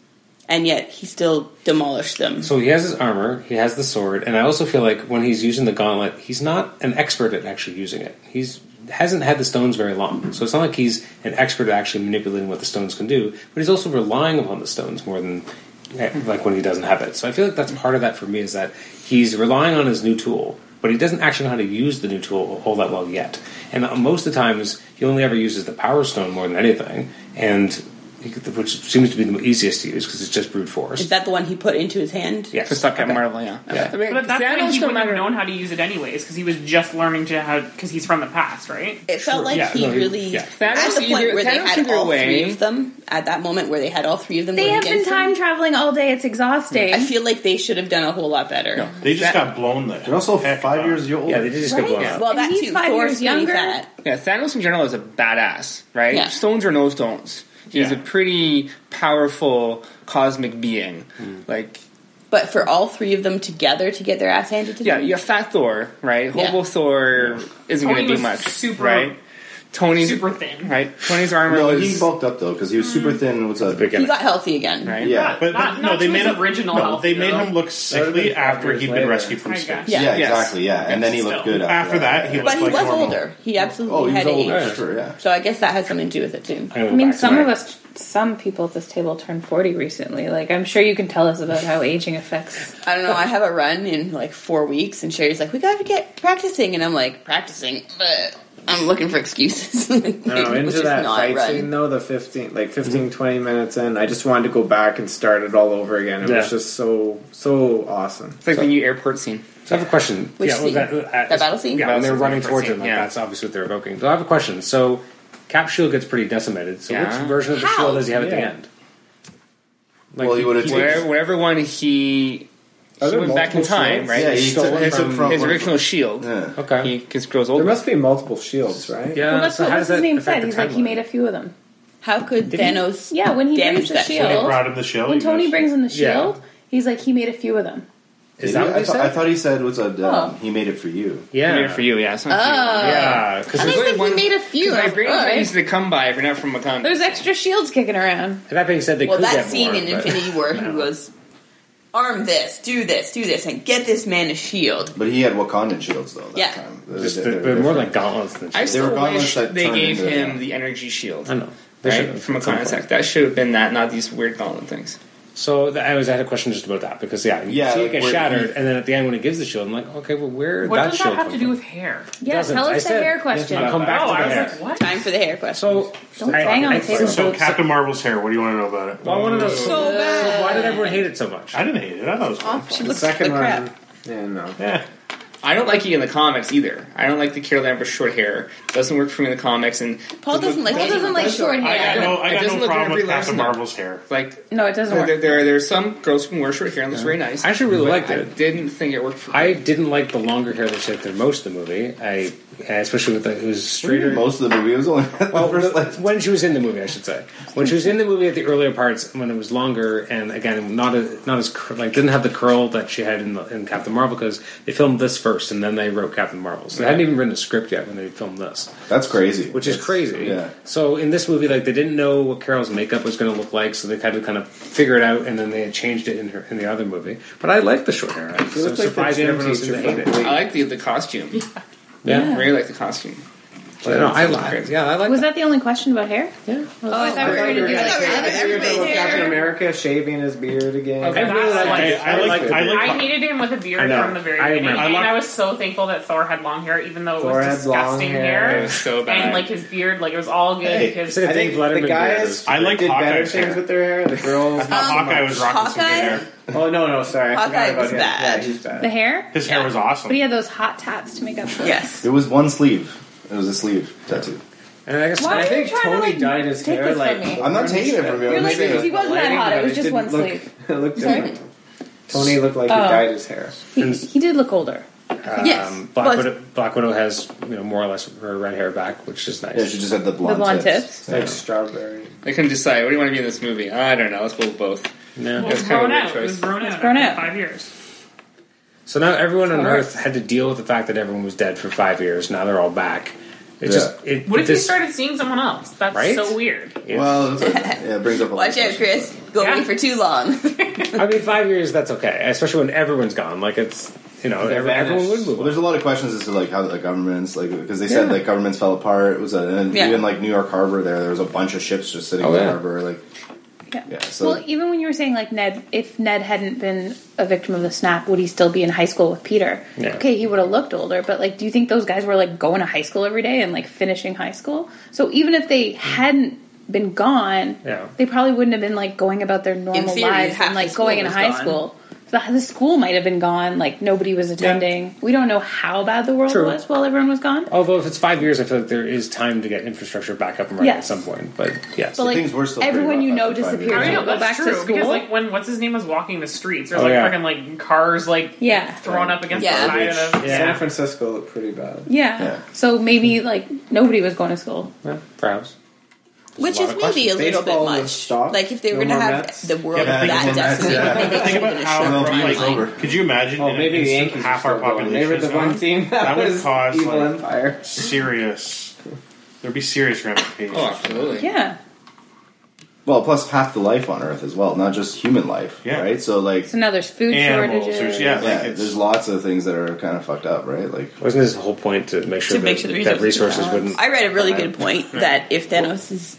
Speaker 8: and yet he still demolished them.
Speaker 1: So he has his armor, he has the sword, and I also feel like when he's using the gauntlet, he's not an expert at actually using it. He's hasn't had the stones very long, so it's not like he's an expert at actually manipulating what the stones can do. But he's also relying upon the stones more than eh, like when he doesn't have it. So I feel like that's part of that for me is that he's relying on his new tool, but he doesn't actually know how to use the new tool all that well yet. And uh, most of the times, he only ever uses the power stone more than anything, and which seems to be the easiest to use because it's just brute force.
Speaker 8: is that the one he put into his hand?
Speaker 1: Yes.
Speaker 6: to suck at Marvel, yeah.
Speaker 1: Yeah.
Speaker 6: I mean,
Speaker 9: But at that
Speaker 6: Thanos
Speaker 9: point, he wouldn't
Speaker 6: don't
Speaker 9: have
Speaker 6: matter.
Speaker 9: known how to use it anyways because he was just learning to how because he's from the past, right?
Speaker 8: It felt like
Speaker 1: Yeah,
Speaker 8: he
Speaker 1: no, he-
Speaker 8: really
Speaker 1: yeah.
Speaker 8: at
Speaker 6: Thanos
Speaker 8: the point
Speaker 6: either-
Speaker 8: where they
Speaker 6: Thanos
Speaker 8: had
Speaker 6: either
Speaker 8: all
Speaker 6: way-
Speaker 8: three of them at that moment where they had all three of them.
Speaker 4: They
Speaker 8: going
Speaker 4: have been
Speaker 8: against him.
Speaker 4: time traveling all day. It's exhausting.
Speaker 8: I feel like they should have done a whole lot better.
Speaker 3: They just got blown there.
Speaker 7: They're also
Speaker 3: Heck,
Speaker 7: five
Speaker 3: uh,
Speaker 7: years old.
Speaker 1: Yeah, they did just get
Speaker 4: Right?
Speaker 1: blown
Speaker 4: Yeah.
Speaker 1: up.
Speaker 8: Well,
Speaker 4: And
Speaker 8: that
Speaker 4: he's
Speaker 8: too.
Speaker 4: five
Speaker 8: Thor's
Speaker 4: years
Speaker 8: pretty
Speaker 4: younger.
Speaker 8: fat.
Speaker 6: Yeah, Thanos in general is a badass, right?
Speaker 8: Yeah.
Speaker 6: Stones or no stones, he's
Speaker 3: Yeah.
Speaker 6: a pretty powerful cosmic being.
Speaker 7: Mm.
Speaker 6: Like,
Speaker 8: But for all three of them together to get their ass handed to
Speaker 6: yeah,
Speaker 8: them,
Speaker 6: you have Fat Thor, right? Hobo
Speaker 8: Yeah.
Speaker 6: Thor isn't
Speaker 9: Tony
Speaker 6: going to do
Speaker 9: was
Speaker 6: much,
Speaker 9: super-
Speaker 6: right? Tony's
Speaker 9: Super thin.
Speaker 6: right? Tony's armor
Speaker 7: No, he
Speaker 6: was
Speaker 7: bulked up though because he was super thin. What's up?
Speaker 8: he got healthy again.
Speaker 6: right.
Speaker 7: Yeah,
Speaker 9: Not-
Speaker 3: But, but
Speaker 9: not-
Speaker 3: no,
Speaker 9: not
Speaker 3: they
Speaker 9: to
Speaker 3: made
Speaker 9: his
Speaker 3: him,
Speaker 9: original
Speaker 3: No,
Speaker 9: health,
Speaker 3: they
Speaker 9: you
Speaker 3: made
Speaker 9: know?
Speaker 3: him look
Speaker 1: That would've
Speaker 3: sickly
Speaker 1: been five
Speaker 3: after
Speaker 1: years
Speaker 3: he'd
Speaker 1: later.
Speaker 3: been rescued from
Speaker 9: I
Speaker 3: space.
Speaker 9: guess.
Speaker 8: Yeah.
Speaker 7: yeah,
Speaker 6: Yes.
Speaker 7: exactly. Yeah, and then he looked
Speaker 9: Still.
Speaker 7: good after,
Speaker 3: After that, he looked
Speaker 8: But he
Speaker 3: like
Speaker 8: was
Speaker 3: normal.
Speaker 8: older. He absolutely
Speaker 7: Oh, he was
Speaker 8: had
Speaker 7: older.
Speaker 8: age.
Speaker 7: for Sure, yeah.
Speaker 8: So I guess that has something to do with it too.
Speaker 1: gonna
Speaker 4: I
Speaker 1: go
Speaker 4: mean,
Speaker 1: back to
Speaker 4: some
Speaker 1: my-
Speaker 4: of us, some people at this table turned 40 recently. Like, I'm sure you can tell us about how aging affects.
Speaker 8: I don't know. I have a run in like four weeks, and Sherry's like, "We got to get practicing," and I'm like, "Practicing," but I'm looking for excuses.
Speaker 5: No,
Speaker 8: Which
Speaker 5: into
Speaker 8: is
Speaker 5: that
Speaker 8: not
Speaker 5: fight
Speaker 8: run.
Speaker 5: scene though, the 15, like 15, 20 minutes in, I just wanted to go back and start it all over again. It
Speaker 1: Yeah.
Speaker 5: was just so, so awesome.
Speaker 6: It's like the new airport scene.
Speaker 1: So I have a question.
Speaker 8: Which
Speaker 1: yeah, well,
Speaker 8: scene?
Speaker 1: that,
Speaker 8: That battle scene?
Speaker 1: Yeah, when they're
Speaker 6: Battle
Speaker 1: running
Speaker 6: scene.
Speaker 1: towards him, like
Speaker 6: Yeah.
Speaker 1: that's obviously what they're evoking. So I have a question. So Cap Shield gets pretty decimated. So
Speaker 6: Yeah.
Speaker 1: which version of the
Speaker 8: How?
Speaker 1: shield does he have at the
Speaker 5: Yeah.
Speaker 1: end? Like,
Speaker 7: Well, he would've taken-
Speaker 6: Where, whatever one he,
Speaker 5: Are
Speaker 6: he
Speaker 5: there
Speaker 6: went back in
Speaker 5: multiple
Speaker 6: time,
Speaker 5: shields?
Speaker 6: right?
Speaker 7: Yeah, he
Speaker 6: stole
Speaker 7: took- he
Speaker 6: his,
Speaker 7: took from-
Speaker 6: his original shield.
Speaker 7: Yeah.
Speaker 1: Okay.
Speaker 6: He just grows
Speaker 5: There
Speaker 6: older.
Speaker 5: must be multiple shields, right?
Speaker 1: yeah.
Speaker 4: well, that's
Speaker 1: so
Speaker 4: what
Speaker 1: how
Speaker 4: what's
Speaker 1: does that
Speaker 4: his name
Speaker 1: affect
Speaker 4: said.
Speaker 1: the
Speaker 4: He's like, he
Speaker 1: timeline?
Speaker 4: made a few of them.
Speaker 8: How could Thanos?
Speaker 4: Yeah, when he
Speaker 8: damage
Speaker 4: brings the
Speaker 8: that
Speaker 4: shield,
Speaker 3: They brought him the shield.
Speaker 4: when
Speaker 3: he
Speaker 4: Tony
Speaker 3: was-
Speaker 4: brings in the
Speaker 1: Yeah.
Speaker 4: shield, he's like, he made a few of them.
Speaker 1: Is
Speaker 7: Did
Speaker 1: that
Speaker 7: he?
Speaker 1: what
Speaker 7: I,
Speaker 1: he
Speaker 7: thought-
Speaker 1: said?
Speaker 7: I thought he said what's up? Um,
Speaker 4: Oh.
Speaker 7: he made it for you.
Speaker 1: yeah. Uh,
Speaker 6: Made it for you, yeah. it's not for you.
Speaker 1: Yeah, because
Speaker 4: I think
Speaker 6: one-
Speaker 4: he made a few.
Speaker 6: My brain's
Speaker 4: All
Speaker 6: not
Speaker 4: right.
Speaker 6: easy to come by if you're not from Wakanda.
Speaker 4: There's extra shields kicking around.
Speaker 1: that being said, they
Speaker 8: Well,
Speaker 1: could
Speaker 8: that
Speaker 1: get
Speaker 8: scene
Speaker 1: more,
Speaker 8: in
Speaker 1: but-
Speaker 8: Infinity War, he was arm this, do this, do this, and get this man a shield.
Speaker 7: But he had Wakandan shields though. That
Speaker 8: Yeah.
Speaker 7: time. They're-
Speaker 1: Just,
Speaker 7: they're-
Speaker 1: they're,
Speaker 7: they're
Speaker 1: more
Speaker 7: different.
Speaker 1: like gauntlets than
Speaker 6: I
Speaker 1: shields.
Speaker 7: They were
Speaker 6: still
Speaker 7: gauntlets
Speaker 6: wish
Speaker 7: that
Speaker 6: they
Speaker 7: turned
Speaker 6: gave
Speaker 7: into-
Speaker 6: him the energy shield.
Speaker 1: I know. They
Speaker 6: Right?
Speaker 1: should've
Speaker 6: From a
Speaker 1: at some point.
Speaker 6: contact. That should have been that, not these weird gauntlet things.
Speaker 1: So th- I was I had a question just about that because yeah, you
Speaker 7: Yeah,
Speaker 1: see it
Speaker 7: like,
Speaker 1: get
Speaker 7: where-
Speaker 1: shattered, and then at the end when it gives the shield, I'm like, okay, well, where
Speaker 9: What
Speaker 1: that
Speaker 9: does
Speaker 1: shield
Speaker 9: that have
Speaker 1: come
Speaker 9: to do with hair?
Speaker 4: Yeah,
Speaker 1: Doesn't.
Speaker 4: tell
Speaker 1: I
Speaker 4: us the
Speaker 1: said-
Speaker 4: hair
Speaker 1: from?
Speaker 4: question.
Speaker 1: I'll come back
Speaker 9: oh,
Speaker 1: to the
Speaker 9: I was
Speaker 1: hair.
Speaker 9: like, what?
Speaker 8: Time for the hair question.
Speaker 1: so
Speaker 4: Don't bang on
Speaker 1: I,
Speaker 4: it, Sarah.
Speaker 1: so,
Speaker 3: So Captain Marvel's hair. What do you want to know about it?
Speaker 1: I wanted to.
Speaker 8: So bad.
Speaker 1: So why did everyone hate it so much?
Speaker 3: I didn't hate it. I thought it was fun.
Speaker 8: Oh, she looks like
Speaker 5: Second
Speaker 8: crap.
Speaker 5: one. Yeah, no.
Speaker 3: Yeah.
Speaker 6: I don't like it in the comics either. I don't like the Carol Danvers short hair. Doesn't work for me in the comics, and
Speaker 8: Paul doesn't like.
Speaker 4: Paul doesn't
Speaker 8: anyone
Speaker 4: like
Speaker 8: with
Speaker 4: short
Speaker 3: I got
Speaker 4: hair.
Speaker 3: no, I
Speaker 6: It
Speaker 3: got
Speaker 6: doesn't
Speaker 3: no
Speaker 6: look
Speaker 3: problem with Captain
Speaker 6: every last one.
Speaker 3: Marvel's hair.
Speaker 6: like
Speaker 4: No, it doesn't
Speaker 6: there,
Speaker 4: work.
Speaker 6: there, there are some girls who can wear short hair and that's very nice.
Speaker 1: I actually really
Speaker 6: but
Speaker 1: liked
Speaker 6: I
Speaker 1: it.
Speaker 6: didn't think it worked. For
Speaker 1: I didn't like the longer hair they showed through most of the movie. I especially with the, it was straighter.
Speaker 7: Most of the movie was only
Speaker 1: Well,
Speaker 7: the first
Speaker 1: the-
Speaker 7: like
Speaker 1: when she was in the movie, I should say. When she was in the movie at the earlier parts, when it was longer, and again, not a, not as cur- like didn't have the curl that she had in, the, in Captain Marvel because they filmed this first and then they wrote Captain Marvel. So they hadn't even written a script yet when they filmed this,
Speaker 7: That's crazy.
Speaker 1: which is
Speaker 7: That's-
Speaker 1: crazy.
Speaker 7: Yeah.
Speaker 1: So in this movie, like they didn't know what Carol's makeup was going to look like, so they had to kind of figure it out, and then they had changed it in her in the other movie. But I liked the short hair. I'm so
Speaker 5: looked like the
Speaker 1: surprised
Speaker 5: gym
Speaker 1: everyone else
Speaker 5: teacher
Speaker 1: didn't hate it.
Speaker 5: from-
Speaker 6: I like the the costume.
Speaker 1: Yeah,
Speaker 6: I really like the costume.
Speaker 1: But no, I like. Yeah, I like.
Speaker 4: Was that the only question about hair?
Speaker 1: Yeah.
Speaker 4: Oh, I thought we were going to do like
Speaker 8: hair. Everybody's hair.
Speaker 5: Captain America shaving his beard again.
Speaker 1: I really
Speaker 9: That's
Speaker 1: liked
Speaker 9: like-
Speaker 1: it. I liked it.
Speaker 3: I liked-
Speaker 9: I hated him with a
Speaker 1: I
Speaker 9: beard
Speaker 1: know.
Speaker 9: from the very
Speaker 1: I
Speaker 9: beginning,
Speaker 1: remember.
Speaker 9: and
Speaker 3: I
Speaker 9: I
Speaker 3: lo-
Speaker 9: was so thankful that Thor had long hair, even though it
Speaker 5: Thor
Speaker 9: was
Speaker 5: had long
Speaker 9: disgusting
Speaker 5: hair.
Speaker 9: hair.
Speaker 6: It was so bad.
Speaker 9: And like his beard, like it was all good.
Speaker 7: Hey,
Speaker 9: because
Speaker 1: Instead
Speaker 5: I
Speaker 1: of
Speaker 5: think
Speaker 1: Dave Letterman
Speaker 5: the
Speaker 1: beard, it
Speaker 5: guys
Speaker 1: was-
Speaker 3: I like
Speaker 5: did better
Speaker 3: Hawkeye's
Speaker 5: things
Speaker 3: hair.
Speaker 5: with their hair. The girls.
Speaker 3: Uh, Hawkeye was rocking some good
Speaker 8: Hawkeye?
Speaker 3: hair.
Speaker 5: oh no, no, sorry. I
Speaker 8: Hawkeye
Speaker 5: forgot about
Speaker 8: was
Speaker 5: him.
Speaker 8: bad.
Speaker 5: Yeah, he's bad.
Speaker 4: the hair.
Speaker 3: His hair was awesome.
Speaker 4: But he had those hot tats to make up for
Speaker 8: Yes.
Speaker 7: It was one sleeve. It was a sleeve tattoo.
Speaker 1: and I guess
Speaker 4: Why
Speaker 1: I
Speaker 4: are you
Speaker 1: think
Speaker 5: I think
Speaker 4: trying to,
Speaker 5: Tony
Speaker 4: like,
Speaker 5: dyed his
Speaker 4: take
Speaker 5: hair
Speaker 4: this
Speaker 5: like.
Speaker 4: from me?
Speaker 7: I'm not taking it from you.
Speaker 4: You're
Speaker 7: I'm
Speaker 4: like,
Speaker 7: saying
Speaker 4: he wasn't that
Speaker 5: lighting,
Speaker 4: hot. It
Speaker 5: but
Speaker 4: was just
Speaker 5: didn't
Speaker 4: one
Speaker 5: look-
Speaker 4: sleeve.
Speaker 5: It looked
Speaker 4: Sorry?
Speaker 5: different. Tony looked like he
Speaker 4: Oh.
Speaker 5: dyed his hair.
Speaker 4: He, he did look older.
Speaker 8: yes.
Speaker 1: Um, Black,
Speaker 8: Well,
Speaker 1: Widow, Black Widow has you know more or less her red hair back, which is nice.
Speaker 7: Yeah, she just had the blonde,
Speaker 4: blonde
Speaker 7: tips.
Speaker 5: It's like strawberry.
Speaker 6: I couldn't decide. What do you want to be in this movie? I don't know. Let's pull both.
Speaker 1: Yeah.
Speaker 9: It was
Speaker 6: That's
Speaker 9: grown
Speaker 6: kind of a weird
Speaker 9: out. It was
Speaker 6: choice.
Speaker 9: grown out.
Speaker 4: grown
Speaker 9: after
Speaker 4: out.
Speaker 9: Five years.
Speaker 1: So now everyone on
Speaker 4: Alright.
Speaker 1: Earth had to deal with the fact that everyone was dead for five years. Now they're all back. It's
Speaker 7: Yeah.
Speaker 1: just it,
Speaker 9: What if
Speaker 1: this,
Speaker 9: he started seeing someone else? That's
Speaker 1: Right?
Speaker 9: so weird.
Speaker 1: Yeah.
Speaker 7: Well, yeah, it brings up a lot
Speaker 8: Watch
Speaker 7: of
Speaker 8: out,
Speaker 7: questions.
Speaker 8: Chris. Go
Speaker 9: Yeah.
Speaker 8: away for too long.
Speaker 1: I mean, five years that's okay, especially when everyone's gone. Like it's you know
Speaker 5: They
Speaker 1: every,
Speaker 5: vanished.
Speaker 1: everyone would move.
Speaker 7: Well,
Speaker 1: on.
Speaker 7: there's a lot of questions as to like how the governments like because they said
Speaker 1: Yeah.
Speaker 7: like governments fell apart. It was a, and
Speaker 8: Yeah.
Speaker 7: even like New York Harbor there. There was a bunch of ships just sitting
Speaker 1: Oh,
Speaker 7: in the
Speaker 1: yeah.
Speaker 7: harbor. Like
Speaker 4: Yeah.
Speaker 7: yeah, so
Speaker 4: well, even when you were saying like Ned, if Ned hadn't been a victim of the snap, would he still be in high school with Peter?
Speaker 1: Yeah.
Speaker 4: Okay, he would have looked older, but like, do you think those guys were like going to high school every day and like finishing high school? So even if they hadn't been gone,
Speaker 1: Yeah.
Speaker 4: they probably wouldn't have been like going about their normal
Speaker 8: theory,
Speaker 4: lives
Speaker 8: half
Speaker 4: and
Speaker 8: the
Speaker 4: like
Speaker 8: school
Speaker 4: going into
Speaker 8: was
Speaker 4: high
Speaker 8: gone.
Speaker 4: school. The, the school might have been gone, like nobody was attending. We don't know how bad the world
Speaker 1: True.
Speaker 4: was while everyone was gone.
Speaker 1: Although if it's five years, I feel like there is time to get infrastructure back up and running
Speaker 4: Yes.
Speaker 1: at some point. But yes,
Speaker 4: But like
Speaker 7: things were still pretty
Speaker 4: everyone
Speaker 7: rough
Speaker 4: you know
Speaker 7: after five years.
Speaker 4: disappeared.
Speaker 9: I
Speaker 4: and
Speaker 9: know
Speaker 4: go
Speaker 9: that's
Speaker 4: back
Speaker 9: true
Speaker 4: to school.
Speaker 9: because like when what's his name was walking the streets, there's
Speaker 1: Oh,
Speaker 9: like
Speaker 1: yeah.
Speaker 9: freaking like cars like
Speaker 4: Yeah.
Speaker 9: thrown up against
Speaker 8: Yeah.
Speaker 9: the side of the
Speaker 1: Yeah.
Speaker 5: San Francisco looked pretty bad.
Speaker 4: Yeah.
Speaker 7: Yeah.
Speaker 4: So maybe like nobody was going to school.
Speaker 1: yeah, perhaps.
Speaker 8: Which
Speaker 1: a lot
Speaker 8: is
Speaker 1: of
Speaker 8: maybe a little bit
Speaker 5: Baseball was
Speaker 8: much.
Speaker 5: stopped.
Speaker 8: Like if they were
Speaker 5: No
Speaker 8: gonna
Speaker 5: more
Speaker 8: have
Speaker 5: Mets.
Speaker 8: the world that
Speaker 7: Yeah, no more Mets,
Speaker 8: decimated,
Speaker 7: yeah.
Speaker 8: maybe they
Speaker 3: Think
Speaker 8: should have
Speaker 3: about
Speaker 8: been
Speaker 3: how
Speaker 7: show.
Speaker 3: like,
Speaker 7: It's over.
Speaker 3: could you imagine?
Speaker 5: Oh,
Speaker 3: in an
Speaker 5: maybe the
Speaker 3: instant
Speaker 5: Yankees
Speaker 3: half
Speaker 5: were
Speaker 3: our
Speaker 5: still going.
Speaker 3: population.
Speaker 5: They were the
Speaker 3: is
Speaker 5: one
Speaker 3: gone?
Speaker 5: team that,
Speaker 3: That would
Speaker 5: was
Speaker 3: cause,
Speaker 5: evil
Speaker 3: like-
Speaker 5: empire.
Speaker 3: serious. There'd be serious ramifications.
Speaker 6: Oh, absolutely.
Speaker 4: Yeah.
Speaker 7: well, plus half the life on Earth as well, not just human life,
Speaker 3: Yeah.
Speaker 7: right? So like
Speaker 4: So now there's food
Speaker 3: Animals,
Speaker 4: shortages.
Speaker 3: there's- yeah,
Speaker 7: yeah,
Speaker 3: like it's,
Speaker 7: there's lots of things that are kind of fucked up, right? Like
Speaker 1: Wasn't his whole point to make sure,
Speaker 8: to
Speaker 1: that,
Speaker 8: make sure the
Speaker 1: that
Speaker 8: resources,
Speaker 1: resources
Speaker 8: balance.
Speaker 1: wouldn't?
Speaker 8: I read a really good point that if Thanos'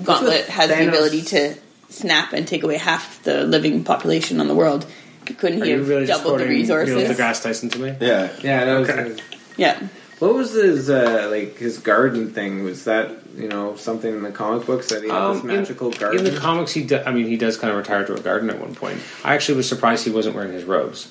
Speaker 8: gauntlet has the
Speaker 5: Thanos-
Speaker 8: ability to snap and take away half the living population on the world, couldn't
Speaker 1: Are
Speaker 8: he
Speaker 1: you
Speaker 8: have
Speaker 1: really just
Speaker 8: doubled the
Speaker 1: quoting Neil
Speaker 8: resources?
Speaker 1: deGrasse Tyson to me?
Speaker 7: yeah,
Speaker 5: Yeah, that was.
Speaker 8: yeah,
Speaker 5: What was his uh, like his garden thing? Was that you know something in the comic books that he had this
Speaker 1: Um,
Speaker 5: magical
Speaker 1: in,
Speaker 5: garden?
Speaker 1: In the comics, he do, I mean, he does kind of retire to a garden at one point. I actually was surprised he wasn't wearing his robes.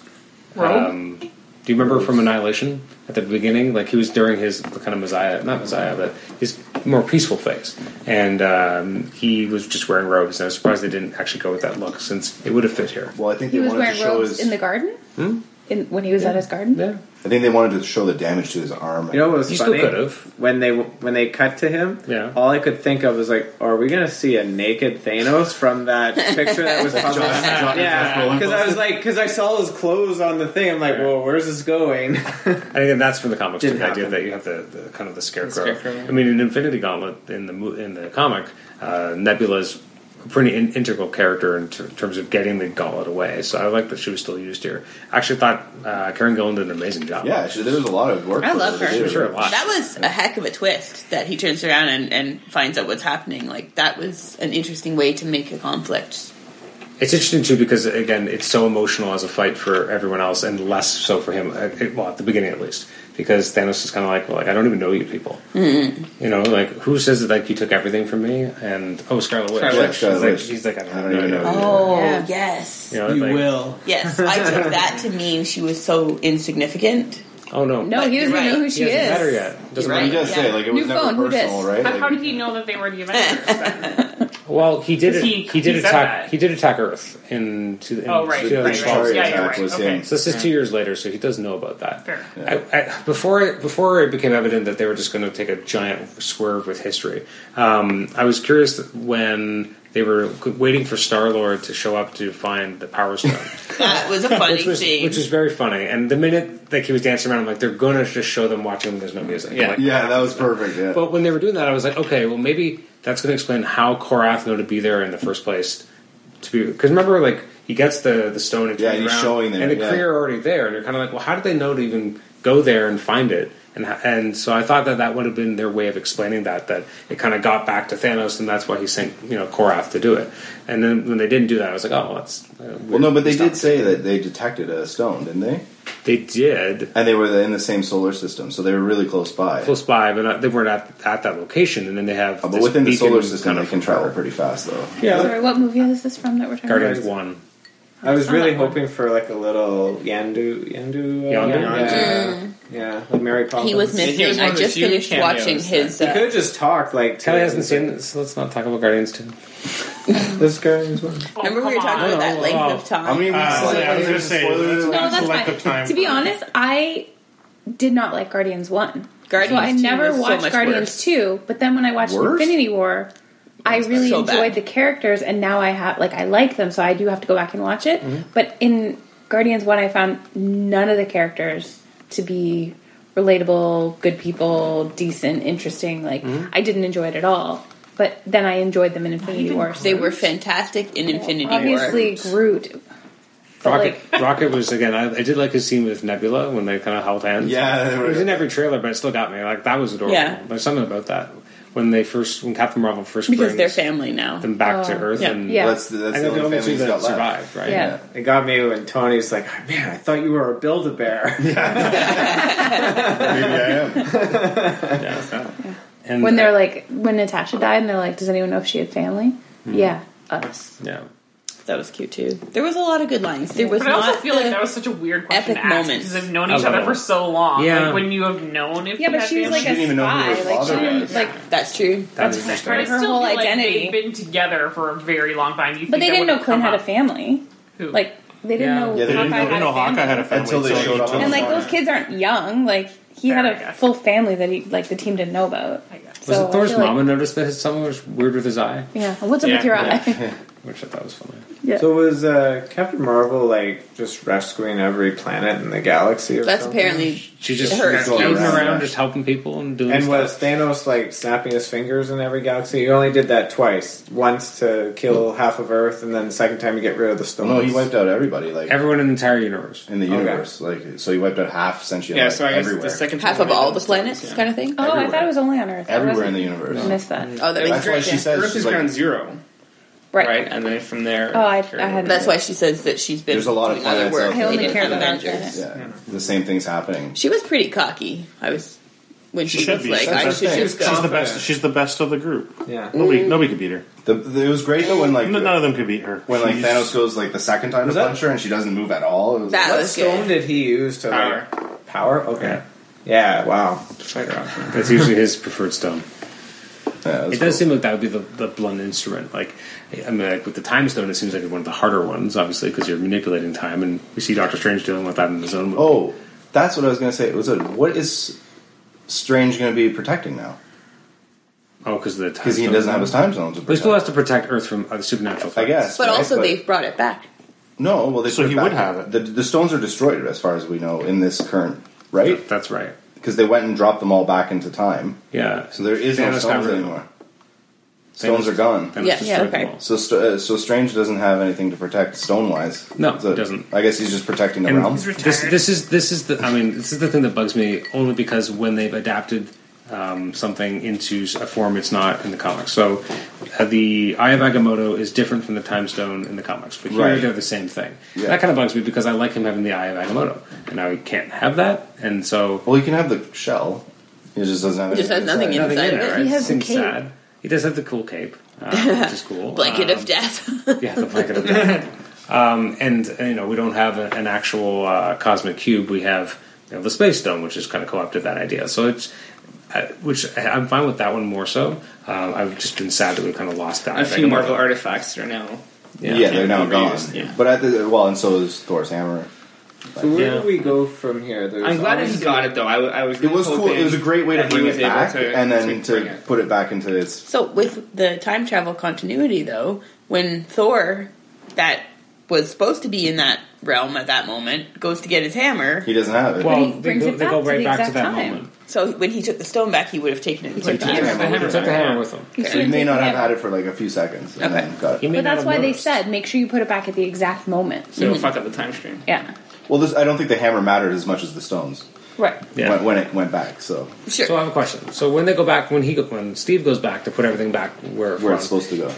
Speaker 9: road.
Speaker 1: Um, do you remember from Annihilation at the beginning? Like he was during his kind of Messiah, not Messiah, but his more peaceful phase, and um, he was just wearing robes. And I was surprised they didn't actually go with that look since it would have fit here.
Speaker 7: well, I think
Speaker 4: He
Speaker 7: they
Speaker 4: was
Speaker 7: wanted to
Speaker 4: wearing
Speaker 7: show
Speaker 4: robes
Speaker 7: his.
Speaker 4: in the garden.
Speaker 8: Hmm?
Speaker 4: In, when he was at his garden.
Speaker 1: Yeah,
Speaker 7: I think they wanted to show the damage to his arm.
Speaker 5: you know what was
Speaker 1: you still
Speaker 5: funny?
Speaker 1: could have.
Speaker 5: when they when they cut to him,
Speaker 1: Yeah.
Speaker 5: all I could think of was like, are we gonna see a naked Thanos from that picture that was published? yeah, because I was like, because I saw his clothes on the thing, I'm like, whoa, where's this going?
Speaker 1: I think that's from the comics too.
Speaker 5: Didn't
Speaker 1: The idea
Speaker 5: happen.
Speaker 1: that you have the, the kind of the scarecrow.
Speaker 6: scarecrow, yeah.
Speaker 1: I mean, in Infinity Gauntlet in the mo- in the comic, uh, Nebula's a pretty in- integral character in ter- terms of getting the gauntlet away. So I like that she was still used here. I actually thought uh, Karen Gillan did an amazing job.
Speaker 7: yeah, actually, there was a lot of work.
Speaker 8: I
Speaker 7: for
Speaker 8: love
Speaker 7: her to
Speaker 8: her.
Speaker 7: do.
Speaker 1: I'm sure a lot.
Speaker 8: that was a heck of a twist that he turns around and, and finds out what's happening. Like that was an interesting way to make a conflict.
Speaker 1: It's interesting too because again, it's so emotional as a fight for everyone else, and less so for him. uh, it- Well, at the beginning at least, because Thanos is kind of like, well, like I don't even know you people. You know, like who says that like you took everything from me? And oh, Scarlet Witch.
Speaker 6: Scarlet Witch.
Speaker 1: She's
Speaker 7: Scarlet
Speaker 1: like,
Speaker 7: Witch.
Speaker 1: she's like, I don't,
Speaker 7: I don't
Speaker 1: know.
Speaker 7: even
Speaker 1: you.
Speaker 7: know.
Speaker 8: Oh,
Speaker 4: Yeah.
Speaker 8: yes.
Speaker 1: You know, like,
Speaker 5: will.
Speaker 8: Yes, I took that to mean she was so insignificant.
Speaker 1: Oh no,
Speaker 4: No, he doesn't
Speaker 8: You're
Speaker 4: even know
Speaker 8: right.
Speaker 4: who she
Speaker 1: He doesn't
Speaker 4: is.
Speaker 1: matter yet. Doesn't
Speaker 8: You're
Speaker 7: He
Speaker 1: matter.
Speaker 7: does say
Speaker 8: Yeah.
Speaker 7: like it was
Speaker 4: New
Speaker 7: never
Speaker 4: phone, who
Speaker 7: personal,
Speaker 4: dis?
Speaker 7: right?
Speaker 9: But how
Speaker 7: Like,
Speaker 9: did he know that they were the Avengers? Then?
Speaker 1: Well, he did.
Speaker 9: Because
Speaker 1: He,
Speaker 9: he-
Speaker 1: he did
Speaker 9: he said
Speaker 1: attack.
Speaker 9: that.
Speaker 1: He did attack Earth in to the. In
Speaker 9: oh right, right, right.
Speaker 1: 2012.
Speaker 7: Chitauri
Speaker 9: Yeah, you're
Speaker 7: attack
Speaker 9: right.
Speaker 7: was
Speaker 9: Okay.
Speaker 7: him.
Speaker 1: So this is two years later, so he does know about that.
Speaker 9: Fair.
Speaker 1: I, I, before it, before it became evident that they were just going to take a giant swerve with history, um, I was curious when they were waiting for Star Lord to show up to find the Power Stone,
Speaker 8: That was a funny
Speaker 1: which was
Speaker 8: scene.
Speaker 1: which is very funny. And the minute like he was dancing around, I'm like, they're going to just show them watching when there's no music.
Speaker 6: Yeah.
Speaker 1: Like,
Speaker 7: yeah, that was perfect. Yeah.
Speaker 1: but when they were doing that, I was like, okay, well, maybe that's going to explain how Korath know to be there in the first place. To be because remember, like he gets the the stone and
Speaker 7: Yeah,
Speaker 1: turns
Speaker 7: he's
Speaker 1: around,
Speaker 7: showing them,
Speaker 1: and the
Speaker 7: yeah.
Speaker 1: Kree are already there, and you're kind of like, well, how did they know to even go there and find it? And and so I thought that that would have been their way of explaining that that it kind of got back to Thanos, and that's why he sent you know Korath to do it. And then when they didn't do that, I was like, oh, well, that's uh,
Speaker 7: well, no, but they
Speaker 1: Stop.
Speaker 7: did say that they detected a stone, didn't they?
Speaker 1: they did.
Speaker 7: And they were in the same solar system, so they were really close by.
Speaker 1: Close by, but not, they weren't at, at that location. And then they have,
Speaker 7: Uh, but
Speaker 1: this
Speaker 7: within the
Speaker 1: beacon
Speaker 7: solar system,
Speaker 1: kind
Speaker 7: they
Speaker 1: of
Speaker 7: can travel pretty fast, though.
Speaker 4: Sorry, what movie is this from that we're talking
Speaker 1: Guardians
Speaker 4: about?
Speaker 1: One.
Speaker 5: I was
Speaker 4: It's not
Speaker 5: really
Speaker 8: Uh-huh.
Speaker 4: that one.
Speaker 5: hoping for like a little Yandu, Yandu, uh,
Speaker 1: Yandu?
Speaker 5: yeah, yeah, like Mary Poppins.
Speaker 8: he was
Speaker 6: He was
Speaker 8: missing.
Speaker 6: one
Speaker 8: I
Speaker 6: of the
Speaker 8: just
Speaker 6: few
Speaker 8: finished
Speaker 6: cameos
Speaker 8: watching
Speaker 6: that-
Speaker 8: his.
Speaker 5: He could
Speaker 8: Uh,
Speaker 5: have just talked like.
Speaker 1: Kelly hasn't seen this, so let's not talk about Guardians 2.
Speaker 5: this guy. As well.
Speaker 9: Oh,
Speaker 8: remember we were
Speaker 9: come
Speaker 8: talking
Speaker 9: on.
Speaker 8: about that length
Speaker 1: wow.
Speaker 8: of time.
Speaker 7: How many weeks?
Speaker 3: Uh,
Speaker 7: like,
Speaker 3: I was gonna say, that's-
Speaker 7: spoilers?
Speaker 4: No, that's
Speaker 3: Select
Speaker 4: fine.
Speaker 3: the time
Speaker 4: to be
Speaker 3: for it.
Speaker 4: honest, I did not like Guardians One.
Speaker 8: Guardians
Speaker 4: so I
Speaker 8: 2
Speaker 4: never
Speaker 8: was so
Speaker 4: watched
Speaker 8: much
Speaker 4: Guardians
Speaker 8: worse.
Speaker 4: Two. But then when I watched
Speaker 7: Worse?
Speaker 4: Infinity War, I really
Speaker 8: So bad.
Speaker 4: enjoyed the characters, and now I have like I like them, so I do have to go back and watch it. But in Guardians One, I found none of the characters to be relatable, good people, decent, interesting. Like I didn't enjoy it at all. But then I enjoyed them in Infinity War.
Speaker 8: They were fantastic in Infinity War.
Speaker 4: obviously Groot. But
Speaker 1: Rocket,
Speaker 4: like,
Speaker 1: Rocket was again. I, I did like his scene with Nebula when they kind of held hands.
Speaker 7: Yeah, they
Speaker 1: it
Speaker 7: were-
Speaker 1: was in every trailer, but it still got me. Like that was adorable.
Speaker 8: Yeah.
Speaker 1: There's something about that when they first, when Captain Marvel first
Speaker 8: Because they're
Speaker 1: brings
Speaker 8: family now.
Speaker 1: them back to
Speaker 4: Oh.
Speaker 1: Earth,
Speaker 8: Yeah.
Speaker 1: and
Speaker 4: Yeah.
Speaker 7: That's, the- that's
Speaker 1: and
Speaker 7: the
Speaker 1: they're
Speaker 7: only
Speaker 1: the only
Speaker 7: family
Speaker 1: two
Speaker 7: he's
Speaker 1: that
Speaker 7: got left.
Speaker 1: survived, right?
Speaker 4: yeah.
Speaker 5: It got me when Tony's like, "Man, I thought you were a Build a Bear."
Speaker 7: Maybe I am.
Speaker 1: And
Speaker 4: when they're like when Natasha died and they're like, does anyone know if she had family? Yeah, us.
Speaker 1: yeah,
Speaker 8: That was cute too. There was a lot of good lines. There was
Speaker 9: But I also
Speaker 8: not
Speaker 9: feel like
Speaker 8: the-
Speaker 9: that was such a weird question
Speaker 8: epic
Speaker 9: to ask
Speaker 8: moments.
Speaker 9: because they've known
Speaker 1: I
Speaker 9: each other
Speaker 1: love it.
Speaker 9: for so long.
Speaker 1: Yeah.
Speaker 9: Like when you have known if
Speaker 4: Yeah,
Speaker 9: you
Speaker 4: but
Speaker 9: have
Speaker 4: she was
Speaker 9: family.
Speaker 4: like
Speaker 7: didn't
Speaker 4: a
Speaker 7: even know who
Speaker 4: spy.
Speaker 7: her
Speaker 4: like she
Speaker 7: father
Speaker 4: didn't
Speaker 7: was.
Speaker 4: like.
Speaker 8: That's true.
Speaker 1: that's
Speaker 4: That's
Speaker 1: interesting.
Speaker 9: But I
Speaker 8: Her
Speaker 9: still
Speaker 8: whole
Speaker 9: feel like
Speaker 8: identity.
Speaker 9: they've been together for a very long time. You
Speaker 4: But they didn't know Clint had a
Speaker 9: family.
Speaker 4: family. Like they didn't
Speaker 1: Yeah.
Speaker 4: know.
Speaker 7: Yeah, they didn't
Speaker 4: Hawkeye
Speaker 7: know-
Speaker 4: had
Speaker 3: No,
Speaker 4: a family.
Speaker 3: Hawkeye had a family
Speaker 7: Until they
Speaker 3: so
Speaker 7: showed up.
Speaker 4: And like those kids aren't young. Like he
Speaker 9: Fair,
Speaker 4: had
Speaker 9: I
Speaker 4: a
Speaker 9: guess.
Speaker 4: full family that he like the team didn't know about.
Speaker 1: Was
Speaker 4: So
Speaker 1: it
Speaker 4: I
Speaker 1: Thor's
Speaker 4: feel like-
Speaker 1: mama noticed that his, something was weird with his eye?
Speaker 4: Yeah. What's up
Speaker 3: Yeah,
Speaker 4: with your
Speaker 1: yeah.
Speaker 4: eye?
Speaker 1: Which I thought was funny.
Speaker 4: yeah.
Speaker 5: so was uh, Captain Marvel like just rescuing every planet in the galaxy? Or
Speaker 8: That's
Speaker 5: something?
Speaker 8: apparently
Speaker 1: She just
Speaker 8: Her
Speaker 1: was floating
Speaker 7: excuse.
Speaker 1: around,
Speaker 7: Yeah.
Speaker 1: just helping people and doing
Speaker 5: And
Speaker 1: stuff.
Speaker 5: was Thanos like snapping his fingers in every galaxy? He only did that twice. Once to kill half of Earth, and then the second time to get rid of the stones.
Speaker 7: No, Oh, he wiped out everybody, like
Speaker 1: Everyone in the entire universe.
Speaker 7: in the
Speaker 5: Okay.
Speaker 7: universe, like so he wiped out half sentient.
Speaker 6: Yeah,
Speaker 7: life
Speaker 6: so I guess
Speaker 7: everywhere,
Speaker 6: the second
Speaker 8: half
Speaker 6: time
Speaker 8: of
Speaker 6: we
Speaker 8: all
Speaker 6: did
Speaker 8: the
Speaker 6: those
Speaker 8: planets,
Speaker 6: things, yeah.
Speaker 8: kind of thing.
Speaker 4: Oh, I thought
Speaker 7: everywhere.
Speaker 4: it was only on Earth. I
Speaker 7: everywhere
Speaker 4: wasn't-
Speaker 7: in the universe.
Speaker 4: I missed that.
Speaker 8: Oh, that
Speaker 7: That's
Speaker 8: makes
Speaker 7: why
Speaker 8: sense.
Speaker 7: she says
Speaker 6: Earth
Speaker 7: she's
Speaker 6: is
Speaker 7: like,
Speaker 6: ground zero,
Speaker 4: Right.
Speaker 6: right? And then from there,
Speaker 4: Oh, I- I hadn't-
Speaker 8: That's why she says that she's been.
Speaker 7: There's a lot of
Speaker 8: doing other
Speaker 7: planets
Speaker 8: work.
Speaker 7: out there
Speaker 4: I only
Speaker 8: in
Speaker 4: care about
Speaker 8: Avengers.
Speaker 4: that.
Speaker 7: yeah, the same things happening.
Speaker 8: She was pretty cocky. I was when she,
Speaker 3: She should
Speaker 8: was
Speaker 3: be.
Speaker 8: like,
Speaker 3: That's
Speaker 8: I
Speaker 7: the
Speaker 8: should
Speaker 7: thing.
Speaker 8: just
Speaker 3: She's the
Speaker 8: go.
Speaker 3: best. She's the best of the group.
Speaker 5: Yeah.
Speaker 3: Nobody, nobody could beat her.
Speaker 7: The, it was great though when like
Speaker 3: None of them could beat her.
Speaker 7: when like
Speaker 3: She's-
Speaker 7: Thanos goes like the second time to
Speaker 5: Was that-
Speaker 7: punch her and she doesn't move at all. It was
Speaker 8: That
Speaker 5: What
Speaker 8: was
Speaker 5: stone
Speaker 8: good.
Speaker 5: did he use to like power? Okay. Yeah. Wow.
Speaker 1: That's usually his preferred stone.
Speaker 7: yeah, it
Speaker 1: It
Speaker 7: was
Speaker 1: does
Speaker 7: cool.
Speaker 1: seem like that would be the, the blunt instrument. Like, I mean, like with the time stone, it seems like one of the harder ones, obviously, because you're manipulating time, and we see Doctor Strange dealing with that in his own movie.
Speaker 7: Oh, that's what I was gonna say. It was a, what is Strange gonna be protecting now?
Speaker 1: because Oh, the time
Speaker 7: Because he
Speaker 1: stone-
Speaker 7: doesn't have his time zone. To
Speaker 1: But he still
Speaker 7: protect.
Speaker 1: has to protect Earth from uh, supernatural.
Speaker 7: I
Speaker 1: Threats.
Speaker 7: guess.
Speaker 8: But
Speaker 7: right?
Speaker 8: also, they've brought it back.
Speaker 7: no. Well, they
Speaker 3: So
Speaker 7: put
Speaker 3: he
Speaker 7: back-
Speaker 3: would have it.
Speaker 7: The, the stones are destroyed, as far as we know, in this current right
Speaker 1: That- that's right.
Speaker 7: because they went and dropped them all back into time.
Speaker 1: Yeah.
Speaker 7: So there is no
Speaker 1: Thanos got
Speaker 7: stones
Speaker 1: rid of
Speaker 7: anymore. Stones
Speaker 1: Thanos-
Speaker 7: are gone.
Speaker 1: Thanos
Speaker 8: Yeah,
Speaker 1: destroyed
Speaker 8: yeah,
Speaker 1: them
Speaker 8: okay.
Speaker 1: all.
Speaker 7: So, st- uh, so Strange doesn't have anything to protect stone wise.
Speaker 1: No, he doesn't.
Speaker 7: I guess he's just protecting the
Speaker 1: And
Speaker 7: realm.
Speaker 9: retired.
Speaker 1: This, this is this is the I mean this is the thing that bugs me only because when they've adapted um, something into a form it's not in the comics. So uh, the Eye of Agamotto is different from the Time Stone in the comics, but here
Speaker 7: Right.
Speaker 1: they're the same thing.
Speaker 7: Yeah.
Speaker 1: That kind of bugs me because I like him having the Eye of Agamotto, and now he can't have that, and so
Speaker 7: Well, you can have the shell. It just doesn't have
Speaker 8: It just has nothing in it.
Speaker 1: nothing in
Speaker 8: Inside
Speaker 1: it,
Speaker 8: it.
Speaker 1: right?
Speaker 4: He has a
Speaker 1: Seems
Speaker 4: cape.
Speaker 1: sad. He does have the cool cape, uh, which is cool.
Speaker 8: Blanket
Speaker 1: Um,
Speaker 8: of death.
Speaker 1: yeah, the blanket of death. Um, and, and, you know, we don't have a, an actual uh, cosmic cube. We have you know, the space stone, which is kind of co-opted that idea. So it's uh, which I- I'm fine with that one more so. Um, I've just been sad that we kind of lost that.
Speaker 6: A
Speaker 1: thing
Speaker 6: few
Speaker 1: about
Speaker 6: Marvel
Speaker 1: it.
Speaker 6: artifacts are now.
Speaker 7: Yeah,
Speaker 1: Yeah.
Speaker 7: they're now
Speaker 6: Yeah.
Speaker 7: gone.
Speaker 6: Yeah.
Speaker 7: But at the well, and so is Thor's hammer.
Speaker 5: So where
Speaker 6: Yeah.
Speaker 5: do we go from here? There's
Speaker 6: I'm glad that he
Speaker 5: obviously-
Speaker 6: got it though. I, w- I was.
Speaker 7: It was cool. It was a great way to
Speaker 6: that he
Speaker 7: bring
Speaker 6: was
Speaker 7: it
Speaker 6: able
Speaker 7: back,
Speaker 6: to-
Speaker 7: and
Speaker 6: to
Speaker 7: then to,
Speaker 6: bring it.
Speaker 7: put it back into its.
Speaker 8: So with the time travel continuity, though, when Thor, that was supposed to be in that realm at that moment, goes to get his hammer.
Speaker 7: He doesn't have it.
Speaker 1: Well,
Speaker 4: But he
Speaker 1: they
Speaker 4: brings
Speaker 1: go,
Speaker 4: it
Speaker 1: they go
Speaker 4: back to
Speaker 1: right
Speaker 4: the
Speaker 1: back to
Speaker 4: exact
Speaker 1: that
Speaker 4: time.
Speaker 1: moment.
Speaker 8: So when he took the stone back, he would have taken it. and put it
Speaker 1: He took
Speaker 8: back.
Speaker 1: the
Speaker 7: hammer
Speaker 1: hammer,
Speaker 7: with
Speaker 1: took
Speaker 7: him,
Speaker 1: the hammer
Speaker 6: yeah.
Speaker 1: with him.
Speaker 4: You
Speaker 7: he
Speaker 4: shouldn't
Speaker 7: may
Speaker 4: take
Speaker 7: not
Speaker 4: the
Speaker 7: have
Speaker 4: hammer.
Speaker 7: had it for like a few seconds. And
Speaker 8: Okay.
Speaker 7: then got
Speaker 1: He
Speaker 7: it.
Speaker 1: may
Speaker 4: But
Speaker 1: not
Speaker 4: that's
Speaker 1: have
Speaker 4: why they
Speaker 1: noticed.
Speaker 4: said make sure you put it back at the exact moment.
Speaker 6: So it'll fuck up the time stream.
Speaker 4: Yeah.
Speaker 7: Well, this I don't think the hammer mattered as much as the stones
Speaker 8: Right.
Speaker 1: Yeah.
Speaker 7: when, when it went back. So
Speaker 8: Sure.
Speaker 1: So I have a question. So when they go back, when he go, when Steve goes back to put everything back where it
Speaker 7: where
Speaker 1: from,
Speaker 7: it's supposed to go.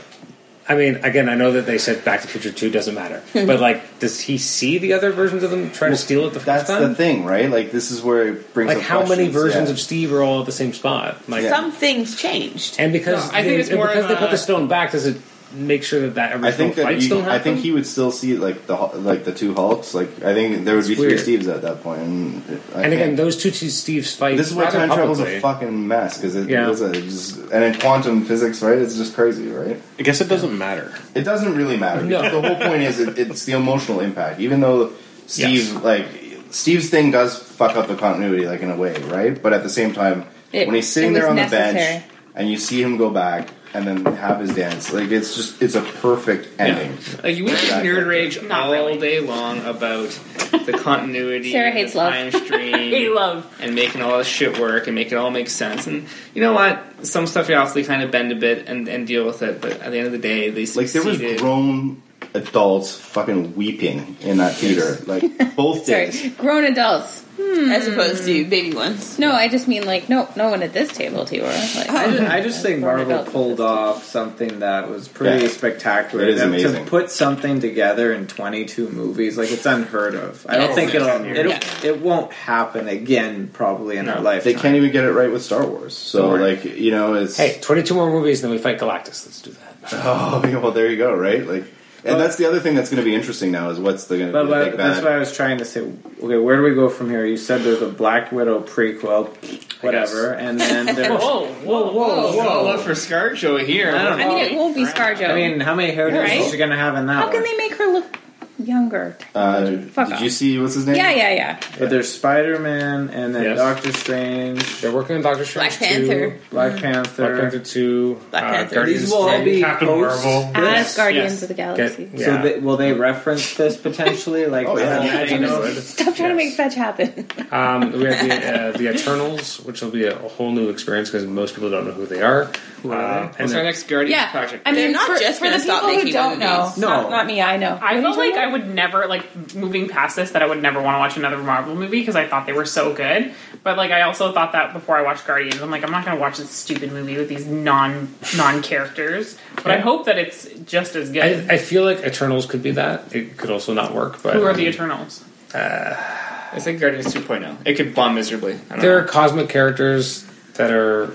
Speaker 1: I mean, again, I know that they said Back to the Future Two doesn't matter, but like, does he see the other versions of them try to steal it the first
Speaker 7: That's
Speaker 1: time?
Speaker 7: the thing, right? Like this is where it brings.
Speaker 1: Like,
Speaker 7: up
Speaker 1: how many
Speaker 7: questions,
Speaker 1: versions
Speaker 7: yeah.
Speaker 1: of Steve are all at the same spot? Like,
Speaker 7: Yeah.
Speaker 8: Some things changed.
Speaker 1: and because
Speaker 6: No, I think
Speaker 1: they,
Speaker 6: it's more
Speaker 1: because
Speaker 6: of
Speaker 1: they put
Speaker 6: a-
Speaker 1: the stone back, does it make sure that that original
Speaker 7: I think
Speaker 1: fight
Speaker 7: that
Speaker 1: still
Speaker 7: you, I
Speaker 1: happens?
Speaker 7: think he would still see like the Hul- like the two Hulks. Like I think there would be
Speaker 1: weird.
Speaker 7: three Steves at that point. And, I
Speaker 1: and again,
Speaker 7: can't-
Speaker 1: those two Steve's fight.
Speaker 7: this is why
Speaker 1: rather
Speaker 7: time travel's a
Speaker 1: publicly.
Speaker 7: fucking mess because it,
Speaker 1: Yeah.
Speaker 7: it's a- it's just- and in quantum physics, right? It's just crazy, right?
Speaker 3: I guess it doesn't matter.
Speaker 7: It doesn't really matter.
Speaker 1: No.
Speaker 7: because The whole point is it, it's the emotional impact. Even though Steve,
Speaker 1: Yes.
Speaker 7: like Steve's thing, does fuck up the continuity, like in a way, right? But at the same time,
Speaker 4: It-
Speaker 7: when he's sitting
Speaker 4: it
Speaker 7: there
Speaker 4: was
Speaker 7: on the
Speaker 4: necessary.
Speaker 7: bench and you see him go back and then have his dance, like it's just it's a perfect ending.
Speaker 6: Like we can
Speaker 7: Exactly.
Speaker 6: nerd rage
Speaker 9: Not
Speaker 6: all
Speaker 9: really.
Speaker 6: day long about the continuity,
Speaker 4: Sarah
Speaker 6: and
Speaker 4: hates
Speaker 6: the
Speaker 4: love.
Speaker 6: time stream,
Speaker 9: Hey, love.
Speaker 6: and making all this shit work and make it all make sense. And you know what? Some stuff you obviously kind of bend a bit and, and deal with it. But at the end of the day, they
Speaker 7: Like there
Speaker 6: succeeded.
Speaker 7: was grown adults fucking weeping in that theater, like both
Speaker 4: Sorry.
Speaker 7: days.
Speaker 4: Grown adults.
Speaker 8: As opposed to baby ones.
Speaker 4: No, I just mean like no, no one at this table, Tiora. Like,
Speaker 5: I just, I just think
Speaker 4: Thrown it
Speaker 5: Marvel
Speaker 4: out.
Speaker 5: pulled off something that was pretty
Speaker 7: Yeah.
Speaker 5: spectacular.
Speaker 7: It is
Speaker 5: Them
Speaker 7: amazing.
Speaker 5: To put something together in 22 movies, like it's unheard of. I don't
Speaker 8: Yeah,
Speaker 5: think
Speaker 8: it's
Speaker 5: it'll,
Speaker 6: amazing.
Speaker 5: it'll
Speaker 8: Yeah.
Speaker 5: it won't happen again probably in our
Speaker 6: No,
Speaker 5: lifetime.
Speaker 7: They can't even get it right with Star Wars. So
Speaker 1: Sorry.
Speaker 7: like you know, it's
Speaker 1: Hey, twenty-two more movies, and then we fight Galactus. Let's do that.
Speaker 7: Oh, yeah, well, there you go, right? Like, and that's the other thing that's going to be interesting now is what's the going to
Speaker 5: But
Speaker 7: be the
Speaker 5: what,
Speaker 7: big
Speaker 5: that's
Speaker 7: bad.
Speaker 5: what I was trying to say. Okay, where do we go from here? You said there's a Black Widow prequel, whatever, and then there's.
Speaker 9: Whoa, whoa,
Speaker 6: Whoa, whoa, look for ScarJo here.
Speaker 5: I don't
Speaker 4: I mean, it won't be ScarJo.
Speaker 5: I mean, how many hair
Speaker 4: Right?
Speaker 5: dresses are you gonna have in that?
Speaker 4: how can
Speaker 5: one?
Speaker 4: they make her look younger?
Speaker 7: Uh,
Speaker 4: Fuck
Speaker 7: did
Speaker 4: off.
Speaker 7: you see what's his name?
Speaker 4: Yeah, yeah, yeah.
Speaker 5: But there's Spider Man and then
Speaker 1: Yes.
Speaker 5: Doctor Strange,
Speaker 1: They're working on Doctor
Speaker 8: Black
Speaker 1: Strange,
Speaker 8: Panther.
Speaker 1: two,
Speaker 5: Black
Speaker 4: Mm.
Speaker 1: Black
Speaker 5: Panther.
Speaker 1: Panther two,
Speaker 8: Black
Speaker 1: uh,
Speaker 8: Panther.
Speaker 1: Guardians
Speaker 5: These will all
Speaker 1: three.
Speaker 5: be
Speaker 3: Captain
Speaker 5: post-
Speaker 3: Marvel.
Speaker 4: As Guardians
Speaker 6: yes.
Speaker 4: of the
Speaker 1: Get-
Speaker 4: Galaxy.
Speaker 1: yeah.
Speaker 5: So they, will they reference this potentially? Like,
Speaker 7: Oh, yeah.
Speaker 5: uh,
Speaker 7: Yeah,
Speaker 5: I don't know.
Speaker 4: Stop trying to make fetch happen.
Speaker 1: Um, we have the, uh, the Eternals, which will be a whole new experience because most people don't know who they are. Who
Speaker 5: are they?
Speaker 1: and
Speaker 6: What's our
Speaker 1: then-
Speaker 6: next Guardian
Speaker 4: yeah,
Speaker 6: project?
Speaker 4: I mean,
Speaker 8: They're not
Speaker 4: for,
Speaker 8: just
Speaker 4: for the
Speaker 8: gonna stop
Speaker 4: people who
Speaker 8: making
Speaker 4: don't know.
Speaker 8: movies.
Speaker 5: No.
Speaker 4: not, not me. I know.
Speaker 9: I felt
Speaker 4: What are you
Speaker 9: like
Speaker 4: talking
Speaker 9: I would never like moving past this that I would never want to watch another Marvel movie because I thought they were so good. But like I also thought that before I watched Guardians, I'm like I'm not going to watch this stupid movie with these non non characters. But I
Speaker 1: Yeah.
Speaker 9: hope that it's just as good.
Speaker 1: I, I feel like Eternals could be that. It could also not work. But
Speaker 9: Who are the Eternals?
Speaker 6: it's like Guardians 2.0. It could bomb miserably. I don't
Speaker 1: There are
Speaker 6: know.
Speaker 1: cosmic characters that are.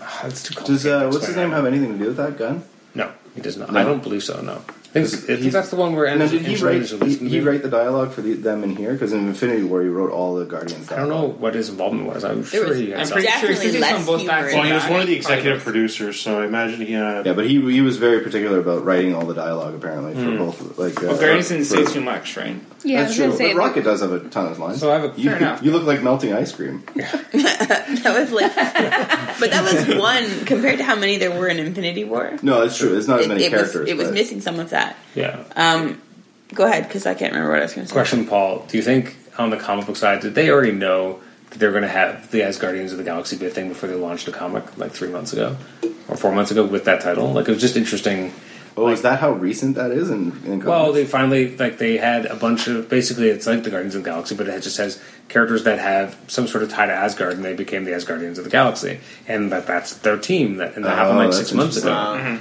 Speaker 1: Ah, It's too
Speaker 7: Does
Speaker 1: complicated
Speaker 7: uh,
Speaker 1: to
Speaker 7: what's his
Speaker 1: explain.
Speaker 7: name have anything to do with that gun?
Speaker 1: No, he does not.
Speaker 7: No?
Speaker 1: I don't believe so. No, I think,
Speaker 7: Does-
Speaker 1: I think
Speaker 7: he's-
Speaker 1: that's the one where
Speaker 7: And
Speaker 1: Andrew
Speaker 7: then did he
Speaker 1: Andrew
Speaker 7: write?
Speaker 1: Andrews
Speaker 7: He,
Speaker 1: released the
Speaker 7: he
Speaker 1: movie.
Speaker 7: write the dialogue for the, them in here because in Infinity War he wrote all the Guardians.
Speaker 1: I don't know
Speaker 7: dialogue.
Speaker 1: what his involvement was. I'm sure
Speaker 8: was-
Speaker 1: he. had
Speaker 6: I'm
Speaker 1: something.
Speaker 6: pretty sure
Speaker 8: Definitely
Speaker 6: he's doing some
Speaker 8: less
Speaker 6: both back.
Speaker 8: humorous.
Speaker 6: to
Speaker 3: Well, he was
Speaker 6: back.
Speaker 3: one of the executive producers, so I imagine he had.
Speaker 7: Yeah, but he he was very particular about writing all the dialogue apparently for
Speaker 1: Hmm.
Speaker 7: both. Like uh,
Speaker 6: Well, Guardians didn't say
Speaker 7: for-
Speaker 6: too much, right?
Speaker 4: Yeah,
Speaker 7: That's
Speaker 4: I
Speaker 7: true.
Speaker 4: was gonna
Speaker 7: But
Speaker 4: say
Speaker 7: Rocket does have a ton of lines.
Speaker 1: So I have a.
Speaker 7: you,
Speaker 6: Fair enough.
Speaker 7: you look like melting ice cream.
Speaker 8: That was like, but that was one compared to how many there were in Infinity War.
Speaker 7: No, it's true. It's not as
Speaker 8: It,
Speaker 7: many
Speaker 8: it was
Speaker 7: characters.
Speaker 8: it was
Speaker 7: but-
Speaker 8: missing some of that.
Speaker 1: yeah.
Speaker 8: Um, go ahead because I can't remember what I was going to say.
Speaker 1: Question, Paul. Do you think on the comic book side did they already know that they're going to have the As Guardians of the Galaxy be a thing before they launched a comic like three months ago or four months ago with that title? Like it was just interesting.
Speaker 7: Oh, is that how recent that is? In, in comics?
Speaker 1: Well, they finally like they had a bunch of basically it's like the Guardians of the Galaxy, but it just has characters that have some sort of tie to Asgard, and they became the Asgardians of the Galaxy, and that that's their team that and that happened
Speaker 7: Oh,
Speaker 1: like
Speaker 7: that's
Speaker 1: six months ago.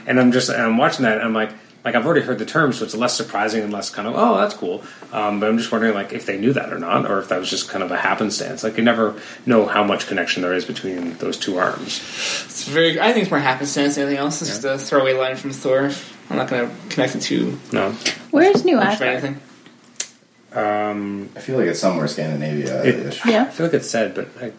Speaker 1: And I'm just and I'm watching that, and I'm like. Like I've already heard the term, so it's less surprising and less kind of oh that's cool. Um, but I'm just wondering like if they knew that or not, or if that was just kind of a happenstance. Like you never know how much connection there is between those two arms.
Speaker 6: It's very. I think it's more happenstance than anything else. It's just a throwaway line from Thor. I'm not going to connect it to
Speaker 1: No,
Speaker 4: Where's New
Speaker 6: much of
Speaker 4: Asgard?
Speaker 6: anything.
Speaker 1: um,
Speaker 7: I feel like it's somewhere Scandinavia. ish.
Speaker 1: I
Speaker 4: Yeah.
Speaker 1: feel like it's said, but I, I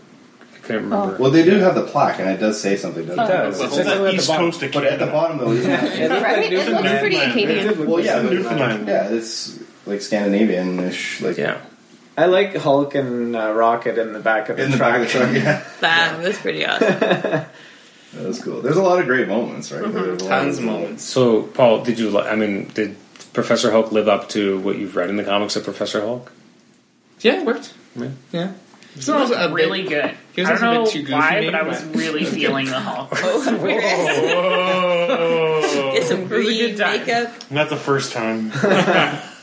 Speaker 1: can't remember.
Speaker 7: Well, they do have the plaque, and it does say something. Doesn't it?
Speaker 1: does.
Speaker 3: It's
Speaker 1: It's just at the
Speaker 3: East
Speaker 1: bottom.
Speaker 3: Coast of
Speaker 7: But at the
Speaker 3: Canada.
Speaker 7: bottom, though, isn't it?
Speaker 4: Right? It looks
Speaker 3: Newfoundland.
Speaker 4: pretty Acadian.
Speaker 7: well, yeah, but-
Speaker 3: Newfoundland.
Speaker 7: yeah, it's like Scandinavian-ish, like
Speaker 1: Yeah.
Speaker 5: I like Hulk and uh, Rocket in the back of the
Speaker 7: in the
Speaker 5: truck.
Speaker 7: back of the truck. Yeah,
Speaker 8: That was pretty awesome.
Speaker 7: that was cool. There's a lot of great moments,
Speaker 8: Mm-hmm.
Speaker 7: right? There's a lot
Speaker 6: Tons of moments.
Speaker 1: So, Paul, did you? li- I mean, did Professor Hulk live up to what you've read in the comics of Professor Hulk?
Speaker 6: Yeah, it worked.
Speaker 1: Yeah.
Speaker 6: Yeah. Someone was a bit-
Speaker 9: really good.
Speaker 6: He was
Speaker 9: I don't
Speaker 6: also a bit
Speaker 9: know
Speaker 6: too goofy
Speaker 9: why,
Speaker 6: maybe,
Speaker 9: but I was
Speaker 6: but-
Speaker 9: really feeling the Hulk.
Speaker 3: Oh,
Speaker 8: Get some
Speaker 9: It was a good
Speaker 8: green
Speaker 9: time.
Speaker 8: makeup.
Speaker 3: not the first time.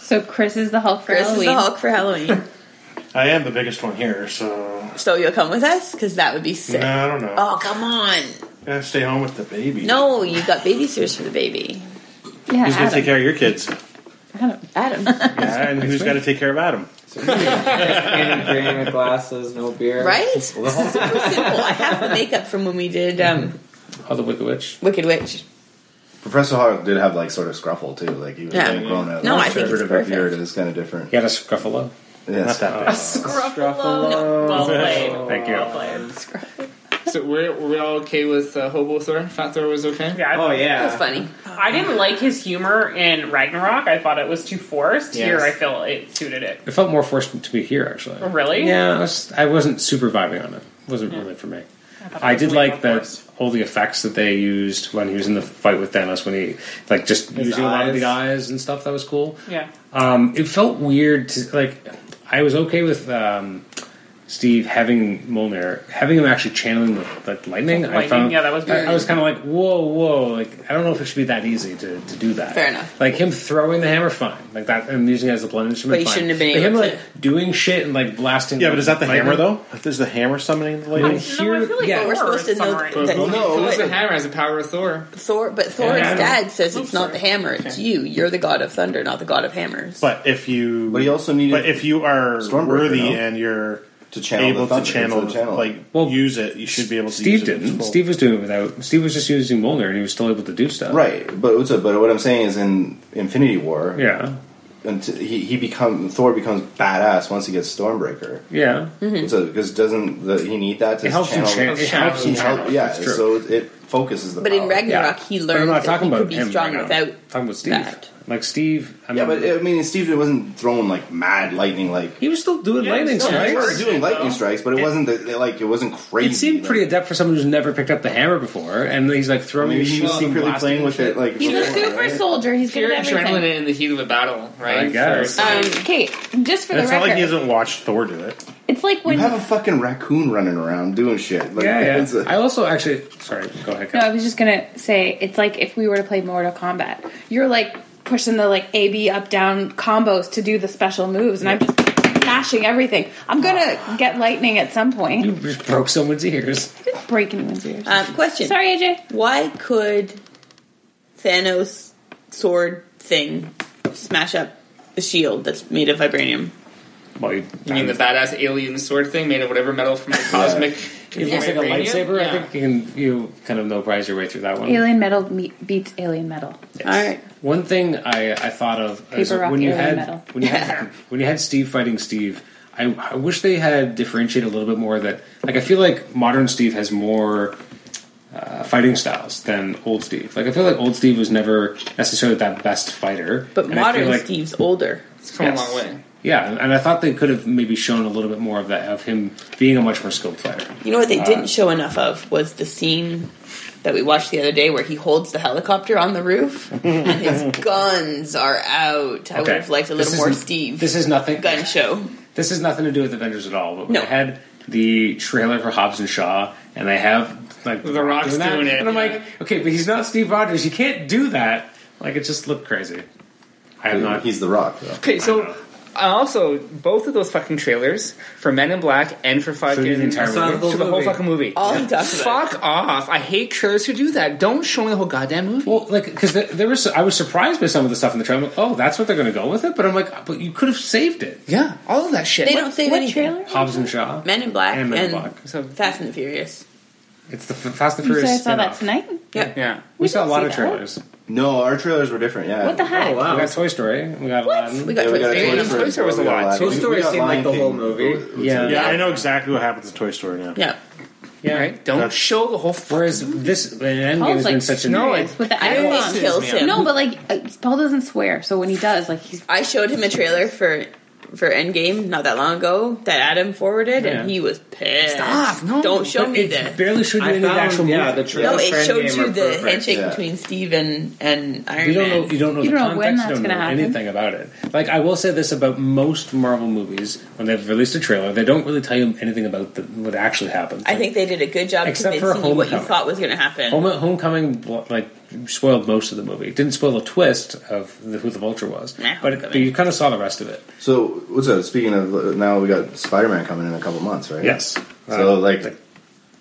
Speaker 4: So Chris is the Hulk for
Speaker 8: Chris is
Speaker 4: Halloween.
Speaker 8: the Hulk for Halloween.
Speaker 3: I am the biggest one here, so
Speaker 8: so you'll come with us because that would be sick.
Speaker 3: no, I don't know.
Speaker 8: Oh come on!
Speaker 3: Gotta stay home with the baby.
Speaker 8: No, you got babysitters for the baby,
Speaker 4: Yeah,
Speaker 3: Who's gonna
Speaker 4: Adam.
Speaker 3: take care of your kids?
Speaker 4: Adam.
Speaker 8: Adam.
Speaker 3: Yeah, and who's got to take care of Adam?
Speaker 5: Painted green with glasses, no beer.
Speaker 8: right? Super simple. I have the makeup from when we did um,
Speaker 1: Oh, the Wicked Witch.
Speaker 8: Wicked Witch.
Speaker 7: Professor Hawk did have like sort of scruffle too, like he was
Speaker 8: Yeah.
Speaker 7: like grown up.
Speaker 8: No,
Speaker 7: His
Speaker 8: I think
Speaker 7: sort
Speaker 8: it's
Speaker 7: of a
Speaker 8: perfect.
Speaker 7: beard is kind of different.
Speaker 1: He had a Scruffalo.
Speaker 7: Yes.
Speaker 5: Scruffalo.
Speaker 9: Well played.
Speaker 1: Thank you.
Speaker 9: Well played.
Speaker 6: So we're, were we all okay with uh, Hobo Thor? Fat Thor was okay?
Speaker 9: Yeah, I
Speaker 5: Oh
Speaker 8: That's
Speaker 5: yeah.
Speaker 8: funny.
Speaker 9: I didn't like his humor in Ragnarok. I thought it was too forced.
Speaker 6: Yes.
Speaker 9: Here, I feel it suited it. Oh,
Speaker 1: It felt more forced to be here, actually.
Speaker 9: Really?
Speaker 1: Yeah, I, was, I wasn't super vibing on it. wasn't really for me. I, did like that all the effects that they used when he was in the fight with Thanos, when he like just using a lot of
Speaker 5: eyes.
Speaker 1: the eyes and stuff. That was cool.
Speaker 9: Yeah.
Speaker 1: Um, it felt weird to like. I was okay with um, Steve having Molnar having him actually channeling the like lightning. I
Speaker 9: Lightning,
Speaker 1: found,
Speaker 9: yeah, that was
Speaker 1: I,
Speaker 9: weird.
Speaker 1: I was kind of like, whoa, whoa. Like, I don't know if it should be that easy to, to do that.
Speaker 8: Fair enough.
Speaker 1: Like him throwing the hammer, fine. Like that, and using it as a blunt instrument.
Speaker 8: But he
Speaker 1: fine.
Speaker 8: shouldn't have been
Speaker 1: But
Speaker 8: able
Speaker 1: him
Speaker 8: to.
Speaker 1: like doing shit and like blasting.
Speaker 3: Yeah, but is that the
Speaker 1: lightning-
Speaker 3: hammer though? Is the hammer summoning the
Speaker 1: I'm
Speaker 3: lady?
Speaker 9: No, I
Speaker 1: here.
Speaker 9: feel like
Speaker 1: yeah,
Speaker 8: But we're supposed to know
Speaker 9: Summary.
Speaker 8: that
Speaker 6: Well, no, it was the
Speaker 8: Thor,
Speaker 6: hammer has the power of Thor.
Speaker 8: Thor, but Thor's
Speaker 1: Yeah.
Speaker 8: dad says it's not the hammer; it's you. You're the god of thunder, not the god of hammers.
Speaker 3: But if you,
Speaker 7: But he also needed
Speaker 3: but if you are
Speaker 7: Stormbreaker,
Speaker 3: worthy
Speaker 7: no?
Speaker 3: and you're
Speaker 7: to channel
Speaker 3: able
Speaker 7: the thunder,
Speaker 3: to channel,
Speaker 7: the channel.
Speaker 3: like
Speaker 1: Well,
Speaker 3: use it, you should be able to.
Speaker 1: Steve
Speaker 3: use it in
Speaker 1: didn't.
Speaker 3: full.
Speaker 1: Steve was doing it without. Steve was just using Molnar, and he was still able to do stuff.
Speaker 7: right, but it's a- but what I'm saying is in Infinity War,
Speaker 1: Yeah.
Speaker 7: until he he become Thor becomes badass once he gets Stormbreaker.
Speaker 1: Yeah.
Speaker 4: Mm-hmm.
Speaker 7: Because doesn't the, he need that to
Speaker 1: It helps him.
Speaker 7: channel?
Speaker 1: Cha- it helps
Speaker 7: he
Speaker 1: him.
Speaker 7: help,
Speaker 1: channel.
Speaker 7: yeah,
Speaker 1: It's true.
Speaker 7: so it focuses the.
Speaker 8: But in
Speaker 7: power.
Speaker 8: Ragnarok,
Speaker 1: Yeah.
Speaker 8: he
Speaker 1: But I'm
Speaker 8: learned
Speaker 1: not
Speaker 8: that
Speaker 1: talking
Speaker 8: he
Speaker 1: about
Speaker 8: could be
Speaker 1: him
Speaker 8: strong
Speaker 1: right now.
Speaker 8: without.
Speaker 1: I'm talking about Steve.
Speaker 8: that.
Speaker 1: Like Steve. I mean,
Speaker 7: yeah, but I mean, Steve wasn't throwing like mad lightning, like
Speaker 1: he was still doing lightning
Speaker 7: No, they were
Speaker 1: strikes.
Speaker 7: doing lightning strikes, but it, wasn't the, they, like it wasn't crazy.
Speaker 1: It seemed pretty adept for someone who's never picked up the hammer before, and he's like throwing
Speaker 7: Maybe he
Speaker 1: his
Speaker 7: was
Speaker 1: shield and
Speaker 7: secretly
Speaker 1: blasting
Speaker 7: playing with it, like
Speaker 4: He's a
Speaker 7: before,
Speaker 4: super
Speaker 7: right?
Speaker 4: soldier. He's good
Speaker 6: Pure
Speaker 4: at everything.
Speaker 6: adrenaline in the heat of a battle, right?
Speaker 1: I guess.
Speaker 6: For-
Speaker 4: Um, okay, just for the
Speaker 3: It's not like he
Speaker 4: record,
Speaker 3: hasn't watched Thor do it.
Speaker 4: it's like
Speaker 7: You
Speaker 4: when
Speaker 7: have a fucking raccoon running around doing shit. Like,
Speaker 1: Yeah,
Speaker 7: it's
Speaker 1: yeah.
Speaker 3: uh,
Speaker 7: a-
Speaker 1: I also actually. Sorry, go ahead.
Speaker 4: No,
Speaker 1: Kat.
Speaker 4: I was just gonna say it's like if we were to play Mortal Kombat, you're like pushing the like A B up down combos to do the special moves, and I'm just mashing everything. I'm gonna get lightning at some point.
Speaker 1: Oh. You just broke someone's ears.
Speaker 4: Just break anyone's ears.
Speaker 8: Um, question:
Speaker 4: Sorry, AJ.
Speaker 1: Oh.
Speaker 8: Why could Thanos' sword thing smash up the shield that's made of vibranium?
Speaker 1: Well, you,
Speaker 6: You mean the badass alien sword thing made of whatever metal from the cosmic?
Speaker 1: it looks like a
Speaker 6: vibranium?
Speaker 1: lightsaber.
Speaker 6: Yeah.
Speaker 1: I think you can you kind of no prize your way through that one.
Speaker 4: Alien metal me- beats alien metal.
Speaker 8: All right.
Speaker 1: One thing I, I thought of is
Speaker 4: Paper, rock,
Speaker 1: when you
Speaker 4: alien
Speaker 1: had
Speaker 4: metal.
Speaker 1: when you had when you had Steve fighting Steve. I, I wish they had differentiated a little bit more. That like I feel like modern Steve has more uh, fighting styles than old Steve. Like I feel like old Steve was never necessarily that best fighter.
Speaker 8: But
Speaker 1: And I
Speaker 8: modern
Speaker 1: feel like-
Speaker 8: Steve's older.
Speaker 6: It's come
Speaker 1: Yes.
Speaker 6: a long way.
Speaker 1: yeah, and- and I thought they could have maybe shown a little bit more of that of him being a much more skilled fighter.
Speaker 8: You know what they didn't show enough of was the scene that we watched the other day where he holds the helicopter on the roof and his guns are out. I would
Speaker 1: Okay.
Speaker 8: have liked a
Speaker 1: This
Speaker 8: little more
Speaker 1: isn't-
Speaker 8: Steve
Speaker 1: This is nothing.
Speaker 8: gun show.
Speaker 1: This has nothing to do with Avengers at all. But when
Speaker 8: No.
Speaker 1: they had the trailer for Hobbs and Shaw, and they have like
Speaker 6: The Rock's
Speaker 1: that,
Speaker 6: doing it,
Speaker 1: and I'm
Speaker 6: yeah.
Speaker 1: like, okay, but he's not Steve Rogers. You can't do that. Like it just looked crazy. I have not.
Speaker 7: He's the Rock, though.
Speaker 6: Okay, so
Speaker 1: I
Speaker 9: Uh-huh.
Speaker 1: know.
Speaker 6: uh, also both of those fucking trailers for Men in Black and for Five
Speaker 1: So you
Speaker 6: Days
Speaker 1: did the entire
Speaker 6: Saw
Speaker 1: movie?
Speaker 6: the whole,
Speaker 5: Movie.
Speaker 6: fucking movie.
Speaker 8: All he talks about.
Speaker 6: Fuck off! I hate trailers who do that. Don't show me the whole goddamn movie.
Speaker 1: Well, like because there, there was, I was surprised by some of the stuff in the trailer. I'm like, oh, that's what they're going to go with it. But I'm like, but you could have saved it.
Speaker 6: yeah, all of that shit.
Speaker 8: They
Speaker 6: What-
Speaker 8: don't say
Speaker 4: What
Speaker 8: anything.
Speaker 4: trailer?
Speaker 1: Hobbs and Shaw
Speaker 8: Men in Black
Speaker 1: and
Speaker 8: and,
Speaker 1: Men in Black.
Speaker 6: So
Speaker 8: Fast and the Furious.
Speaker 1: It's the F- Fast and
Speaker 4: You
Speaker 1: Furious.
Speaker 4: said I saw that
Speaker 1: spin-off.
Speaker 4: tonight.
Speaker 8: Yep.
Speaker 6: yeah,
Speaker 1: We, saw a
Speaker 4: didn't
Speaker 1: lot
Speaker 4: see
Speaker 1: of
Speaker 4: that.
Speaker 1: trailers.
Speaker 7: No, our trailers were different. Yeah.
Speaker 4: What the heck?
Speaker 5: Oh wow!
Speaker 1: We got Toy Story. We got Aladdin.
Speaker 8: We got
Speaker 7: Yeah,
Speaker 8: Toy
Speaker 7: we got a
Speaker 8: Story.
Speaker 6: Toy Story.
Speaker 7: Toy Story.
Speaker 6: Toy Story was a lot.
Speaker 7: Aladdin.
Speaker 5: Toy
Speaker 7: We- we
Speaker 5: Story
Speaker 7: got
Speaker 5: seemed like
Speaker 7: Lion
Speaker 5: the whole
Speaker 7: King.
Speaker 5: movie.
Speaker 1: Yeah.
Speaker 3: Yeah, I know exactly what happens to Toy Story now.
Speaker 8: Yeah.
Speaker 1: yeah.
Speaker 6: right. Don't
Speaker 3: That's-
Speaker 6: show the whole. F-
Speaker 1: Whereas this and Endgame
Speaker 4: Paul's
Speaker 1: has been
Speaker 4: like
Speaker 1: such a
Speaker 6: No,
Speaker 4: furious
Speaker 6: it-
Speaker 4: with the
Speaker 8: Everyone
Speaker 4: eyeball.
Speaker 8: kills him.
Speaker 4: No, but like uh, Paul doesn't swear, so when he does, like he's
Speaker 8: I showed him a trailer for for Endgame not that long ago that Adam forwarded,
Speaker 1: Yeah.
Speaker 8: and he was pissed.
Speaker 6: Stop, no.
Speaker 8: Don't show
Speaker 1: But
Speaker 8: me
Speaker 1: it
Speaker 8: this.
Speaker 1: barely showed you
Speaker 5: I
Speaker 1: any of the actual
Speaker 5: found yeah
Speaker 1: movie.
Speaker 5: the
Speaker 8: No,
Speaker 5: trailer. for
Speaker 8: it showed
Speaker 5: Endgame
Speaker 8: you
Speaker 5: are
Speaker 8: the
Speaker 5: perfect.
Speaker 8: handshake
Speaker 7: Yeah.
Speaker 8: between Steve and, and Iron
Speaker 1: you don't
Speaker 8: Man.
Speaker 1: know. You don't know.
Speaker 4: You
Speaker 1: the
Speaker 4: don't know
Speaker 1: context,
Speaker 4: when that's
Speaker 1: you don't
Speaker 4: gonna
Speaker 1: know
Speaker 4: happen.
Speaker 1: anything about it. Like I will say this about most Marvel movies when they've released a trailer, they don't really tell you anything about the, what actually happens.
Speaker 8: I think they did a good job
Speaker 1: Except for
Speaker 8: convincing you what you
Speaker 1: Homecoming.
Speaker 8: thought was going to happen.
Speaker 1: Home, Homecoming blo- like spoiled most of the movie. It didn't spoil the twist of the, who the Vulture was,
Speaker 8: Nah,
Speaker 1: but, it, but you kind of saw the rest of it.
Speaker 7: So what's up? Speaking of uh, now, we got Spider Man coming in a couple months, right?
Speaker 1: Yes. Uh,
Speaker 7: So like,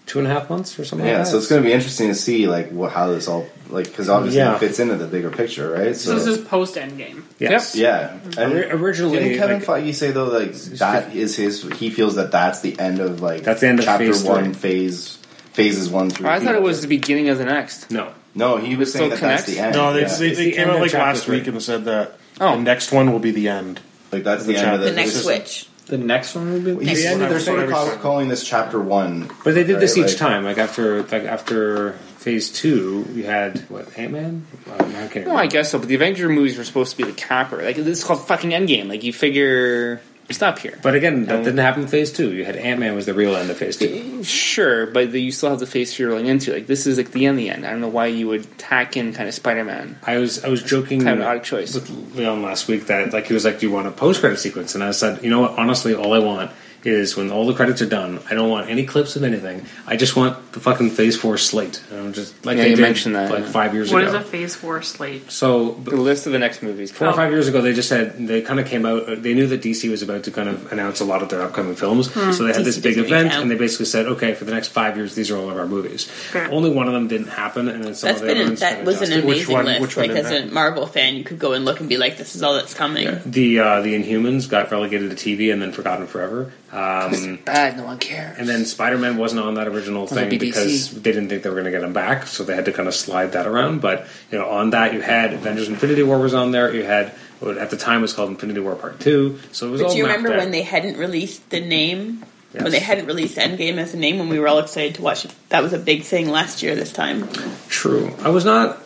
Speaker 1: Two and a half months or something.
Speaker 7: yeah.
Speaker 1: Like that.
Speaker 7: So it's going to be interesting to see like what, how this all like because obviously
Speaker 1: Yeah.
Speaker 7: it fits into the bigger picture, right?
Speaker 9: So this is post Endgame.
Speaker 1: yes.
Speaker 7: yeah. And
Speaker 1: Ori- originally,
Speaker 7: didn't Kevin
Speaker 1: like-
Speaker 7: Feige say though like that is his? He feels that that's the end of like
Speaker 1: That's the end of
Speaker 7: chapter
Speaker 1: phase three.
Speaker 7: one phase phases one through.
Speaker 6: Oh, I thought it
Speaker 7: three.
Speaker 6: was the beginning of the next.
Speaker 1: No.
Speaker 7: no. He was saying
Speaker 6: still
Speaker 7: that that's
Speaker 6: connects?
Speaker 7: the end.
Speaker 3: No, they,
Speaker 7: yeah.
Speaker 3: they, they
Speaker 1: the
Speaker 3: came
Speaker 1: end
Speaker 3: out
Speaker 1: of
Speaker 3: like
Speaker 1: chapter
Speaker 3: last
Speaker 1: three.
Speaker 3: week and said that
Speaker 6: Oh.
Speaker 3: the next one will be the end.
Speaker 7: like that's
Speaker 3: The
Speaker 7: the, end of
Speaker 3: chapter.
Speaker 7: the,
Speaker 8: the next
Speaker 3: This is-
Speaker 8: switch.
Speaker 5: The next one would be.
Speaker 7: He's,
Speaker 1: The end of
Speaker 7: they're
Speaker 1: the
Speaker 7: sort of
Speaker 1: phase.
Speaker 7: call, calling this chapter one,
Speaker 1: But they did this
Speaker 7: right?
Speaker 1: each
Speaker 7: Like,
Speaker 1: time. Like after like after phase two, we had what Ant Man. I can't
Speaker 6: Well, I
Speaker 1: remember.
Speaker 6: guess so. But the Avenger movies were supposed to be the capper. Like this is called fucking Endgame. Like you figure stop here.
Speaker 1: But again, that didn't happen in phase two. You had Ant Man was the real end of phase two.
Speaker 6: Sure, but the, you still have the face you're rolling into. Like this is like the end. The end. I don't know why you would tack in kind of Spider Man.
Speaker 1: I was I was joking
Speaker 6: Kind of an odd choice.
Speaker 1: with Leon last week that like he was like, "Do you want a post credit sequence?" And I said, "You know what? Honestly, all I want is when all the credits are done. I don't want any clips of anything. I just want the fucking phase four slate." And I'm just like
Speaker 6: Yeah,
Speaker 1: they
Speaker 6: you
Speaker 1: did,
Speaker 6: mentioned that,
Speaker 1: like
Speaker 6: yeah.
Speaker 1: five years
Speaker 9: What is
Speaker 1: ago.
Speaker 9: a Phase Four slate?
Speaker 1: so but
Speaker 6: The list of the next movies.
Speaker 8: Oh.
Speaker 1: four or five years ago, they just had they kind of came out. uh, They knew that DC was about to kind of announce a lot of their upcoming films, so they had
Speaker 8: DC
Speaker 1: this big
Speaker 8: doesn't
Speaker 1: event,
Speaker 8: count.
Speaker 1: and they basically said, "Okay, for the next five years, these are all of our movies."
Speaker 9: Fair.
Speaker 1: Only one of them didn't happen, and then some
Speaker 8: That's
Speaker 1: of the other
Speaker 8: been an,
Speaker 1: ones
Speaker 8: that
Speaker 1: kinda
Speaker 8: was an
Speaker 1: adjusted.
Speaker 8: amazing
Speaker 3: Which one-
Speaker 8: list.
Speaker 3: which one
Speaker 8: like
Speaker 3: did
Speaker 8: as a
Speaker 3: that?
Speaker 8: Marvel fan, you could go and look and be like, "This is all that's coming."
Speaker 1: The uh, the Inhumans got relegated to TV and then forgotten forever, um,
Speaker 6: Bad. No one cares.
Speaker 1: and then Spider Man wasn't on that original
Speaker 6: it
Speaker 1: thing
Speaker 6: be
Speaker 1: because
Speaker 6: DC?
Speaker 1: they didn't think they were going to get him back, so they had to kind of slide that around. But you know, on that you had Avengers: Infinity War was on there. You had what at the time was called Infinity War Part Two, so it was all
Speaker 8: But do you
Speaker 1: mapped
Speaker 8: remember
Speaker 1: out.
Speaker 8: when they hadn't released the name?
Speaker 1: Yes.
Speaker 8: When they hadn't released Endgame as a name, when we were all excited to watch it, that was a big thing last year. This time,
Speaker 1: True. I was not.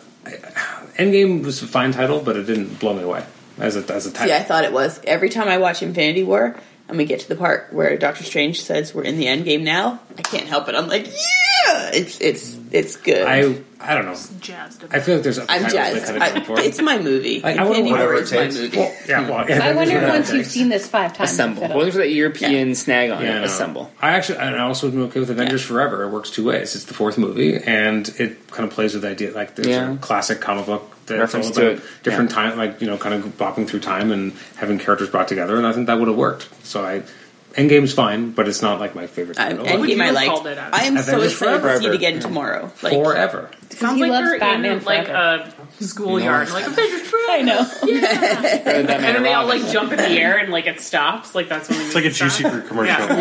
Speaker 1: Endgame was a fine title, but it didn't blow me away as a as a title.
Speaker 8: See, I thought it was. Every time I watch Infinity War and we get to the part where Doctor Strange says we're in the end game now, I can't help it. I'm like, yeah, it's it's it's good. I,
Speaker 1: I, I don't know.
Speaker 9: Jazzed.
Speaker 1: I feel like there's other
Speaker 8: am
Speaker 1: titles
Speaker 8: jazzed.
Speaker 1: that kind
Speaker 8: I,
Speaker 1: of for it.
Speaker 8: it's my movie.
Speaker 1: I- I wouldn't
Speaker 8: Infinity
Speaker 1: want
Speaker 8: War
Speaker 1: it
Speaker 8: is my movie.
Speaker 1: Yeah, well, yeah,
Speaker 4: I wonder
Speaker 1: there's
Speaker 4: once
Speaker 1: other things.
Speaker 4: you've seen this five times.
Speaker 6: assemble.
Speaker 4: instead of-
Speaker 6: Waiting for that European snag on
Speaker 1: Yeah,
Speaker 6: it.
Speaker 1: no.
Speaker 6: Assemble.
Speaker 1: I actually, and I also would be okay with Avengers Forever. It works two ways. It's the fourth movie, and it kind of plays with the idea like there's
Speaker 6: Yeah.
Speaker 1: a classic comic book that's
Speaker 6: Reference
Speaker 1: all
Speaker 6: to
Speaker 1: about
Speaker 6: it,
Speaker 1: different
Speaker 6: yeah.
Speaker 1: time, like you know, kind of bopping through time and having characters brought together. And I think that would have worked. So I, Endgame's fine, but it's not like my favorite.
Speaker 8: I'm,
Speaker 1: title.
Speaker 8: Endgame
Speaker 9: you
Speaker 8: I
Speaker 9: have
Speaker 8: liked.
Speaker 9: called it out?
Speaker 8: I am so
Speaker 1: Avengers
Speaker 8: excited to see
Speaker 1: Forever.
Speaker 8: it again tomorrow. Like,
Speaker 1: forever.
Speaker 9: Sounds
Speaker 4: He
Speaker 9: like
Speaker 4: loves
Speaker 9: they're
Speaker 4: Batman
Speaker 9: in like
Speaker 4: forever.
Speaker 9: a schoolyard, like Avengers Forever.
Speaker 8: I know.
Speaker 9: And
Speaker 6: And
Speaker 9: then they all like jump in the air and like it stops. Like that's when
Speaker 3: It's like a juicy fruit commercial. Or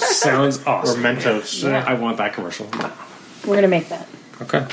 Speaker 1: Sounds
Speaker 3: Or
Speaker 1: awesome.
Speaker 3: Mentos.
Speaker 1: I want that commercial.
Speaker 4: We're gonna make that.
Speaker 1: Okay.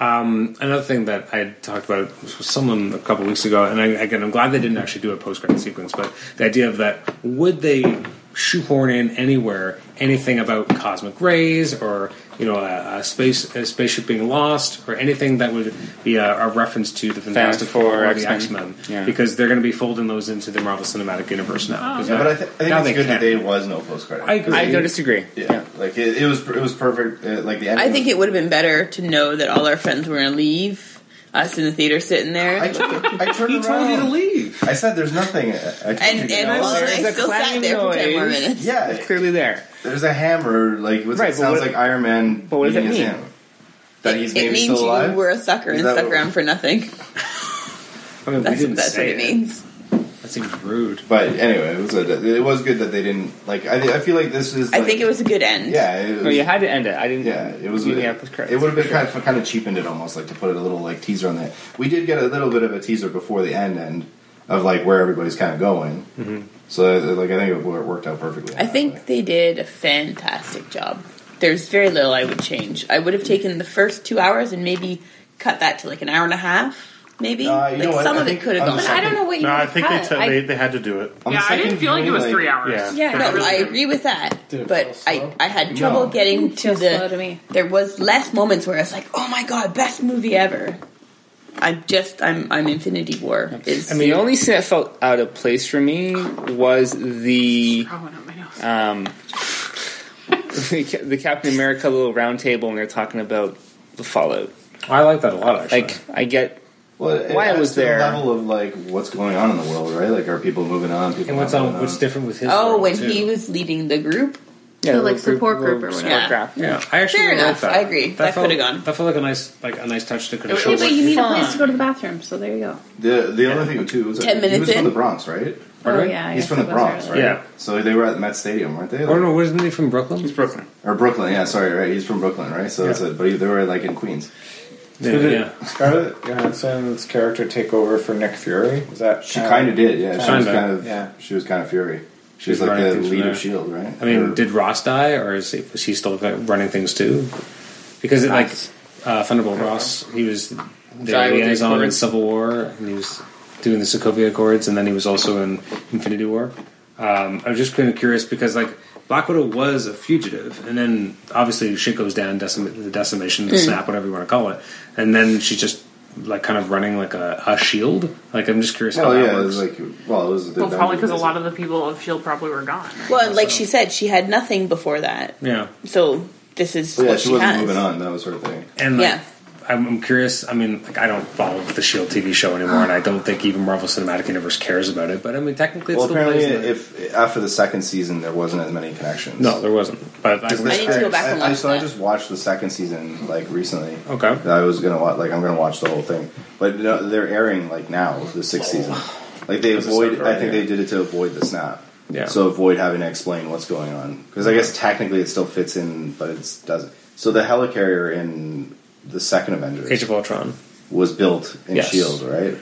Speaker 1: Um, another thing that I had talked about was with someone a couple weeks ago, and I, again, I'm glad they didn't actually do a post credit sequence, but the idea of that would they shoehorn in anywhere anything about cosmic rays or you know a, a space a spaceship being lost or anything that would be a, a reference to the Fantastic
Speaker 6: Four,
Speaker 1: Four or the
Speaker 6: X-Men.
Speaker 1: X Men
Speaker 6: Yeah.
Speaker 1: because they're going to be folding those into the Marvel Cinematic Universe now. 'Cause
Speaker 7: Yeah,
Speaker 1: now-
Speaker 7: but I, th- I think
Speaker 1: now
Speaker 7: it's
Speaker 1: they
Speaker 7: good
Speaker 1: can.
Speaker 7: that there was no post credit.
Speaker 1: I agree.
Speaker 6: I don't disagree.
Speaker 7: Yeah. like it, it was it was perfect. Uh, like the ending.
Speaker 8: I think it would have been better to know that all our friends were going to leave. Us in the theater sitting there,
Speaker 7: I, took it- I turned around.
Speaker 1: leave.
Speaker 7: I said, "There's nothing." I, I told
Speaker 8: and
Speaker 7: you,
Speaker 8: and
Speaker 7: know,
Speaker 8: Paul and
Speaker 7: there's,
Speaker 8: I
Speaker 6: a
Speaker 8: still sat
Speaker 6: clanging
Speaker 8: there for ten more
Speaker 6: noise.
Speaker 8: minutes.
Speaker 7: yeah,
Speaker 6: It's clearly there.
Speaker 7: there's a hammer. Like what's
Speaker 6: Right,
Speaker 7: it
Speaker 6: but
Speaker 7: sounds
Speaker 6: what-
Speaker 7: like Iron Man.
Speaker 6: but what does
Speaker 7: beating
Speaker 6: that
Speaker 7: his
Speaker 6: mean?
Speaker 7: hammer. That he's
Speaker 8: it
Speaker 7: maybe
Speaker 8: means
Speaker 7: still alive.
Speaker 8: you were a sucker and
Speaker 7: Is that
Speaker 8: stuck
Speaker 7: what-
Speaker 8: around for nothing.
Speaker 1: I mean,
Speaker 8: That's,
Speaker 1: we didn't
Speaker 8: that's what
Speaker 1: say
Speaker 8: it means.
Speaker 1: That seems rude.
Speaker 7: But anyway, it was a, it was good that they didn't like. I, I feel like this is.
Speaker 8: I
Speaker 7: like-
Speaker 8: think it was a good end.
Speaker 7: Yeah, it was,
Speaker 1: Oh,
Speaker 6: No, Oh, you had to end it. I didn't.
Speaker 7: Yeah, it was.
Speaker 6: Yeah,
Speaker 7: it,
Speaker 6: that's correct.
Speaker 7: would have been kind of kind of cheapened it almost, like to put a little like teaser on that. We did get a little bit of a teaser before the end end of like where everybody's kind of going. Mm-hmm. So like I think it wor- worked out perfectly. in
Speaker 8: I
Speaker 7: that way.
Speaker 8: think they did a fantastic job. There's very little I would change. I would have taken the first two hours and maybe cut that to like an hour and a half, maybe.
Speaker 7: Uh, you
Speaker 8: like
Speaker 7: know what?
Speaker 8: some
Speaker 7: I
Speaker 8: of it
Speaker 7: think
Speaker 8: could have
Speaker 7: on
Speaker 8: gone.
Speaker 7: the
Speaker 4: But I don't know what you
Speaker 3: No,
Speaker 4: would
Speaker 3: I think they,
Speaker 4: cut.
Speaker 3: t-
Speaker 4: I-
Speaker 3: they they had to do it.
Speaker 7: On the
Speaker 9: yeah, I
Speaker 7: second
Speaker 9: didn't feel like it
Speaker 7: viewing,
Speaker 9: was three hours.
Speaker 3: Yeah.
Speaker 4: yeah,
Speaker 8: No, I agree with that,
Speaker 5: Did it feel
Speaker 8: but I,
Speaker 5: slow?
Speaker 8: I had trouble
Speaker 7: No.
Speaker 8: getting
Speaker 4: It
Speaker 8: to
Speaker 4: feels slow
Speaker 8: the.
Speaker 4: to me.
Speaker 8: There was less moments where I was like, "Oh my god, best movie ever." I'm just I'm I'm Infinity War is
Speaker 6: I mean, the only thing that felt out of place for me was the
Speaker 9: Oh, no, my nose.
Speaker 6: um, the, Ca- the Captain America little round table, and they're talking about the fallout.
Speaker 1: I like that a lot, actually.
Speaker 6: Like, I get
Speaker 7: well, it
Speaker 6: why it
Speaker 7: adds
Speaker 6: was
Speaker 7: to the
Speaker 6: there.
Speaker 7: level of like what's going on in the world, right? Like are people moving on? People
Speaker 1: and what's
Speaker 7: not
Speaker 1: on?
Speaker 7: moving
Speaker 1: What's different with his?
Speaker 8: oh
Speaker 1: world,
Speaker 8: when
Speaker 1: too.
Speaker 8: he was leading the group.
Speaker 4: The,
Speaker 6: yeah, little
Speaker 4: like, support group or
Speaker 6: little
Speaker 4: whatever.
Speaker 6: support crap.
Speaker 1: Yeah, I actually
Speaker 8: Fair
Speaker 1: really
Speaker 8: enough,
Speaker 1: like
Speaker 8: I
Speaker 1: that.
Speaker 8: agree. That
Speaker 1: felt-
Speaker 8: coulda gone.
Speaker 1: That felt like a nice, like a nice touch to kind of
Speaker 4: Yeah,
Speaker 1: show.
Speaker 4: but you need a place to go to the bathroom, so there you go.
Speaker 7: The the other thing too was that
Speaker 8: Ten
Speaker 7: he
Speaker 8: minutes
Speaker 7: was from
Speaker 8: in.
Speaker 7: the Bronx, right?
Speaker 1: Pardon
Speaker 4: oh
Speaker 1: me?
Speaker 4: yeah, I
Speaker 7: He's
Speaker 4: guess
Speaker 7: from the
Speaker 4: it was
Speaker 7: Bronx,
Speaker 4: early.
Speaker 7: right?
Speaker 1: Yeah.
Speaker 7: So they were at Met Stadium, weren't they?
Speaker 1: I don't know. Wasn't he from Brooklyn?
Speaker 6: It's Brooklyn.
Speaker 7: Or Brooklyn, yeah, sorry, right? He's from Brooklyn, right? So it's a, but they were like in Queens.
Speaker 1: Yeah.
Speaker 5: Did
Speaker 1: yeah.
Speaker 5: it- Scarlett Johansson's character take over for Nick Fury? Was that
Speaker 7: She kind of did, yeah. She was
Speaker 1: Kinda.
Speaker 7: kind of,
Speaker 5: Yeah.
Speaker 7: she was kind of Fury. She
Speaker 1: She's
Speaker 7: was like
Speaker 1: running
Speaker 7: the
Speaker 1: things
Speaker 7: lead
Speaker 1: from there.
Speaker 7: of Shield, E right?
Speaker 1: I mean,
Speaker 7: Or-
Speaker 1: did Ross die, or is he, was he still running things too? Because it, like uh, Thunderbolt Ross, he was the
Speaker 6: Guy with the
Speaker 1: liaison in
Speaker 6: accords.
Speaker 1: Civil War, and he was doing the Sokovia Accords, and then he was also in Infinity War. Um, I was just kind of curious because like Black Widow was a fugitive, and then obviously shit goes down, decim- the decimation,
Speaker 7: Hmm.
Speaker 1: the snap, whatever you want to call it, and then she's just like kind of running like a, a shield. Like I'm just curious how
Speaker 7: well,
Speaker 1: that
Speaker 7: Oh, yeah, it
Speaker 1: works.
Speaker 7: was like, well, it was the
Speaker 9: Well, probably because a
Speaker 7: Avengers.
Speaker 9: lot of the people of Shield E probably were gone.
Speaker 8: Well, and like she said, she had nothing before that,
Speaker 1: yeah.
Speaker 8: so this is
Speaker 7: But yeah,
Speaker 8: what
Speaker 7: she wasn't
Speaker 8: has.
Speaker 7: moving on. That was her thing.
Speaker 1: And like,
Speaker 8: Yeah.
Speaker 1: I'm, I'm curious. I mean, like, I E don't follow the Shield TV show anymore, and I don't think even Marvel Cinematic Universe cares about it. But I mean, technically, it's
Speaker 7: Well,
Speaker 1: still
Speaker 7: apparently,
Speaker 1: plays in it.
Speaker 7: if after the second season, there wasn't as many connections.
Speaker 1: no, there wasn't. But I,
Speaker 7: Because this-
Speaker 8: I need to go back and
Speaker 7: I,
Speaker 8: watch
Speaker 7: so I
Speaker 8: that.
Speaker 7: just watched the second season like recently.
Speaker 1: Okay.
Speaker 7: That I was gonna watch. Like I'm gonna watch the whole thing, but no, they're airing like now the sixth
Speaker 1: Oh.
Speaker 7: season. Like they
Speaker 1: a
Speaker 7: avoid.
Speaker 1: snap,
Speaker 7: I
Speaker 1: right,
Speaker 7: think
Speaker 1: yeah.
Speaker 7: they did it to avoid the snap.
Speaker 1: Yeah.
Speaker 7: So avoid having to explain what's going on because I guess technically it still fits in, but it doesn't. So the helicarrier in the second Avengers
Speaker 1: Age of Ultron,
Speaker 7: was built in
Speaker 1: Yes.
Speaker 7: Shield, E right?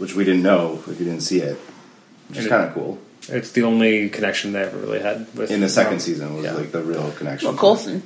Speaker 7: Which we didn't know if you didn't see it, which
Speaker 1: And
Speaker 7: is
Speaker 1: it-
Speaker 7: kind of cool.
Speaker 1: it's the only connection they ever really had with
Speaker 7: In the second
Speaker 1: um,
Speaker 7: season was
Speaker 1: yeah.
Speaker 7: like the real connection.
Speaker 8: Well, Coulson.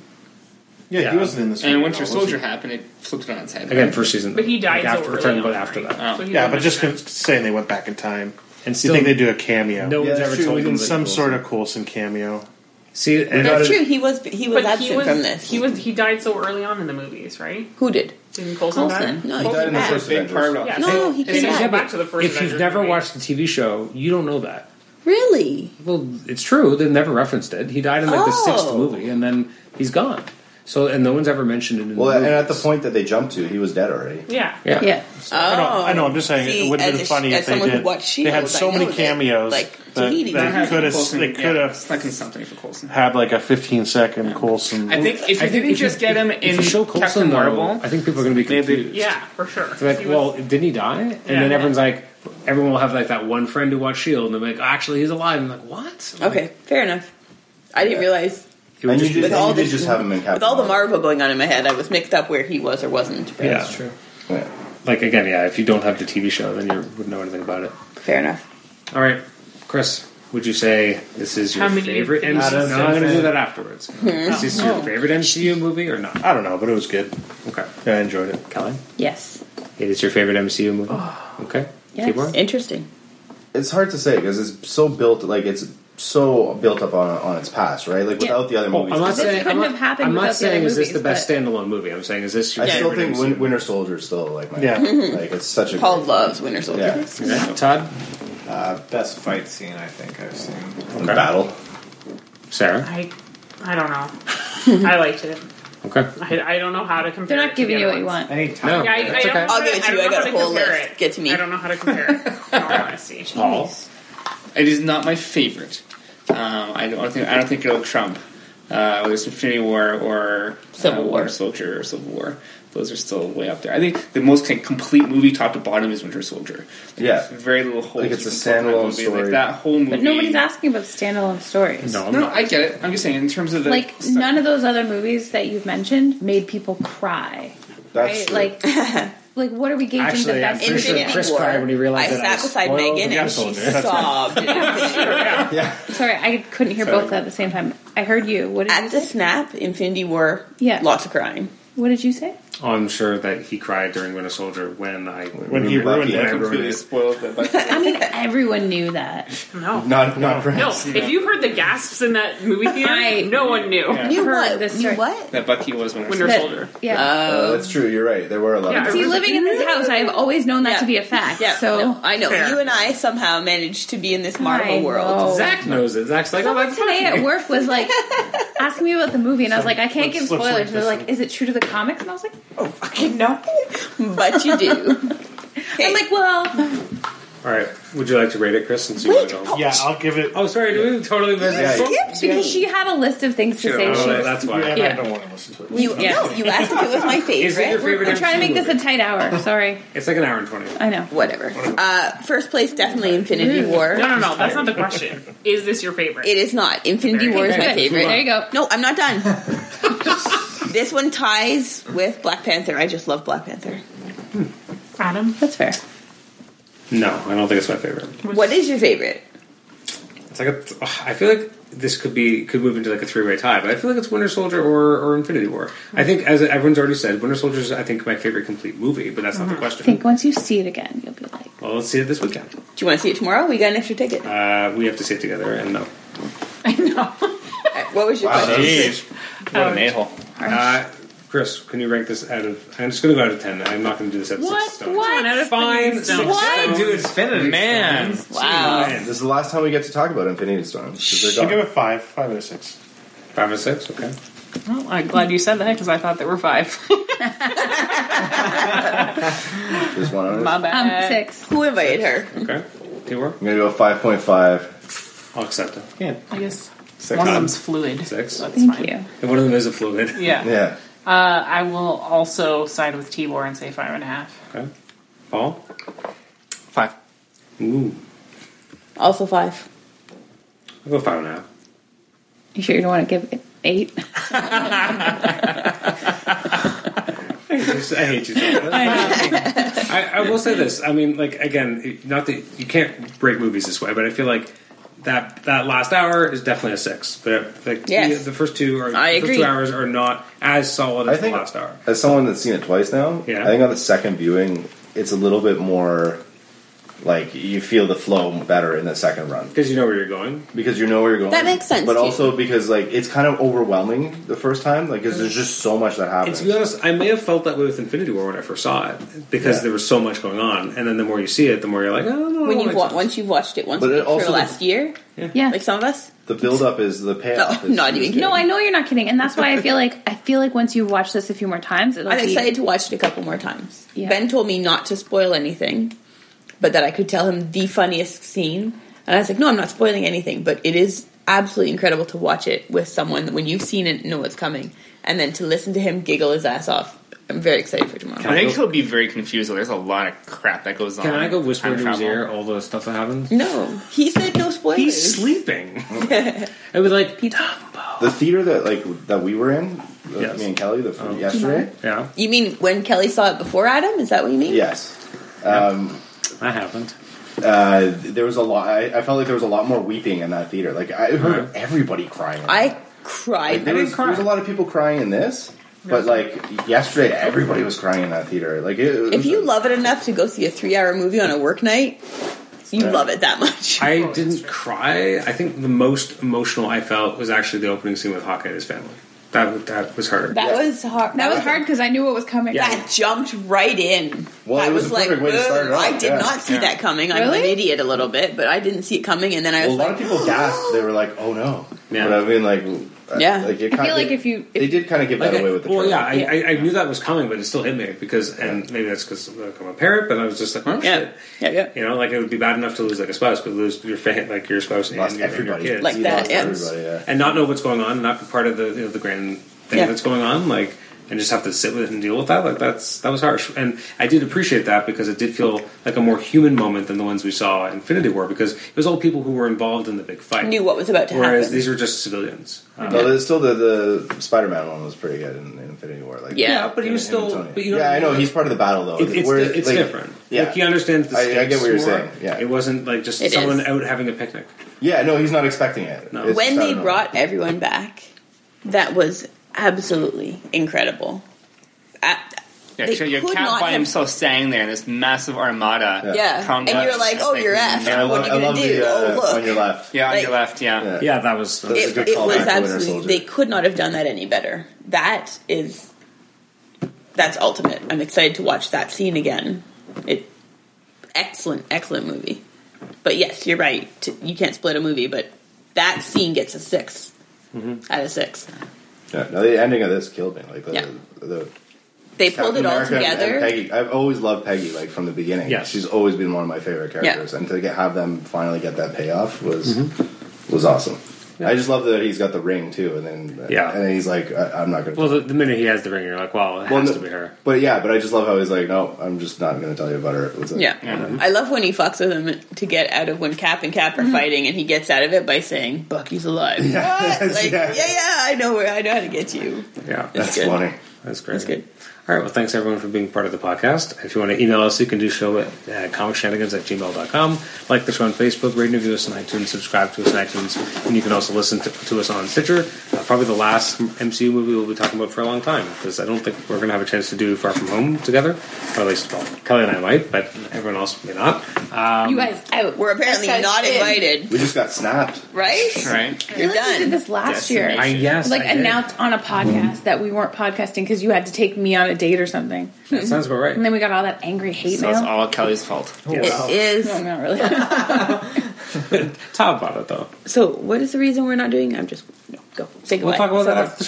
Speaker 3: Yeah,
Speaker 1: Yeah.
Speaker 3: he wasn't in this.
Speaker 6: And
Speaker 3: movie,
Speaker 6: Winter
Speaker 3: though, was
Speaker 6: Soldier
Speaker 3: he?
Speaker 6: happened, it flipped it on its head. Oh.
Speaker 1: again first season.
Speaker 9: But he died Oh. so
Speaker 1: like, after,
Speaker 9: early
Speaker 1: we're talking
Speaker 9: on,
Speaker 1: about after
Speaker 9: right?
Speaker 1: that,
Speaker 6: that.
Speaker 9: So he
Speaker 3: Yeah,
Speaker 9: didn't
Speaker 3: but just
Speaker 9: mention
Speaker 3: con- saying they went back in time.
Speaker 1: and
Speaker 3: Do you
Speaker 1: still
Speaker 3: think they do a cameo?
Speaker 1: no one's
Speaker 7: Yeah,
Speaker 1: ever
Speaker 7: true,
Speaker 1: told
Speaker 7: we
Speaker 1: them
Speaker 7: did
Speaker 1: that
Speaker 3: some
Speaker 1: he
Speaker 3: sort
Speaker 1: was-
Speaker 3: of Coulson cameo.
Speaker 1: See, and
Speaker 8: That's true. He was he was
Speaker 9: it. But
Speaker 8: absent
Speaker 9: he was,
Speaker 8: from this.
Speaker 9: he was he died so early on in the movies, right?
Speaker 8: Who did?
Speaker 9: Didn't Coulson,
Speaker 8: Coulson.
Speaker 9: die?
Speaker 8: No,
Speaker 7: He died in the
Speaker 8: back.
Speaker 7: first
Speaker 6: Big
Speaker 7: Avengers.
Speaker 6: part of
Speaker 9: Yeah.
Speaker 8: No, he
Speaker 9: They
Speaker 8: came
Speaker 9: didn't
Speaker 8: back.
Speaker 9: go back to the first.
Speaker 1: If you've
Speaker 9: Avengers
Speaker 1: never
Speaker 9: movie.
Speaker 1: watched the TV show, you don't know that.
Speaker 8: Really?
Speaker 1: Well, it's true. They never referenced it. He died in like the sixth
Speaker 8: Oh.
Speaker 1: movie, and then he's gone. So, and no one's ever mentioned it. In
Speaker 7: Well,
Speaker 1: the
Speaker 7: and at the
Speaker 1: movies.
Speaker 7: point that they jumped to, he was dead already.
Speaker 9: yeah,
Speaker 1: yeah,
Speaker 4: Yeah.
Speaker 8: Oh,
Speaker 3: I know. I know. I'm just saying
Speaker 8: See,
Speaker 3: it would have
Speaker 8: as
Speaker 3: been
Speaker 8: a-
Speaker 3: funny
Speaker 8: as
Speaker 3: if they
Speaker 8: someone who
Speaker 3: did.
Speaker 8: watched
Speaker 3: they had
Speaker 8: S.H.I.E.L.D., I
Speaker 3: so many
Speaker 8: know that,
Speaker 3: cameos
Speaker 8: like,
Speaker 3: that
Speaker 8: Tahiti
Speaker 3: that
Speaker 8: died.
Speaker 3: they could have. They could have
Speaker 6: snuck in something for Coulson.
Speaker 3: had like a 15 second Coulson.
Speaker 6: I think if
Speaker 1: I
Speaker 6: you
Speaker 1: think
Speaker 6: didn't
Speaker 1: if you-
Speaker 6: just get him
Speaker 1: if
Speaker 6: in
Speaker 1: you show Coulson,
Speaker 6: Captain
Speaker 1: though,
Speaker 6: Marvel,
Speaker 1: I think people are going to be
Speaker 6: Maybe-
Speaker 1: confused.
Speaker 9: yeah, for sure.
Speaker 1: They're like,
Speaker 9: He was-
Speaker 1: well, didn't he die? And
Speaker 9: Yeah.
Speaker 1: then everyone's like, everyone will have like that one friend who watched Shield, E and they're like, actually, he's alive. And I'm like, what? I'm like,
Speaker 8: Okay, fair enough. I didn't realize
Speaker 1: it would
Speaker 7: And
Speaker 1: just
Speaker 7: you
Speaker 1: be-
Speaker 7: did,
Speaker 8: With
Speaker 7: and
Speaker 8: all
Speaker 7: you did
Speaker 8: the-
Speaker 7: just have him in Captain
Speaker 8: with all the Marvel going on in my head, I was mixed up where he was or wasn't.
Speaker 1: yeah,
Speaker 8: Fair
Speaker 1: true.
Speaker 7: Yeah.
Speaker 1: Like again, yeah. If you don't have the TV show, then you wouldn't know anything about it.
Speaker 8: enough.
Speaker 1: All right, Chris, would you say this is your
Speaker 9: How many
Speaker 1: favorite
Speaker 9: you think?
Speaker 1: MCU?
Speaker 5: Adam
Speaker 1: No, I'm going to
Speaker 5: Sandler.
Speaker 1: do that afterwards. Uh, Is this
Speaker 4: Oh.
Speaker 1: your favorite MCU movie or not?
Speaker 3: I don't know, but it was good.
Speaker 1: Okay,
Speaker 3: I enjoyed it.
Speaker 1: Kelly,
Speaker 4: Yes.
Speaker 1: it is your favorite MCU movie. Okay,
Speaker 4: Oh. Yes.
Speaker 1: Keep going.
Speaker 8: Interesting.
Speaker 7: It's hard to say because it's so built, like it's so built up on on its past, right? Like
Speaker 4: Yeah.
Speaker 7: without the other
Speaker 1: Oh,
Speaker 7: movies,
Speaker 1: I'm not
Speaker 4: This
Speaker 1: saying I'm
Speaker 4: couldn't
Speaker 1: not,
Speaker 4: have happened
Speaker 1: I'm not
Speaker 4: without the
Speaker 1: saying
Speaker 4: other
Speaker 1: is this the
Speaker 4: movies,
Speaker 1: best
Speaker 4: but-
Speaker 1: standalone movie. I'm saying is this your
Speaker 7: I still
Speaker 1: favorite
Speaker 7: think
Speaker 1: MCU?
Speaker 7: Win- Winter Soldier is still like my
Speaker 3: Yeah.
Speaker 7: favorite. like it's such a
Speaker 8: Paul
Speaker 7: great-
Speaker 8: loves Winter Soldier.
Speaker 7: Yeah,
Speaker 1: Yeah. Todd,
Speaker 5: Uh, best fight scene I think I've seen.
Speaker 7: The battle.
Speaker 1: Sarah.
Speaker 9: I, I don't know. I liked it.
Speaker 1: Okay.
Speaker 9: I, I don't know how to compare.
Speaker 4: They're
Speaker 9: it
Speaker 4: not
Speaker 9: to the
Speaker 4: giving you
Speaker 9: other
Speaker 4: what you
Speaker 9: ones.
Speaker 4: want.
Speaker 5: Anytime.
Speaker 1: No.
Speaker 9: Yeah, I, I don't
Speaker 1: That's okay.
Speaker 9: know
Speaker 8: I'll
Speaker 9: how to-
Speaker 8: give it to you.
Speaker 9: don't
Speaker 8: I got
Speaker 9: know
Speaker 8: a
Speaker 9: how
Speaker 8: whole
Speaker 9: compare
Speaker 8: list.
Speaker 9: It.
Speaker 8: Get to me.
Speaker 9: I don't know how to compare it. In all honesty.
Speaker 1: Paul.
Speaker 6: it is not my favorite. Um, I don't think I don't think it'll trump uh, whether it's Infinity War or uh,
Speaker 8: Civil War.
Speaker 6: Winter Soldier or Civil War. those are still way up there. I think the most kind of complete movie, top to bottom, is Winter Soldier. Like,
Speaker 7: Yeah.
Speaker 6: there's very little holes.
Speaker 7: Like, it's a
Speaker 6: you can poke in that
Speaker 7: standalone
Speaker 6: movie.
Speaker 7: story.
Speaker 6: Like that whole movie.
Speaker 4: But nobody's asking about standalone stories.
Speaker 1: No, I'm
Speaker 6: No,
Speaker 1: not.
Speaker 6: I get it. I'm just saying in terms of the
Speaker 4: Like none of those other movies that you've mentioned made people cry.
Speaker 7: That's
Speaker 4: right?
Speaker 7: true.
Speaker 4: Like, like what are we gauging
Speaker 1: Actually,
Speaker 4: that
Speaker 1: I'm
Speaker 4: that's
Speaker 1: pretty sure
Speaker 8: Infinity
Speaker 1: Chris
Speaker 8: War.
Speaker 1: cried when he realized
Speaker 8: I
Speaker 1: that I
Speaker 8: sat beside
Speaker 1: spoiled
Speaker 8: Megan
Speaker 1: the
Speaker 8: and she
Speaker 1: Soldier. That's
Speaker 8: sobbed.
Speaker 4: Sorry, I couldn't hear both at the same time. I heard you. What did you
Speaker 8: At the
Speaker 4: say?
Speaker 8: snap, Infinity War,
Speaker 4: Yeah.
Speaker 8: lots of crying.
Speaker 4: What did you say?
Speaker 1: Oh, I'm sure that he cried during Winter Soldier when I
Speaker 3: When he
Speaker 1: when
Speaker 3: ruined it.
Speaker 1: I ruined
Speaker 6: completely
Speaker 1: it.
Speaker 6: spoiled it. But
Speaker 4: I mean, everyone knew that.
Speaker 9: No.
Speaker 7: not not
Speaker 9: Oh. No,
Speaker 7: perhaps.
Speaker 9: if you heard the gasps in that movie theater,
Speaker 4: I-
Speaker 9: no one knew.
Speaker 8: Knew
Speaker 4: Heard
Speaker 8: what?
Speaker 4: this
Speaker 8: Knew
Speaker 4: story.
Speaker 8: what?
Speaker 6: that Bucky was Winter
Speaker 9: Winter
Speaker 6: Soldier.
Speaker 9: Soldier.
Speaker 4: Yeah.
Speaker 7: Oh, that's true. You're right. There were a lot.
Speaker 9: Yeah.
Speaker 7: of
Speaker 4: See, living in this house, I've always known that
Speaker 8: Yeah.
Speaker 4: to be a fact.
Speaker 8: Yeah,
Speaker 4: so
Speaker 8: no, I know
Speaker 9: Fair.
Speaker 8: you and I somehow managed to be in this Marvel
Speaker 4: I
Speaker 8: world.
Speaker 4: know.
Speaker 1: Zach knows it. Zach's like, oh,
Speaker 4: Someone
Speaker 1: that's
Speaker 4: today
Speaker 1: funny.
Speaker 4: at work was like asking me about the movie, and I was like, I can't
Speaker 3: let's-
Speaker 4: give
Speaker 3: let's read
Speaker 4: spoilers. They're
Speaker 3: this
Speaker 4: like, is it true to the comics? And I was like,
Speaker 8: No, but you do.
Speaker 4: I'm like, well,
Speaker 1: All right, would you like to rate it, Chris, since you want to go?
Speaker 3: Yeah, I'll give it.
Speaker 1: Oh, sorry, do we totally miss
Speaker 7: Yeah,
Speaker 1: it?
Speaker 7: yeah.
Speaker 4: because she had a list of things to say.
Speaker 1: Oh,
Speaker 4: She,
Speaker 1: that's why.
Speaker 3: Yeah,
Speaker 9: Yeah.
Speaker 3: I don't want to listen to it.
Speaker 8: you,
Speaker 4: Yeah.
Speaker 8: No, you asked if it was my favorite.
Speaker 1: Is it your favorite?
Speaker 4: we're trying
Speaker 1: MCU
Speaker 4: to make this a
Speaker 1: movie?
Speaker 4: tight hour. Sorry,
Speaker 1: It's like an hour and twenty.
Speaker 4: I know.
Speaker 8: Whatever. Uh, first place, definitely Infinity War.
Speaker 9: Mm. No, no, no. That's not the question. Is this your favorite?
Speaker 8: It is not. Infinity War is my
Speaker 4: Good.
Speaker 8: favorite.
Speaker 4: There you go.
Speaker 8: No, I'm not done. this one ties with Black Panther. I just love Black Panther.
Speaker 9: Adam.
Speaker 4: That's fair.
Speaker 1: No, I don't think it's my favorite.
Speaker 8: What is your favorite?
Speaker 1: It's like a, ugh, I feel like this could be could move into like a three way tie, but I feel like it's Winter Soldier or, or Infinity War. I think as everyone's already said, Winter Soldier is I think my favorite complete movie, but that's not
Speaker 9: Mm-hmm.
Speaker 1: the
Speaker 4: I
Speaker 1: question.
Speaker 4: think once you see it again, you'll be like,
Speaker 1: Well, let's see it this weekend.
Speaker 8: Do you want to see it tomorrow? We got an extra ticket.
Speaker 1: Uh, we have to see it together, and no,
Speaker 9: I know.
Speaker 8: what was your
Speaker 7: Wow,
Speaker 8: question?
Speaker 3: Jeez.
Speaker 6: What an a hole.
Speaker 1: uh, Chris, can you rank this out of? I'm just going to go out of ten. I'm not going to do this at
Speaker 9: What?
Speaker 1: six stones.
Speaker 9: What? Out of
Speaker 1: Fine,
Speaker 9: Infinity
Speaker 1: six
Speaker 9: Stones.
Speaker 1: stones. Dude, it's Infinity
Speaker 6: Man.
Speaker 1: Stones.
Speaker 8: Wow.
Speaker 1: Fine.
Speaker 7: This is the last time we get to talk about Infinity Stone. 'cause
Speaker 3: I'll
Speaker 7: they're
Speaker 3: give
Speaker 7: gone.
Speaker 3: it five, five out of six.
Speaker 1: Five and six, okay.
Speaker 9: Well, I'm glad you said that because I thought there were five.
Speaker 7: There's one. on it.
Speaker 9: My
Speaker 4: um,
Speaker 7: I'm
Speaker 9: bad.
Speaker 4: six.
Speaker 8: Who invited her?
Speaker 1: Okay. Two more.
Speaker 7: gonna go five point five.
Speaker 1: I'll accept it.
Speaker 9: I guess
Speaker 7: Six.
Speaker 9: one of them's fluid.
Speaker 1: Six.
Speaker 9: That's
Speaker 4: Thank
Speaker 9: fine.
Speaker 4: you.
Speaker 1: And one of them is a fluid.
Speaker 9: Yeah.
Speaker 7: Yeah.
Speaker 9: Uh, I will also side with Tibor and say five and a half.
Speaker 1: Okay. Paul?
Speaker 6: Five.
Speaker 1: Ooh.
Speaker 8: Also five.
Speaker 1: I'll go five and a half.
Speaker 4: You sure you don't want to give it eight?
Speaker 1: I hate you. Jonathan. I, I will say this. I mean, like again, it- not that you can't break movies this way, but I feel like that that last hour is definitely a six. The the,
Speaker 8: Yes.
Speaker 1: the first two are
Speaker 8: I
Speaker 1: the first
Speaker 8: agree.
Speaker 1: two hours are not as solid
Speaker 7: I
Speaker 1: as the
Speaker 7: think
Speaker 1: last hour.
Speaker 7: as someone that's seen it twice now,
Speaker 1: Yeah.
Speaker 7: I think on the second viewing, it's a little bit more like you feel the flow better in the second run
Speaker 1: Because you know where you're going.
Speaker 7: because you know where you're going.
Speaker 8: That makes sense,
Speaker 7: but
Speaker 8: too.
Speaker 7: also because like it's kind of overwhelming the first time, like because there's just so much that
Speaker 1: And
Speaker 7: happens.
Speaker 1: to be honest, I may have felt that way with Infinity War when I first saw it because
Speaker 7: Yeah.
Speaker 1: there was so much going on, and then the more you see it, the more you're like, oh no.
Speaker 8: When
Speaker 1: I
Speaker 8: you've
Speaker 1: like
Speaker 8: wa- once you've watched it once
Speaker 7: But it
Speaker 8: week for
Speaker 7: also-
Speaker 8: the last year,
Speaker 4: Yeah.
Speaker 8: like some of us.
Speaker 7: the build up is the payoff.
Speaker 8: No,
Speaker 7: is-
Speaker 8: Oh, not
Speaker 7: is
Speaker 8: even.
Speaker 7: good.
Speaker 4: No, I know you're not kidding, and that's why I feel like I feel like once you watch this a few more times, it'll
Speaker 8: I'm
Speaker 4: be
Speaker 8: excited to watch it a couple more times.
Speaker 4: Yeah.
Speaker 8: Ben told me not to spoil anything, but that I could tell him the funniest scene. And I was like, no, I'm not spoiling anything, but it is absolutely incredible to watch it with someone when you've seen it and know what's coming. And then to listen to him giggle his ass off. I'm very excited for tomorrow.
Speaker 6: I think
Speaker 1: go-
Speaker 6: he'll be very confused. though. There's a lot of crap that goes on.
Speaker 1: Can I go whisper
Speaker 6: Time
Speaker 1: into his
Speaker 6: travel.
Speaker 1: ear all the stuff that happens?
Speaker 8: No, he said no spoilers.
Speaker 1: He's sleeping. I was like, Dumbo.
Speaker 7: the theater that like that we were in, uh,
Speaker 1: Yes. Oh.
Speaker 7: me and Kelly, the yesterday.
Speaker 1: Yeah,
Speaker 8: you mean when Kelly saw it before Adam? Is that what you mean?
Speaker 7: Yes.
Speaker 1: that happened.
Speaker 7: Uh, there was a lot. I, I felt like there was a lot more weeping in that theater. Like I heard everybody crying.
Speaker 8: I cried.
Speaker 7: there was, there was a lot of people crying in this, but like yesterday, everybody was crying in that theater. Like it, it
Speaker 8: if
Speaker 7: was-
Speaker 8: you love it enough to go see a three hour movie on a work night, you
Speaker 7: Right.
Speaker 8: love it that much.
Speaker 7: Oh,
Speaker 1: I didn't cry. I think the most emotional I felt was actually the opening scene with Hawkeye and his family. That that was harder.
Speaker 8: that
Speaker 7: Yeah.
Speaker 8: was hard.
Speaker 4: That was hard because I knew what was coming.
Speaker 8: that jumped right in.
Speaker 7: Well,
Speaker 8: I
Speaker 7: it was
Speaker 8: was
Speaker 7: a
Speaker 8: like,
Speaker 7: perfect way to start it
Speaker 8: "Ugh,
Speaker 7: off,
Speaker 8: I did
Speaker 7: yeah.
Speaker 8: not see that coming. I'm an
Speaker 4: Really?
Speaker 8: idiot a little bit, but I didn't see it coming. And then I
Speaker 7: well, a
Speaker 8: was
Speaker 7: lot of
Speaker 8: like,
Speaker 7: people gasped. They were like, "Oh no!"
Speaker 1: Yeah.
Speaker 7: But I mean, like, I-
Speaker 8: Yeah.
Speaker 7: like it
Speaker 4: I
Speaker 7: kind
Speaker 4: feel
Speaker 7: of,
Speaker 4: like if you if,
Speaker 7: they did kind of give that
Speaker 1: Like,
Speaker 7: away with the
Speaker 1: well,
Speaker 7: trailer.
Speaker 1: yeah, I,
Speaker 8: Yeah.
Speaker 1: I, I knew that was coming, but it still hit me because, and maybe that's because like, I'm a parent, but I was just like, oh
Speaker 8: yeah,
Speaker 1: shit,
Speaker 8: yeah, yeah.
Speaker 1: you know, like it would be bad enough to lose like a spouse, but lose your fan, like your spouse and
Speaker 7: lost
Speaker 1: your, and your
Speaker 7: everybody.
Speaker 1: kids,
Speaker 8: Like
Speaker 7: You
Speaker 8: that,
Speaker 7: lost
Speaker 8: yeah.
Speaker 7: everybody, yeah.
Speaker 1: and not know what's going on, not be part of the you know, the grand thing
Speaker 8: Yeah.
Speaker 1: that's going on, like. and just have to sit with it and deal with that. Like that's that was harsh, and I did appreciate that because it did feel like a more human moment than the ones we saw at Infinity War because it was all people who were involved in the big fight,
Speaker 8: Knew what was about to
Speaker 1: whereas
Speaker 8: happen.
Speaker 1: these were just civilians. Uh,
Speaker 7: Well, there's still the, the Spider-Man one was pretty good in, in Infinity War. Like,
Speaker 8: Yeah.
Speaker 1: yeah, but he was
Speaker 7: him and
Speaker 1: still.
Speaker 7: Tony.
Speaker 1: But you know,
Speaker 7: yeah, I know he's part of the battle though.
Speaker 1: It, it's
Speaker 7: Where,
Speaker 1: it's
Speaker 7: like,
Speaker 1: different.
Speaker 7: Yeah,
Speaker 1: like, he understands. The
Speaker 7: I- I get
Speaker 1: stakes
Speaker 7: what you're
Speaker 1: more.
Speaker 7: saying, yeah.
Speaker 1: it wasn't like just
Speaker 8: It
Speaker 1: someone
Speaker 8: is.
Speaker 1: out having a picnic.
Speaker 7: yeah. No, he's not expecting it.
Speaker 1: No.
Speaker 7: It's
Speaker 8: when
Speaker 7: just
Speaker 8: they
Speaker 7: out of
Speaker 8: brought everyone back, that was absolutely incredible. I-
Speaker 6: Yeah,
Speaker 8: They
Speaker 6: sure. Your
Speaker 8: could
Speaker 6: cat
Speaker 8: not
Speaker 6: by
Speaker 8: have-
Speaker 6: himself standing there in this massive armada.
Speaker 8: yeah,
Speaker 6: Come
Speaker 8: and
Speaker 6: back.
Speaker 8: you're like, "Oh, you're
Speaker 6: Yeah,
Speaker 8: effed.
Speaker 7: nowhere. I
Speaker 8: what
Speaker 7: love,
Speaker 8: are you
Speaker 7: I
Speaker 8: gonna
Speaker 7: love
Speaker 8: do?"
Speaker 7: the uh,
Speaker 8: oh, look.
Speaker 7: on your left.
Speaker 6: Yeah, on
Speaker 8: Like-
Speaker 6: your left. Yeah.
Speaker 7: Yeah.
Speaker 1: Yeah, that was.
Speaker 7: That was a
Speaker 8: it,
Speaker 7: good
Speaker 8: it
Speaker 7: callback
Speaker 8: was
Speaker 7: to Winter
Speaker 8: absolutely
Speaker 7: Soldier.
Speaker 8: they could not have done that any better that is that's ultimate i'm excited to watch that scene again it excellent excellent movie but yes you're right t- you can't split a movie but that scene gets a 6
Speaker 7: Mm-hmm.
Speaker 8: out of six
Speaker 7: Yeah, no, the ending of this killed me. Like the,
Speaker 8: Yeah.
Speaker 7: the
Speaker 8: they pulled it
Speaker 7: Captain
Speaker 8: all
Speaker 7: America and- and
Speaker 8: together
Speaker 7: Peggy, I've always loved Peggy, like from the beginning.
Speaker 1: Yes.
Speaker 7: she's always been one of my favorite characters, and to get, have them finally get that payoff was
Speaker 1: Mm-hmm.
Speaker 7: was awesome. I just love that he's got the ring too, and then
Speaker 1: Yeah.
Speaker 7: and then he's like, I, I'm not gonna.
Speaker 1: Well, the, the minute he has the ring, you're like, "Wow, it
Speaker 7: Well,
Speaker 1: has
Speaker 7: no-
Speaker 1: to be her."
Speaker 7: But yeah, but I just love how he's like, no, I'm just not gonna tell you about her. It was like-
Speaker 8: yeah.
Speaker 7: Mm-hmm.
Speaker 8: I love when he fucks with him to get out of when Cap and Cap are fighting, and he gets out of it by saying, "Bucky's alive." What? Like, yeah.
Speaker 7: Yeah.
Speaker 8: yeah, I know where I know how to get you.
Speaker 1: Yeah,
Speaker 7: that's
Speaker 8: good.
Speaker 7: funny.
Speaker 1: that's great.
Speaker 8: That's good.
Speaker 1: All right. Well, thanks everyone for being part of the podcast. If you want to email us, you can do show at uh, comicshenanigans at gmail.com. Like the show on Facebook, rate and review us on iTunes, subscribe to us on iTunes, and you can also listen to, to us on Stitcher. Uh, probably the last MCU movie we'll be talking about for a long time because I don't think we're going to have a chance to do Far From Home together. Or at least, well, Kelly and I might, but everyone else may not.
Speaker 4: you
Speaker 1: Um,
Speaker 4: guys out.
Speaker 8: We're apparently
Speaker 4: Us guys
Speaker 8: not
Speaker 4: in.
Speaker 8: invited,
Speaker 7: We just got snapped.
Speaker 8: right?
Speaker 6: Right.
Speaker 8: You're
Speaker 4: I did
Speaker 8: done.
Speaker 4: this last
Speaker 6: Destination.
Speaker 1: I
Speaker 6: I-
Speaker 4: year.
Speaker 1: yes,
Speaker 4: Like
Speaker 1: I did.
Speaker 4: announced on a podcast that we weren't podcasting because you had to take me on a date or something,
Speaker 1: That sounds about right. Oh,
Speaker 4: and then we got all that angry hate
Speaker 6: So
Speaker 4: mail.
Speaker 6: it's all Kelly's fault.
Speaker 8: It is.
Speaker 4: no, not really.
Speaker 1: Talk about it though.
Speaker 8: So, what is the reason we're not doing? I'm just no, go say
Speaker 1: We'll
Speaker 8: goodbye.
Speaker 1: talk about
Speaker 8: So
Speaker 1: that after the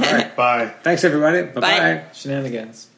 Speaker 1: show. All right.
Speaker 3: Bye.
Speaker 1: Thanks everybody. Bye bye.
Speaker 5: Shenanigans.